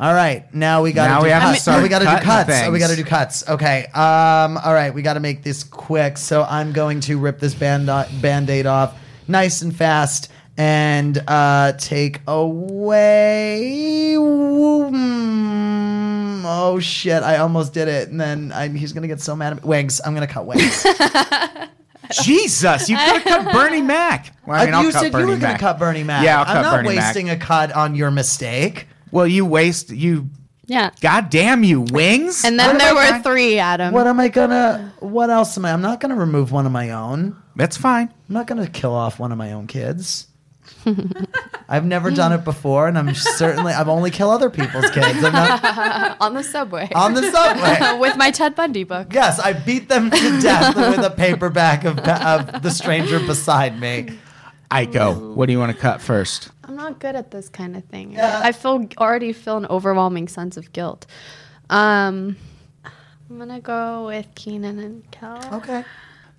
Speaker 4: All right, now we gotta
Speaker 3: Now
Speaker 4: do
Speaker 3: we have to
Speaker 4: cuts.
Speaker 3: start
Speaker 4: oh, we gotta do
Speaker 3: cutting
Speaker 4: cuts. Oh, we
Speaker 3: things.
Speaker 4: gotta do cuts. Okay. Um. All right, we gotta make this quick. So I'm going to rip this band uh, band-aid off nice and fast and uh, take away. Mm, oh shit! I almost did it, and then I, he's gonna get so mad at me. Wings. I'm gonna cut wings.
Speaker 3: Jesus, you could
Speaker 2: (laughs)
Speaker 3: have cut Bernie Mac. Well, (laughs) I mean, I'll
Speaker 4: Uh, you
Speaker 3: cut
Speaker 4: said
Speaker 3: Bernie
Speaker 4: you were
Speaker 3: Mac.
Speaker 4: gonna cut Bernie Mac.
Speaker 3: Yeah, I'll
Speaker 4: I'm
Speaker 3: cut
Speaker 4: not
Speaker 3: Bernie Mac.
Speaker 4: wasting a cut on your mistake.
Speaker 3: Well, you waste you.
Speaker 2: yeah.
Speaker 3: God damn you, wings.
Speaker 2: And then
Speaker 4: What
Speaker 2: there
Speaker 4: am I
Speaker 2: were three, Adam.
Speaker 4: What am I gonna? What else am I? I'm not gonna remove one of my own.
Speaker 3: that's fine.
Speaker 4: I'm not going to kill off one of my own kids. (laughs) I've never done it before, and I'm certainly I've only killed other people's kids. I'm not
Speaker 2: on the subway.
Speaker 4: on the
Speaker 2: (laughs)
Speaker 4: subway.
Speaker 2: with my Ted Bundy book.
Speaker 4: Yes, I beat them to death with a paperback of, of the stranger beside me.
Speaker 3: Ico, what do you want to cut first?
Speaker 2: I'm not good at this kind of thing. I feel already feel an overwhelming sense of guilt. Um, I'm gonna go with Keenan and Kel.
Speaker 4: Okay.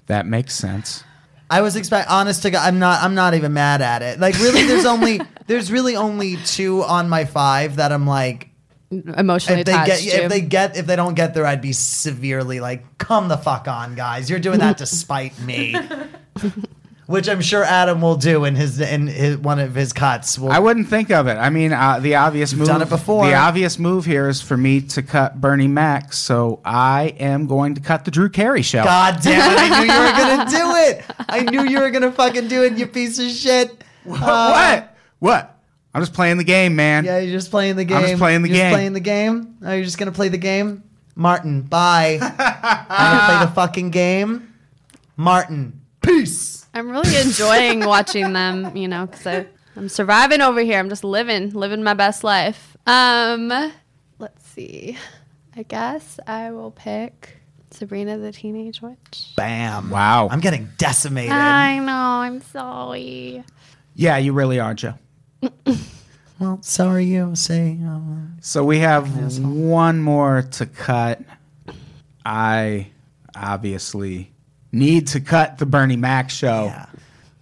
Speaker 3: That makes sense.
Speaker 4: I was expect honest to God, I'm not I'm not even mad at it. Like really, there's only there's really only two on my five that I'm like
Speaker 2: Emotionally
Speaker 4: if they
Speaker 2: attached
Speaker 4: get
Speaker 2: to.
Speaker 4: if they get if they don't get there, I'd be severely like, come the fuck on, guys. You're doing
Speaker 3: (laughs)
Speaker 4: that to spite me. Which I'm sure Adam will do in his in his, one of his cuts. Will,
Speaker 3: I wouldn't think of it. I mean, uh, the obvious move.
Speaker 4: done it before.
Speaker 3: The obvious move here is for me to cut Bernie Mac, so I am going to cut the Drew Carey show.
Speaker 4: (laughs) God damn it! I knew you were gonna do it. I knew you were gonna fucking do it. You piece of shit. Uh,
Speaker 3: what? What? I'm just playing the game, man.
Speaker 4: Yeah, you're just playing the game.
Speaker 3: just playing the
Speaker 4: You're just
Speaker 3: game.
Speaker 4: playing the game. Oh, you're just gonna play the game,
Speaker 3: (laughs)
Speaker 4: Martin. Bye. I'm gonna play the fucking game, Martin. Peace.
Speaker 2: I'm really enjoying watching them, you know, because I'm surviving over here. I'm just living, living my best life. Um, let's see. I guess I will pick Sabrina the Teenage Witch.
Speaker 4: Bam.
Speaker 3: Wow.
Speaker 4: I'm getting decimated.
Speaker 2: I know. I'm sorry.
Speaker 3: yeah, you really are, Joe.
Speaker 4: Well, so are you. Say, um,
Speaker 3: So we have one more to cut. I obviously need to cut the Bernie Mac show
Speaker 4: yeah.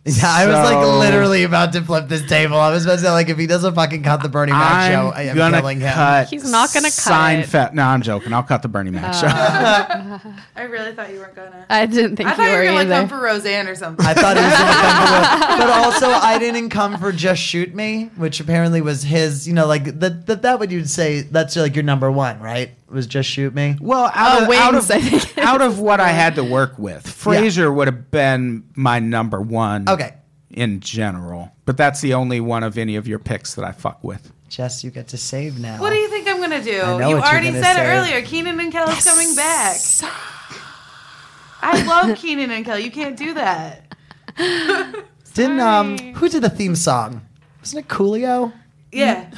Speaker 4: Yeah, I was like
Speaker 3: So-
Speaker 4: literally about to flip this table. I was about to say like if he doesn't fucking cut the Bernie Mac show, I
Speaker 3: I'm
Speaker 4: am
Speaker 3: gonna
Speaker 4: killing him.
Speaker 3: cut.
Speaker 2: He's not gonna cut it. Uh,
Speaker 3: Seinfeld. No, I'm joking. I'll cut the Bernie Mac show.
Speaker 5: I really thought you weren't gonna.
Speaker 2: I didn't think
Speaker 5: I
Speaker 2: you
Speaker 5: thought you
Speaker 2: were
Speaker 5: were gonna like,
Speaker 2: either.
Speaker 5: come for Roseanne or something.
Speaker 4: I thought he was gonna come for, but also I didn't come for just shoot me, which apparently was his. You know, like that that that would you'd say that's like your number one, right? Was just shoot me.
Speaker 3: Well, out,
Speaker 2: Oh,
Speaker 3: of, out,
Speaker 2: wings,
Speaker 3: of,
Speaker 2: I think (laughs) it
Speaker 3: out of what I had to work with, Frasier would have been my number one.
Speaker 4: Okay.
Speaker 3: In general, but that's the only one of any of your picks that I fuck with.
Speaker 4: Jess, you get to save now.
Speaker 5: what do you think I'm gonna do? You
Speaker 4: I know what you're
Speaker 5: already
Speaker 4: gonna
Speaker 5: said
Speaker 4: say.
Speaker 5: it earlier. Keenan and Kel is coming back.
Speaker 4: (laughs)
Speaker 5: I love Keenan and Kel. You can't do that.
Speaker 4: Didn't um who did the theme song? Wasn't it Coolio? (laughs)
Speaker 5: Yeah.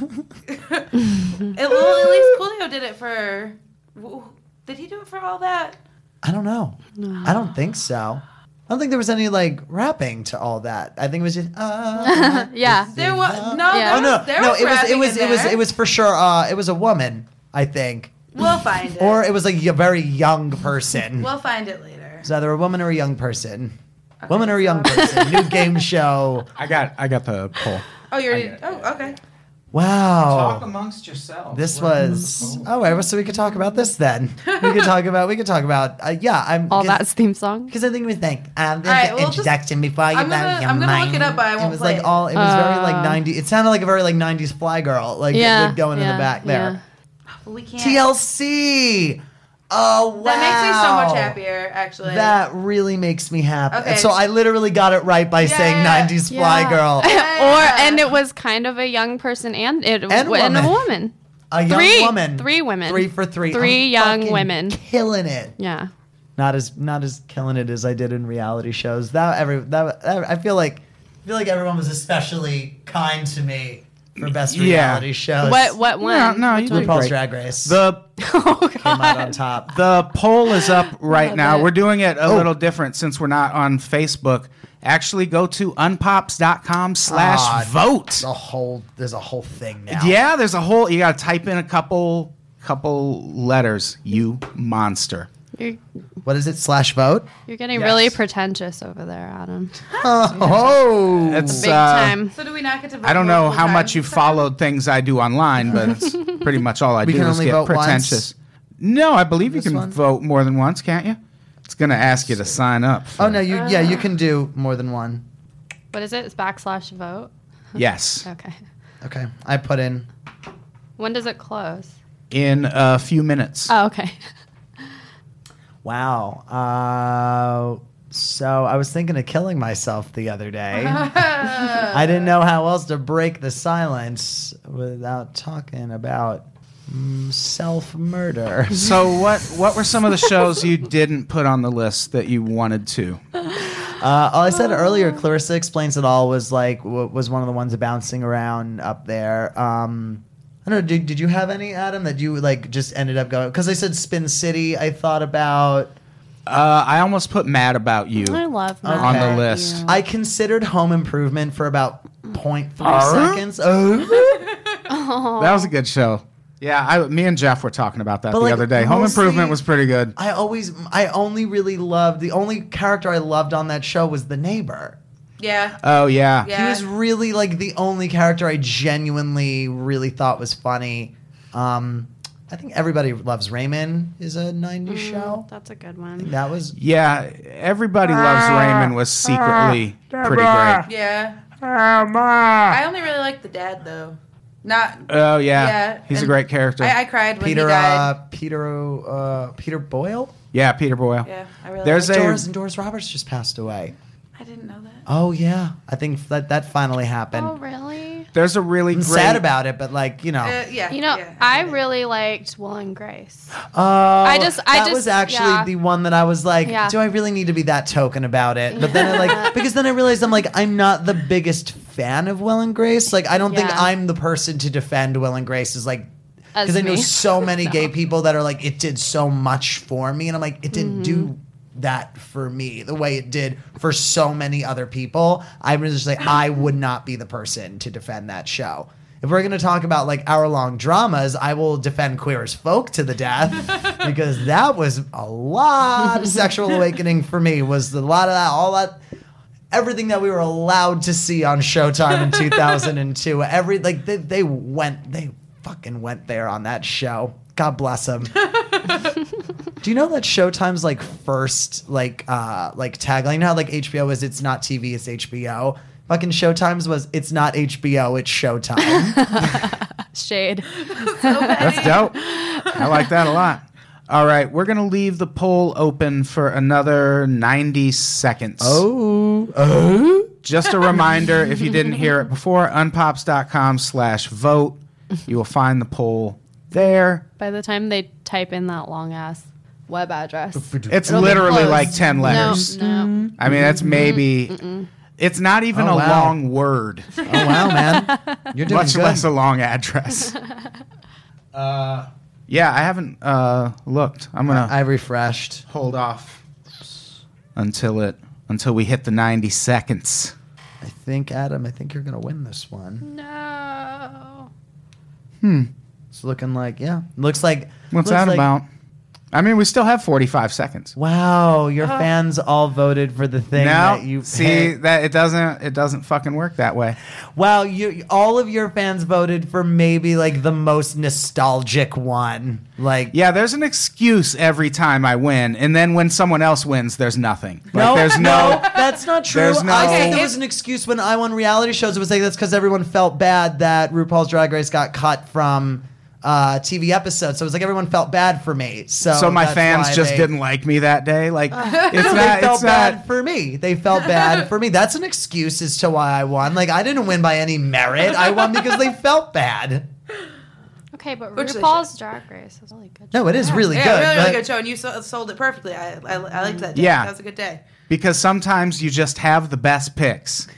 Speaker 5: At- well, at least Coolio did it for. w- Did he do it for all that?
Speaker 4: I don't know. I
Speaker 5: (sighs)
Speaker 4: don't think so. I don't think there was any like rapping to all that. I think it was just
Speaker 5: (laughs)
Speaker 4: uh,
Speaker 2: (laughs) yeah.
Speaker 5: There was no.
Speaker 2: Yeah.
Speaker 5: There
Speaker 4: oh no
Speaker 5: was, there
Speaker 4: no
Speaker 5: was
Speaker 4: it was it
Speaker 5: rapping
Speaker 4: was
Speaker 5: in
Speaker 4: it was
Speaker 5: there.
Speaker 4: it was for sure uh it was a woman I think
Speaker 5: We'll find it.
Speaker 4: or it was like a very young person.
Speaker 5: we'll find it later.
Speaker 4: It's either a woman or a young person. woman or a young
Speaker 5: (laughs)
Speaker 4: person. New game show.
Speaker 3: I got I got the poll.
Speaker 5: Oh, you already. Oh, okay.
Speaker 3: Oh.
Speaker 4: Wow.
Speaker 3: amongst yourselves.
Speaker 4: This was oh, I was- so we could talk about this then. We could talk about we could talk about uh, yeah. I'm
Speaker 2: All that's theme song.
Speaker 4: because I think it was like um, there's
Speaker 5: All right,
Speaker 4: an
Speaker 5: well, just-
Speaker 4: introduction before you
Speaker 5: I'm
Speaker 4: know
Speaker 5: gonna-
Speaker 4: your
Speaker 5: I'm gonna look it
Speaker 4: mind.
Speaker 5: up, but I
Speaker 4: It
Speaker 5: won't
Speaker 4: was
Speaker 5: play
Speaker 4: like
Speaker 5: it.
Speaker 4: all it was very like
Speaker 2: Uh,
Speaker 4: 90. It sounded like a very like 90s fly girl like
Speaker 2: Yeah,
Speaker 4: it would going in
Speaker 2: yeah,
Speaker 4: the back there.
Speaker 5: Well, we can't.
Speaker 4: TLC. Oh wow.
Speaker 5: That makes me so much happier, actually.
Speaker 4: That really makes me happy.
Speaker 5: Okay.
Speaker 4: So I literally got it right by saying
Speaker 5: Yeah.
Speaker 4: 90s fly
Speaker 2: Yeah.
Speaker 4: girl.
Speaker 5: Yeah.
Speaker 2: (laughs) Or and it was kind of a young person and it
Speaker 4: And
Speaker 2: a
Speaker 4: woman.
Speaker 2: woman.
Speaker 4: A young
Speaker 2: Three-
Speaker 4: woman.
Speaker 2: three women.
Speaker 4: Three for three.
Speaker 2: Three
Speaker 4: I'm
Speaker 2: young
Speaker 4: fucking
Speaker 2: women.
Speaker 4: Killing it.
Speaker 2: Yeah.
Speaker 4: Not as not as killing it as I did in reality shows. That every that, that- I feel like I feel like everyone was especially kind to me for best
Speaker 3: Yeah.
Speaker 4: reality shows.
Speaker 2: What what one?
Speaker 3: No, no, you
Speaker 2: Which one?
Speaker 3: did
Speaker 4: RuPaul's
Speaker 3: great.
Speaker 4: Drag Race.
Speaker 3: the
Speaker 2: Oh
Speaker 4: came out
Speaker 3: (laughs)
Speaker 4: on
Speaker 2: god.
Speaker 4: top.
Speaker 3: The poll is up
Speaker 2: (laughs)
Speaker 3: right
Speaker 2: Love
Speaker 3: now.
Speaker 2: it. Oh.
Speaker 3: We're doing it a little different since we're not on Facebook. Actually, go to unpops.com
Speaker 4: Ah,
Speaker 3: slash vote.
Speaker 4: The whole there's a whole thing now.
Speaker 3: Yeah, there's a whole. You got to type in a couple couple letters. You monster.
Speaker 2: You're,
Speaker 4: What is it? Slash vote.
Speaker 2: you're getting
Speaker 3: Yes.
Speaker 2: really pretentious over there, Adam.
Speaker 4: Oh,
Speaker 3: That's
Speaker 2: Big
Speaker 3: uh,
Speaker 2: time.
Speaker 5: So do we not get to? Vote
Speaker 3: I don't know
Speaker 5: multiple
Speaker 3: how much
Speaker 5: times
Speaker 3: you
Speaker 5: this time?
Speaker 3: followed things I do online, but it's pretty much all I
Speaker 4: We
Speaker 3: do
Speaker 4: can
Speaker 3: is
Speaker 4: only
Speaker 3: get
Speaker 4: vote once?
Speaker 3: pretentious. No, I believe you
Speaker 4: This
Speaker 3: can
Speaker 4: one?
Speaker 3: vote more than once, can't you? It's going to ask you to sign up. for-
Speaker 4: Oh no, you yeah you can do more than one.
Speaker 2: What is it? It's backslash vote.
Speaker 3: Yes.
Speaker 2: Okay. (laughs)
Speaker 4: Okay, I put in.
Speaker 2: When does it close?
Speaker 3: In a few minutes.
Speaker 2: Oh, okay.
Speaker 4: Wow. Uh, so I was thinking of killing myself the other day. I didn't know how else to break the silence without talking about mm, self murder.
Speaker 3: So what what were some of the shows you didn't put on the list that you wanted to?
Speaker 4: Uh, all I said earlier, Clarissa explains it all was like w- was one of the ones bouncing around up there. Um, I don't know. Did, did you have any Adam that you like just ended up going? Because I said Spin City. I thought about.
Speaker 3: Uh, I almost put Mad About You.
Speaker 2: (laughs) I love Matt
Speaker 4: On the
Speaker 2: Matthew.
Speaker 3: list.
Speaker 4: I considered Home Improvement for about 0.3 seconds. Oh.
Speaker 3: That was a good show. Yeah, I, me and Jeff were talking about that
Speaker 4: But,
Speaker 3: the
Speaker 4: like,
Speaker 3: other day. Home
Speaker 4: mostly-
Speaker 3: Improvement was pretty good.
Speaker 4: I always, I only really loved the only character I loved on that show was the neighbor.
Speaker 5: Yeah.
Speaker 3: Oh yeah.
Speaker 5: Yeah.
Speaker 4: He was really like the only character I genuinely really thought was funny. Um, I think everybody loves Raymond is a '90s
Speaker 5: Mm.
Speaker 4: show.
Speaker 2: That's a good one.
Speaker 4: That was
Speaker 3: Yeah, everybody loves Raymond was secretly pretty great.
Speaker 5: Yeah. I only really like the dad though. Not.
Speaker 3: Oh yeah.
Speaker 5: Yeah,
Speaker 3: He's a
Speaker 5: and
Speaker 3: great character.
Speaker 5: I, I cried when
Speaker 4: Peter
Speaker 5: he died.
Speaker 4: uh, Peter uh, Peter Boyle.
Speaker 3: yeah, Peter Boyle.
Speaker 5: yeah. I really.
Speaker 3: There's
Speaker 5: There's.
Speaker 3: a- They-
Speaker 4: Doris and Doris Roberts just passed away.
Speaker 5: I didn't know that.
Speaker 4: Oh yeah, I think that that finally happened.
Speaker 2: Oh, really?
Speaker 3: There's a really
Speaker 4: I'm
Speaker 3: great
Speaker 4: sad about it, but like you know,
Speaker 5: Uh, yeah.
Speaker 2: You know,
Speaker 5: yeah,
Speaker 2: I
Speaker 5: get it.
Speaker 2: really liked Will and (gasps) Grace.
Speaker 4: Oh, I
Speaker 2: just- I
Speaker 4: that
Speaker 2: just-
Speaker 4: was actually
Speaker 2: yeah.
Speaker 4: the one that I was like,
Speaker 2: Yeah.
Speaker 4: do I really need to be that token about it? But then I
Speaker 2: (laughs)
Speaker 4: like because then I realized I'm like I'm not the biggest fan of Will and Grace. Like I don't think
Speaker 2: Yeah.
Speaker 4: I'm the person to defend Will and Grace is like
Speaker 2: As
Speaker 4: because I know
Speaker 2: me. (laughs)
Speaker 4: so many gay people that are like it did so much for me, and I'm like it didn't do
Speaker 2: Mm-hmm.
Speaker 4: that for me the way it did for so many other people. I was just like I would not be the person to defend that show. If we're gonna talk about like hour long dramas, I will defend Queer as Folk to the
Speaker 2: (laughs)
Speaker 4: death because that was a lot of sexual awakening for me. Was a lot of that all that everything that we were allowed to see on Showtime in 2002. Every like they, they went they fucking went there on that show. God bless them. Do you know that Showtime's like first like uh like tagline? You know how like HBO is it's not TV, it's HBO. Fucking Showtime's was it's not HBO, it's Showtime.
Speaker 2: Shade.
Speaker 5: (laughs)
Speaker 3: That's (laughs) dope. I like that a lot. All right, we're gonna leave the poll open for another 90 seconds.
Speaker 4: oh, oh.
Speaker 3: Just a reminder, if you didn't hear it before, unpops.com slash vote. You will find the poll there.
Speaker 2: By the time they type in that long ass web address,
Speaker 3: (laughs) It's
Speaker 2: it'll be
Speaker 3: literally
Speaker 2: closed.
Speaker 3: like 10 letters.
Speaker 2: No, no.
Speaker 3: I mean, that's maybe, it's not even
Speaker 4: Oh,
Speaker 3: a
Speaker 4: wow.
Speaker 3: long word,
Speaker 4: Oh wow, man. You're doing
Speaker 3: much
Speaker 4: good.
Speaker 3: less a long
Speaker 4: (laughs)
Speaker 3: address. Uh, yeah, I haven't uh, looked. I'm going to
Speaker 4: I refreshed.
Speaker 3: hold off until it until we hit the 90 seconds.
Speaker 4: I think Adam, I think you're gonna win this one.
Speaker 2: No.
Speaker 4: It's looking like yeah. Looks like
Speaker 3: What's
Speaker 4: looks
Speaker 3: that
Speaker 4: like-
Speaker 3: about? I mean, we still have 45 seconds.
Speaker 4: Wow, your fans all voted for the thing
Speaker 3: No,
Speaker 4: that you
Speaker 3: see
Speaker 4: picked.
Speaker 3: that it doesn't it doesn't fucking work that way.
Speaker 4: Wow, you all of your fans voted for maybe like the most nostalgic one. Like
Speaker 3: Yeah, there's an excuse every time I win, and then when someone else wins, there's nothing. Like,
Speaker 4: No,
Speaker 3: there's no. (laughs)
Speaker 4: that's not true.
Speaker 3: There's no-
Speaker 4: I said there was an excuse when I won reality shows. It was like that's because everyone felt bad that RuPaul's Drag Race got cut from uh, TV episodes. So it was like everyone felt bad for me. So
Speaker 3: so my
Speaker 4: that's
Speaker 3: fans
Speaker 4: why
Speaker 3: just
Speaker 4: they-
Speaker 3: didn't like me that day. Like it's
Speaker 4: (laughs) they
Speaker 3: not.
Speaker 4: felt
Speaker 3: It's
Speaker 4: bad
Speaker 3: not.
Speaker 4: for me. They felt bad for me. That's an excuse as to why I won. Like I didn't win by any merit. I won because they felt bad.
Speaker 2: Okay, but
Speaker 5: Which they
Speaker 2: RuPaul's Drag Race is really good.
Speaker 4: No, it is really
Speaker 5: yeah,
Speaker 4: good.
Speaker 5: really,
Speaker 4: but-
Speaker 5: really good show, and you so- sold it perfectly. I, I, I liked that. Day.
Speaker 3: Yeah.
Speaker 5: that was a good day.
Speaker 3: Because sometimes you just have the best picks,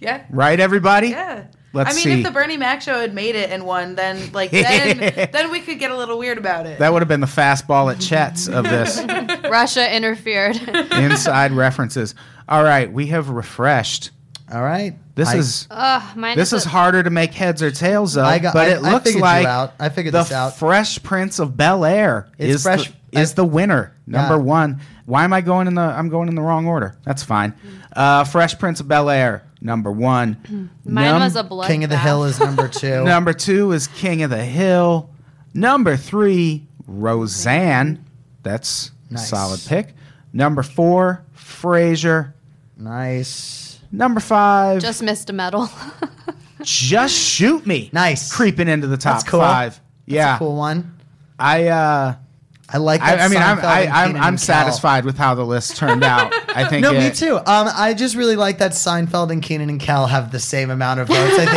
Speaker 5: Yeah,
Speaker 3: right? Everybody.
Speaker 5: yeah.
Speaker 3: Let's
Speaker 5: I mean,
Speaker 3: see.
Speaker 5: if the Bernie Mac show had made it and won, then like then then we could get a little weird about it.
Speaker 3: That would have been the fastball at Chet's of this.
Speaker 2: (laughs) Russia interfered. (laughs)
Speaker 3: Inside references. All right, we have refreshed.
Speaker 4: All right.
Speaker 3: This
Speaker 4: I-
Speaker 3: is
Speaker 2: Ugh, mine
Speaker 3: this is
Speaker 2: a-
Speaker 3: harder to make heads or tails of,
Speaker 4: I got-
Speaker 3: but
Speaker 4: I-
Speaker 3: it
Speaker 4: I
Speaker 3: looks
Speaker 4: figured you
Speaker 3: like
Speaker 4: out. I figured
Speaker 3: the
Speaker 4: this out.
Speaker 3: Fresh Prince of Bel Air
Speaker 4: It's
Speaker 3: is
Speaker 4: fresh-
Speaker 3: the, is
Speaker 4: I-
Speaker 3: the winner number
Speaker 4: Yeah.
Speaker 3: one. Why am I going in the? I'm going in the wrong order. That's fine. Uh, Fresh Prince of Bel Air number one.
Speaker 2: Mine
Speaker 3: Num-
Speaker 2: was a blood.
Speaker 4: King of the Hill is
Speaker 5: (laughs)
Speaker 4: number two.
Speaker 3: Number two is King of the Hill. Number three, Roseanne. That's a
Speaker 4: Nice.
Speaker 3: solid pick. Number four, Frasier.
Speaker 4: Nice.
Speaker 3: Number five, just,
Speaker 2: just missed a medal. (laughs)
Speaker 3: shoot me.
Speaker 4: Nice.
Speaker 3: Creeping into the top
Speaker 4: That's cool.
Speaker 3: five. yeah.
Speaker 4: That's a cool one.
Speaker 3: I uh
Speaker 4: I like that.
Speaker 3: I, I mean I'm
Speaker 4: Seinfeld
Speaker 3: I,
Speaker 4: and
Speaker 3: I'm,
Speaker 4: Kenan
Speaker 3: I'm
Speaker 4: and Kel.
Speaker 3: satisfied with how the list turned out.
Speaker 4: (laughs)
Speaker 3: I think
Speaker 4: No, me
Speaker 3: it-
Speaker 4: too. Um, I just really like that Seinfeld and Keenan and Kel have the same amount of votes. I think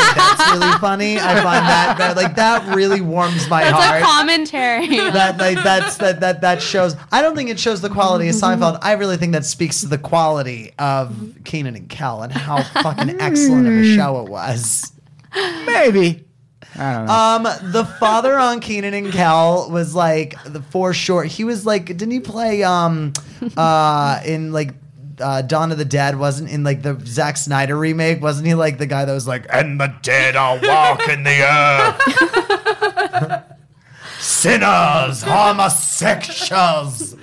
Speaker 3: (laughs)
Speaker 4: that's really funny. I find that, that like that really warms my
Speaker 2: That's
Speaker 4: heart.
Speaker 2: a commentary.
Speaker 4: (laughs) that like that's that that that shows. I don't think it shows the quality of Seinfeld. I really think that speaks to the quality of Keenan and Kel and how fucking excellent of a show it was. (laughs)
Speaker 3: Maybe. I don't know.
Speaker 4: Um, the father on Keenan and Kel was like the for sure. He was like, didn't he play um, uh, in like uh, Dawn of the Dead? Wasn't in like the Zack Snyder remake? Wasn't he like the guy that was like, and the dead are walking the earth,
Speaker 3: (laughs)
Speaker 4: sinners, homosexuals.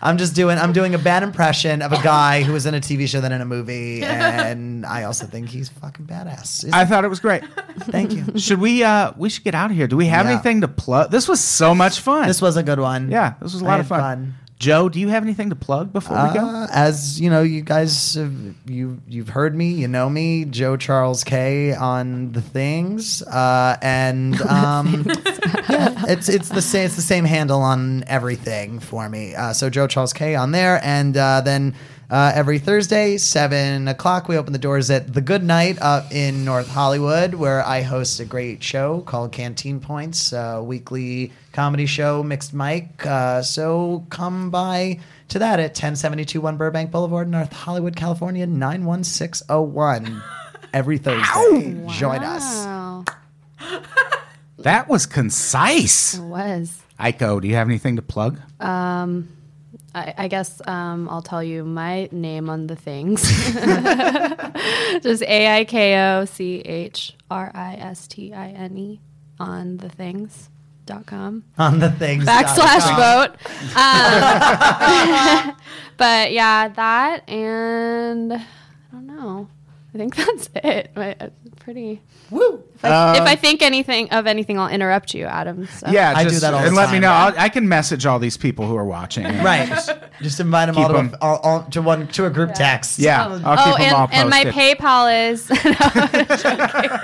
Speaker 4: I'm just doing. I'm doing a bad impression of a guy who was in a TV show then in a movie, and I also think he's fucking badass. Isn't
Speaker 3: I thought it was great. (laughs)
Speaker 4: Thank you.
Speaker 3: Should we uh we should get out of here. Do we have
Speaker 4: Yeah.
Speaker 3: anything to plug? This was so much fun.
Speaker 4: This was a good one.
Speaker 3: Yeah, this was a lot
Speaker 4: I had
Speaker 3: of fun. Joe, do you have anything to plug before we go?
Speaker 4: Uh, as you know, you guys, have, you you've heard me, you know me, Joe Charles K on the things, uh, and um, yeah, it's it's the same it's the same handle on everything for me. Uh, so Joe Charles K on there, and uh, then. Uh, every Thursday, seven o'clock, we open the doors at the Good Night up in North Hollywood, where I host a great show called Canteen Points, a weekly comedy show, mixed mic. Uh, so come by to that at 1072 1 Burbank Boulevard, North Hollywood, California, 91601. Every Thursday. Join us.
Speaker 2: Wow.
Speaker 3: That was concise.
Speaker 2: It was.
Speaker 3: Iko, do you have anything to plug?
Speaker 2: I, I guess um, I'll tell you my name on the (laughs) things. Just A I K O C H R I S T I N E on the things. Dot com
Speaker 4: On the things.
Speaker 2: backslash vote. Um, (laughs) But yeah, that and I don't know. I think (laughs) that's it. My, uh, pretty.
Speaker 4: Woo!
Speaker 2: If I, if I think anything of anything, I'll interrupt you, Adam. So.
Speaker 3: Uh, Yeah,
Speaker 4: I do
Speaker 3: just-
Speaker 4: that all the
Speaker 3: and let me
Speaker 4: time.
Speaker 3: know. I'll, I can message all these people who are (laughs) watching.
Speaker 4: Right. Just invite them all
Speaker 3: Keep
Speaker 4: to,
Speaker 3: 'em.
Speaker 4: a, all, all- to one to a group text.
Speaker 3: Yeah, I'll keep
Speaker 2: oh,
Speaker 3: them
Speaker 2: and,
Speaker 3: all
Speaker 2: and my
Speaker 3: posted.
Speaker 2: PayPal is. (laughs) No, I'm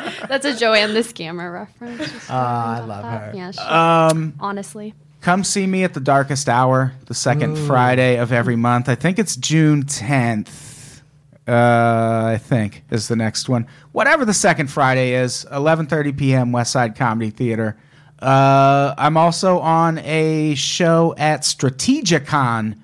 Speaker 2: joking. That's a Joanne the Scammer reference. Just
Speaker 4: Oh,
Speaker 3: Ah,
Speaker 4: I
Speaker 2: thought
Speaker 4: love
Speaker 2: that.
Speaker 4: her.
Speaker 2: Yeah, she-
Speaker 3: Um,
Speaker 2: honestly. (laughs)
Speaker 3: come see me at the darkest hour, the second Friday of every month. I think it's June 10th. Uh, I think is the next one. Whatever the second Friday is, 11:30 p.m. West Side Comedy Theater. Uh, I'm also on a show at Strategicon.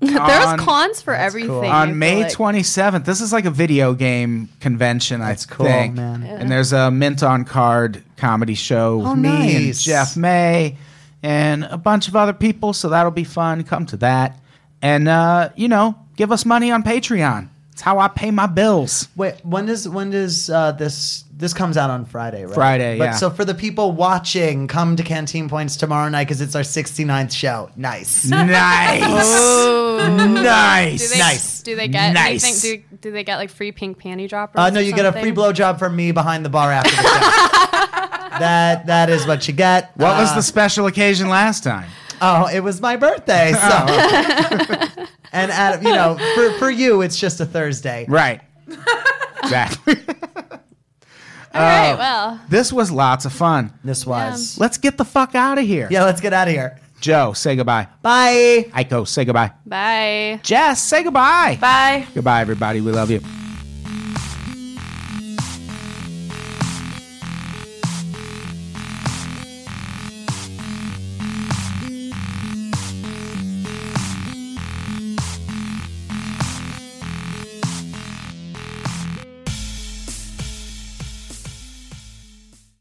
Speaker 2: There's
Speaker 3: on-
Speaker 2: cons for everything. I feel
Speaker 3: on May
Speaker 2: like.
Speaker 3: 27th. This is like a video game convention. That's I
Speaker 4: cool,
Speaker 3: think.
Speaker 4: man.
Speaker 3: And there's a mint on card comedy show with
Speaker 4: Oh,
Speaker 3: me and
Speaker 4: nice.
Speaker 3: Jeff May and a bunch of other people. So that'll be fun. Come to that, and uh, you know, give us money on Patreon. It's how I pay my (laughs) bills.
Speaker 4: Wait, when does when does uh, this this comes out on Friday, right?
Speaker 3: Friday,
Speaker 4: But
Speaker 3: yeah.
Speaker 4: so for the people watching, come to Canteen Points tomorrow night because it's our 69th show. Nice.
Speaker 3: nice,
Speaker 2: Do
Speaker 3: nice.
Speaker 2: they,
Speaker 4: Nice.
Speaker 2: Do they get
Speaker 3: Nice.
Speaker 2: anything? Do, do they get like free pink panty droppers?
Speaker 4: Uh, no,
Speaker 2: or
Speaker 4: you get a free
Speaker 2: something?
Speaker 4: blowjob from me behind the bar after the show. that that is what you get.
Speaker 3: What was
Speaker 4: Uh,
Speaker 3: the special occasion last time?
Speaker 4: Oh, it was
Speaker 3: (laughs)
Speaker 4: my birthday. So, and Adam, you know, for, for you, it's just a Thursday.
Speaker 3: (laughs) Right. exactly.
Speaker 2: All right.
Speaker 4: Oh.
Speaker 2: Well,
Speaker 3: This was lots of fun.
Speaker 4: This was.
Speaker 3: Let's get the fuck out of here.
Speaker 4: Yeah, let's get out of here.
Speaker 3: Joe, say goodbye.
Speaker 4: Bye.
Speaker 3: Aiko, say goodbye.
Speaker 2: bye.
Speaker 3: Jess, say goodbye.
Speaker 5: Bye.
Speaker 3: Goodbye, everybody. We love you.